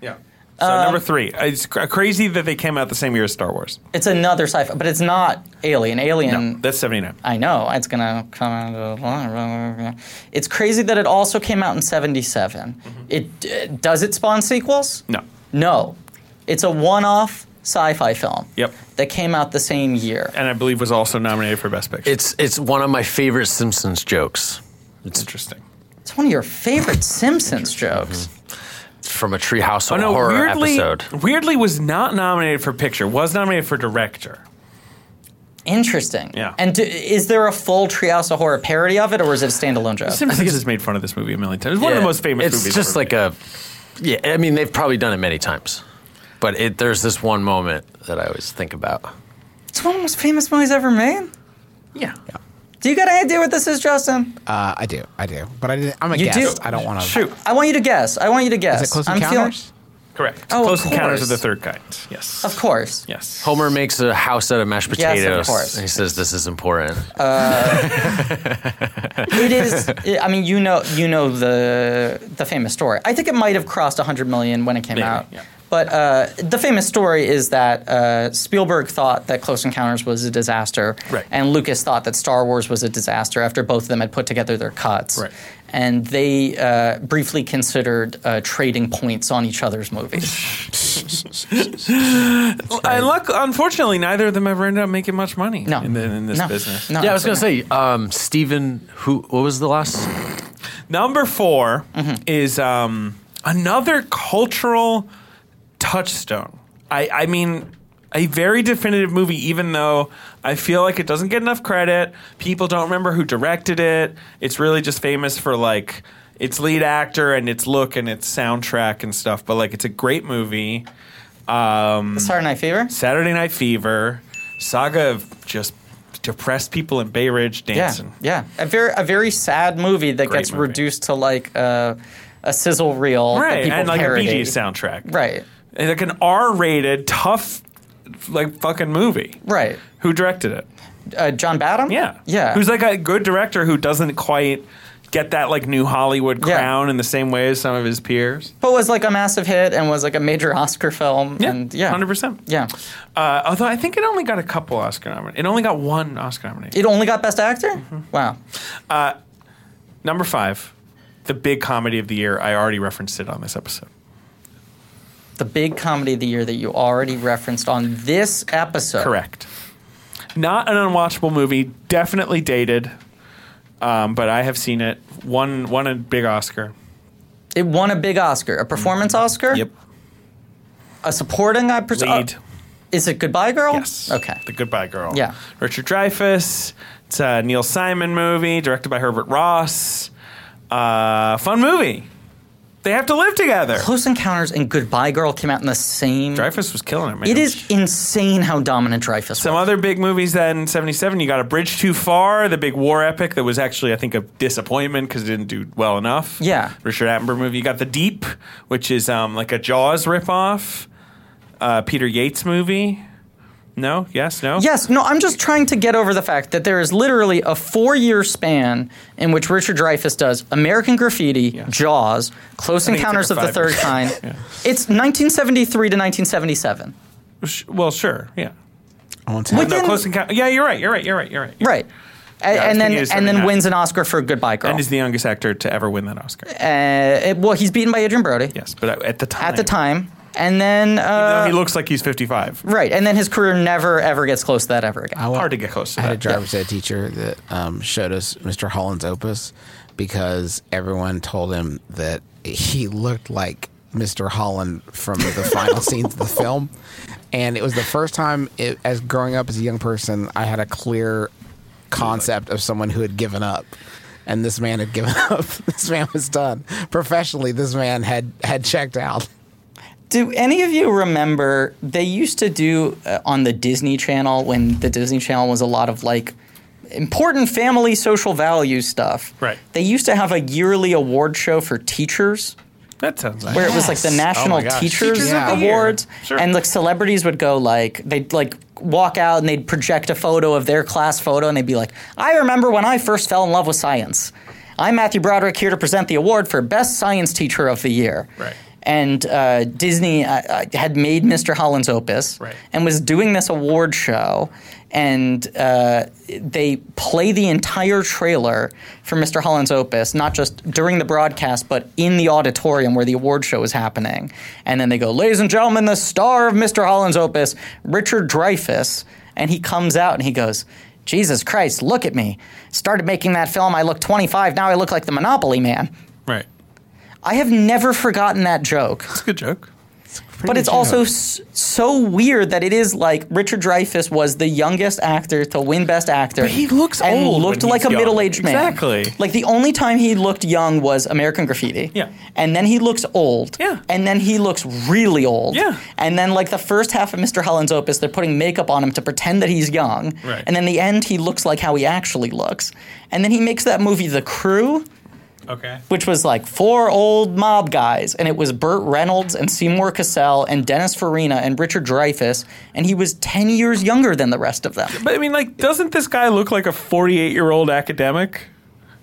Yeah. So Uh, number three, Uh, it's cr- crazy that they came out the same year as Star Wars. It's another sci-fi, but it's not Alien. Alien That's seventy nine. I know it's gonna come out. Of, it's crazy that it also came out in '77. It d- does it spawn sequels? No. no. It's a one-off sci-fi film. Yep. that came out the same year. And I believe was also nominated for Best Picture. It's it's one of my favorite Simpsons jokes. It's interesting. It's one of your favorite Simpsons jokes. from a Treehouse Oh of no, Horror weirdly, episode. weirdly was not nominated for picture. Was nominated for director. Interesting. Yeah. And do, is there a full Treehouse of Horror parody of it, or is it a standalone joke? Simpsons has made fun of this movie a million times. It's one of the Yeah, most famous It's movies. just ever like a yeah. I mean, they've probably done it many times, but it, there's this one moment that I always think about. It's one of the most famous movies ever made. Yeah. Do you got any idea what this is, Justin? Uh, I do, I do, but I didn't, I'm a You guest. do? I don't want to. Shoot. I want you to guess. I want you to guess. Is it Close I'm feeling- Encounters? Correct. Oh, of Close Encounters of course. the Third Kind. Yes. Of course. Yes. Homer makes a house out of mashed Yes, of potatoes. course. And he says this is important. It is. I mean, you know, you know the the famous story. I think it might have crossed 100 million when it came Maybe, out. yeah. But uh, the famous story is that uh, Spielberg thought that Close Encounters was a disaster, Right. and Lucas thought that Star Wars was a disaster after both of them had put together their cuts. Right. And they uh, briefly considered uh, trading points on each other's movies. And luck, unfortunately, neither of them ever ended up making much money No, in, the, in this no. business. No, yeah, I was gonna absolutely say, um, Stephen. Who? What was the last? Number 4 Mm-hmm. is um, another cultural touchstone. I, I mean, a very definitive movie, even though I feel like it doesn't get enough credit. People don't remember who directed it. It's really just famous for like its lead actor and its look and its soundtrack and stuff. But like, it's a great movie. Um, not. Saturday Night Fever. Saturday Night Fever, saga of just depressed people in Bay Ridge Yeah, dancing. yeah. A very a very sad movie that Great gets movie. reduced to like a a sizzle reel that Right, people and like parody. a Bee Gees soundtrack. Right, And, like an R-rated, tough, like fucking movie. right. Who directed it? Uh, John Badham. Yeah, yeah. Who's like a good director who doesn't quite get that like new Hollywood Yeah. crown in the same way as some of his peers. But was like a massive hit and was like a major Oscar film. Yeah, and yeah, hundred percent. Yeah, Uh, although I think it only got a couple Oscar nominations. It only got one Oscar nomination. it only got Best Actor. Mm-hmm. Wow. Number five, the big comedy of the year. I already referenced it on this episode. The big comedy of the year that you already referenced on this episode. Correct. Not an unwatchable movie. Definitely dated. Um, but I have seen it. One won a big Oscar. It won a big Oscar, a performance Mm-hmm. Oscar. A supporting, I presume. Lead. is it Goodbye Girl? Yes. Okay. The Goodbye Girl. Yeah. Richard Dreyfuss. It's a Neil Simon movie directed by Herbert Ross. Uh, fun movie. They have to live together. Close Encounters and Goodbye Girl came out in the same. Dreyfuss was killing it, man. It is insane how dominant Dreyfus Some was. other big movies that in 77, you got A Bridge Too Far, the big war epic that was actually, I think, a disappointment because it didn't do well enough. Yeah. Richard Attenborough movie. You got The Deep, which is um, like a Jaws ripoff. Uh, Peter Yates movie. No? Yes? No? Yes, no, I'm just trying to get over the fact that there is literally a four year span in which Richard Dreyfus does American Graffiti, Jaws, Close think it took Encounters her of the five Third years. Kind. It's 1973 to 1977. Sh- Well, sure. Yeah. I want to have No, Within- Close Encounter. Yeah, you're right. You're right. You're right. You're right. you're Right. A- Yeah, I was and then thinking it was and then 79. wins an Oscar for Goodbye Girl. And is the youngest actor to ever win that Oscar. Uh, it- well, he's beaten by Adrian Brody yes. But at the time. at the time. And then. though Uh, he looks like he's 55. right. And then his career never, ever gets close to that ever again. I wa- Hard to get close to I had a that. driver's ed teacher that um, showed us Mr. Holland's opus because everyone told him that he looked like Mr. Holland from the final scenes of the film. And it was the first time, it, as growing up as a young person, I had a clear concept of someone who had given up. And this man had given up. This man was done. Professionally, this man had, had checked out. Do any of you remember they used to do uh, on the Disney Channel when the Disney Channel was a lot of like important family social value stuff? Right. They used to have a yearly award show for teachers That sounds like where it was like the Yes. National Oh my gosh. Teachers, Teachers of the Year. Awards, Sure. and like celebrities would go like they'd like walk out and they'd project a photo of their class photo, and they'd be like, "I remember when I first fell in love with science. I'm Matthew Broderick here to present the award for Best Science Teacher of the Year." Right. And uh, Disney uh, uh, had made Mr. Holland's Opus Right. and was doing this award show, and uh, they play the entire trailer for Mr. Holland's Opus, not just during the broadcast, but in the auditorium where the award show is happening. And then they go, Ladies and gentlemen, the star of Mr. Holland's Opus, Richard Dreyfuss. And he comes out and he goes, Jesus Christ, look at me. Started making that film, I look 25, now I look like the Monopoly man. Right. I have never forgotten that joke. It's a good joke. but it's also s- so weird that it is like Richard Dreyfuss was the youngest actor to win Best Actor. But he looks and old looked when like he's a young. middle-aged man. Exactly. Like the only time he looked young was American Graffiti. Yeah. And then he looks old. Yeah. And then he looks really old. Yeah. And then like the first half of Mr. Holland's Opus, they're putting makeup on him to pretend that he's young. Right. And then the end, he looks like how he actually looks. And then he makes that movie, The Crew Okay. which was like four old mob guys, and it was Burt Reynolds and Seymour Cassell and Dennis Farina and Richard Dreyfuss, and he was ten years younger than the rest of them. But I mean, like, doesn't this guy look like a 48 year old academic?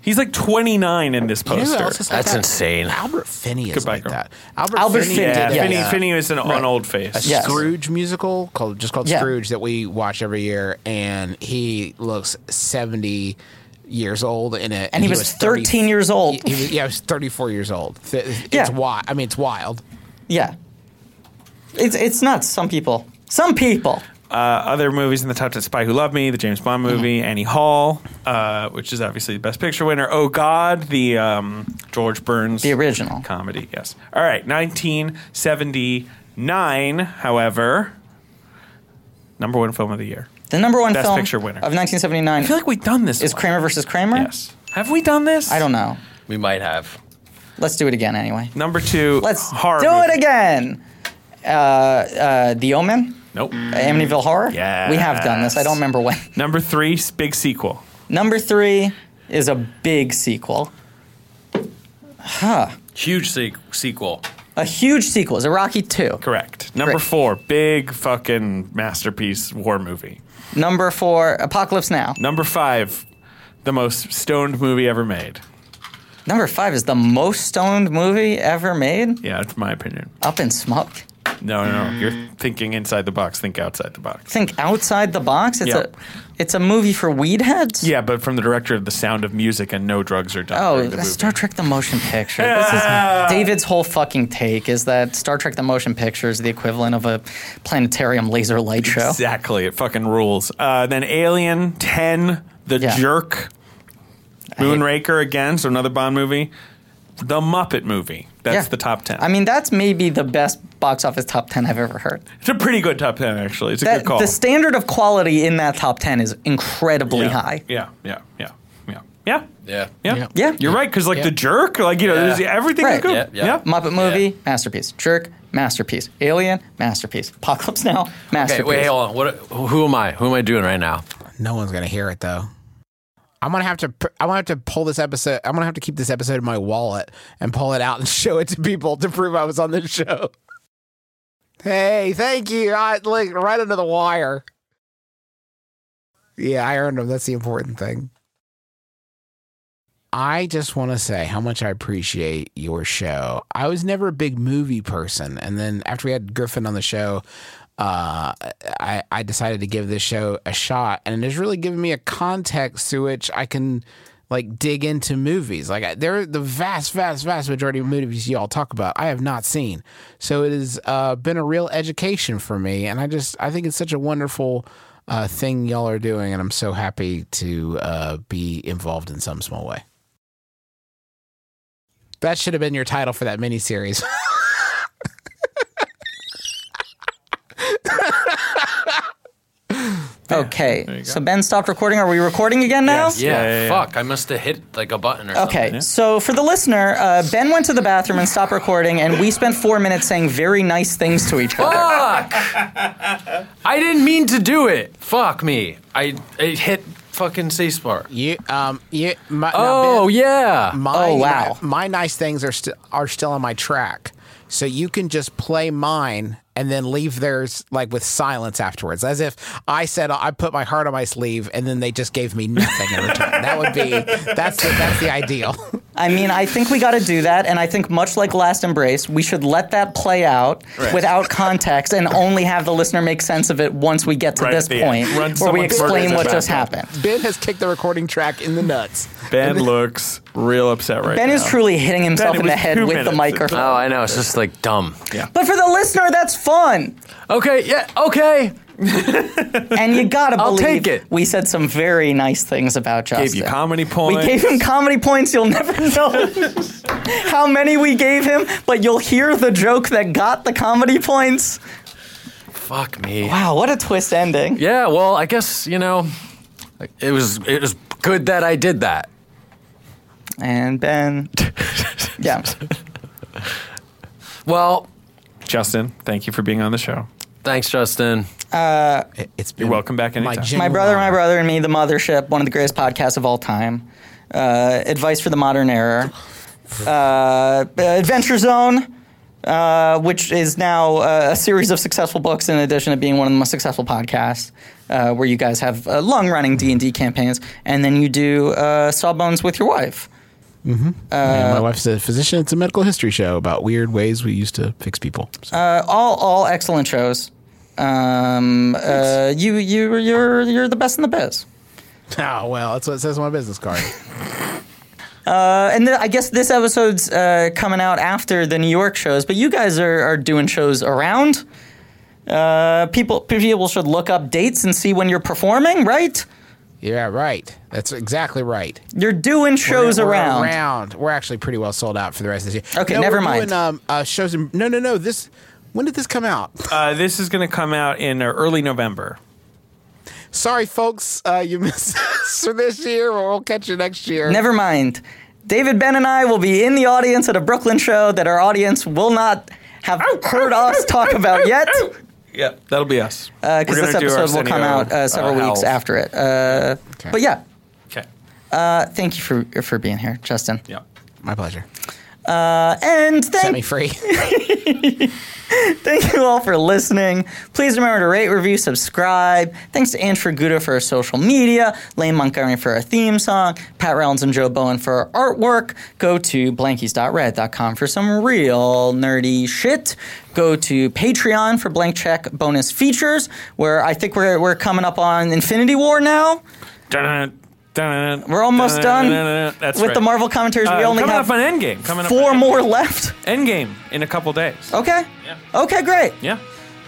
He's like 29 in this You know who poster. else is like That's that? insane. Albert Finney is Goodbye, like girl. that. Albert, Albert Finney, Finney, yeah, did yeah. Finney, a- Finney is an, an old a face. Yes. Scrooge musical called just called Yeah. Scrooge that we watch every year, and he looks seventy years old in it. And he was 13 years old. He, he was, yeah, he was thirty-four years old. Th- It's Yeah. wild. I mean, it's wild. Yeah, it's it's nuts. Some people, some people. Uh, other movies in the top 10 Spy Who Loved Me, the James Bond Mm-hmm. movie, Annie Hall, uh, which is obviously the Best Picture winner. Oh God, the um, George Burns. The original. Comedy, yes. All right, 1979, however, number one film of the year. The number one Best film Picture winner. of I 1979 feel like we've done this. is one. Kramer versus Kramer. Yes. Have we done this? I don't know. We might have. Let's do it again anyway. Number two, Let's horror do movie. it again. Uh, uh, the Omen, Nope. Amityville Horror. Mm. Yes. we have done this. I don't remember when. Number three, s- big sequel. Number three is a big sequel. Huge se- sequel. A huge sequel. It's a Rocky 2. Correct. Number Correct. four, big fucking masterpiece war movie. Number four, Apocalypse Now. Number five, the most stoned movie ever made. Number five is the most stoned movie ever made. Yeah, it's my opinion. Up in Smoke. No, no, no. You're thinking inside the box. Think outside the box. Think outside the box. It's Yep. a it's a movie for weed heads. Yeah, but from the director of The Sound of Music and No Drugs Are Done. Oh, during the that's movie. Star Trek the Motion Picture. This is David's whole fucking take is that Star Trek the Motion Picture is the equivalent of a planetarium laser light show. Exactly. It fucking rules. Uh, then Alien 10, The Yeah. Jerk, Moonraker again, so another Bond movie. The Muppet movie. That's Yeah. the top 10. I mean, that's maybe the best box office top 10 I've ever heard. it's a pretty good top 10, actually. It's a That, good call. the standard of quality in that top 10 is incredibly yeah. high. Yeah, yeah, yeah, yeah. Yeah. Yeah. Yeah. Yeah. You're right, because like Yeah. the jerk, like, you know, Yeah. there's- everything Right. is good. Yeah, yeah. Muppet movie, masterpiece. Jerk, masterpiece. Alien, masterpiece. Apocalypse Now, Okay, masterpiece. wait, hold on. What? Who am I? Who am I doing right now? No one's gonna hear it though. I'm gonna have to. pr- I'm gonna have to pull this episode. I'm gonna have to keep this episode in my wallet and pull it out and show it to people to prove I was on this show. Hey, thank you. I like right under the wire. Yeah, I earned them. That's the important thing. I just want to say how much I appreciate your show. I was never a big movie person, and then after we had Griffin on the show, uh, I, I decided to give this show a shot, and it has really given me a context to which I can like dig into movies. Like I, they're the vast, vast, vast majority of movies y'all talk about, I have not seen. So it has uh, been a real education for me, and I just I think it's such a wonderful uh, thing y'all are doing, and I'm so happy to uh, be involved in some small way. That should have been your title for that miniseries. Okay. So Ben stopped recording. Are we recording again now? Yes. Yeah. Yeah, yeah, fuck. I must have hit like a button or something. Okay, so for the listener, uh, Ben went to the bathroom and stopped recording, and we spent four minutes saying very nice things to each other. Fuck! I didn't mean to do it. Fuck me. I, I hit fucking C spar. you, um, you, my, now, Oh Ben- yeah. My, Oh, wow. My, my nice things are still are still on my track, so you can just play mine and then leave theirs like with silence afterwards, as if I said I put my heart on my sleeve, and then they just gave me nothing in return. that would be that's the, that's the ideal. I mean, I think we got to do that, and I think much like Last Embrace, we should let that play out without context and only have the listener make sense of it once we get to Right this at the end. point, Run where we someone's explain murders what back just up. happened. ben has kicked the recording track in the nuts. Ben looks real upset right Ben now. is truly hitting Ben, himself it in the was head two with the minutes. microphone. Oh, I know. It's just like dumb. But for the listener, that's fun. Okay. Yeah. Okay. and you gotta I'll believe take it. we said some very nice things about Justin. Gave you comedy we points. gave him comedy points. You'll never know how many we gave him, but you'll hear the joke that got the comedy points. Fuck me. Wow, what a twist ending. Yeah, well, I guess you know, it was it was good that I did that. And Ben. Yeah. Well, Justin, thank you for being on the show. thanks, Justin. It's been You're welcome back my anytime. My genuine brother, my honor. brother, and me, the mothership, one of the greatest podcasts of all time. Uh, advice for the modern era. Uh, Adventure Zone, uh, which is now uh, a series of successful books, in addition to being one of the most successful podcasts, uh, where you guys have uh, long-running D and D campaigns, and then you do uh, Sawbones with your wife. And my wife's a physician. It's a medical history show about weird ways we used to fix people. So, Uh, all, all excellent shows. Um, uh, you, you, you're, you're the best in the biz. oh, well, that's what it says on my business card. and th- I guess this episode's uh, coming out after the New York shows, but you guys are, are doing shows around. Uh, people people should look up dates and see when you're performing, right? yeah, right. That's exactly right. You're doing shows We're around. We're actually pretty well sold out for the rest of this year. Okay, No, never we're mind. Doing, um, uh, shows in, no, no, no. This. When did this come out? Uh, this is going to come out in uh, early November. Sorry, folks, uh, you missed us for this year. Or we'll catch you next year. Never mind. David Ben and I will be in the audience at a Brooklyn show that our audience will not have heard us talk about yet. Yeah, that'll be us. We're Because gonna this do our episode will come Arsenio, out uh, several uh, weeks Howl. after it. Uh, But yeah, Okay. uh, thank you for for being here, Justin. Uh, Yeah. My pleasure. And Set thank me free. Thank you all for listening. Please remember to rate, review, subscribe. Thanks to Ange Fraguda for our social media, Lane Montgomery for our theme song, Pat Rounds and Joe Bowen for our artwork. Go to blankies.red.com for some real nerdy shit. Go to Patreon for blank check bonus features, where I think we're, we're coming up on Infinity War now. Dun-dun-dun, dun-dun-dun, We're almost done dun-dun-dun-dun-dun. That's with right. the Marvel commentaries. Uh, we only coming have up on Endgame. Coming up four on more left. Endgame in a couple days. Okay. Okay, great. Yeah.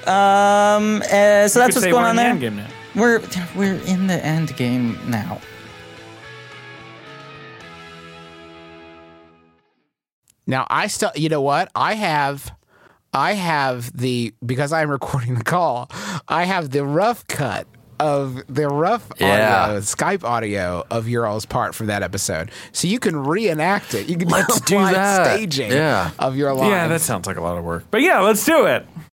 Um, uh, so that's Could what's say going we're on in there. the Endgame now. We're we're in the end game now. Now I still, you know what? I have, I have the because I'm recording the call. I have the rough cut of the rough Yeah. audio, Skype audio of your all's part from that episode, so you can reenact it. You can Let's a do live that. staging Yeah. of your live. Yeah, that sounds like a lot of work. But yeah, let's do it.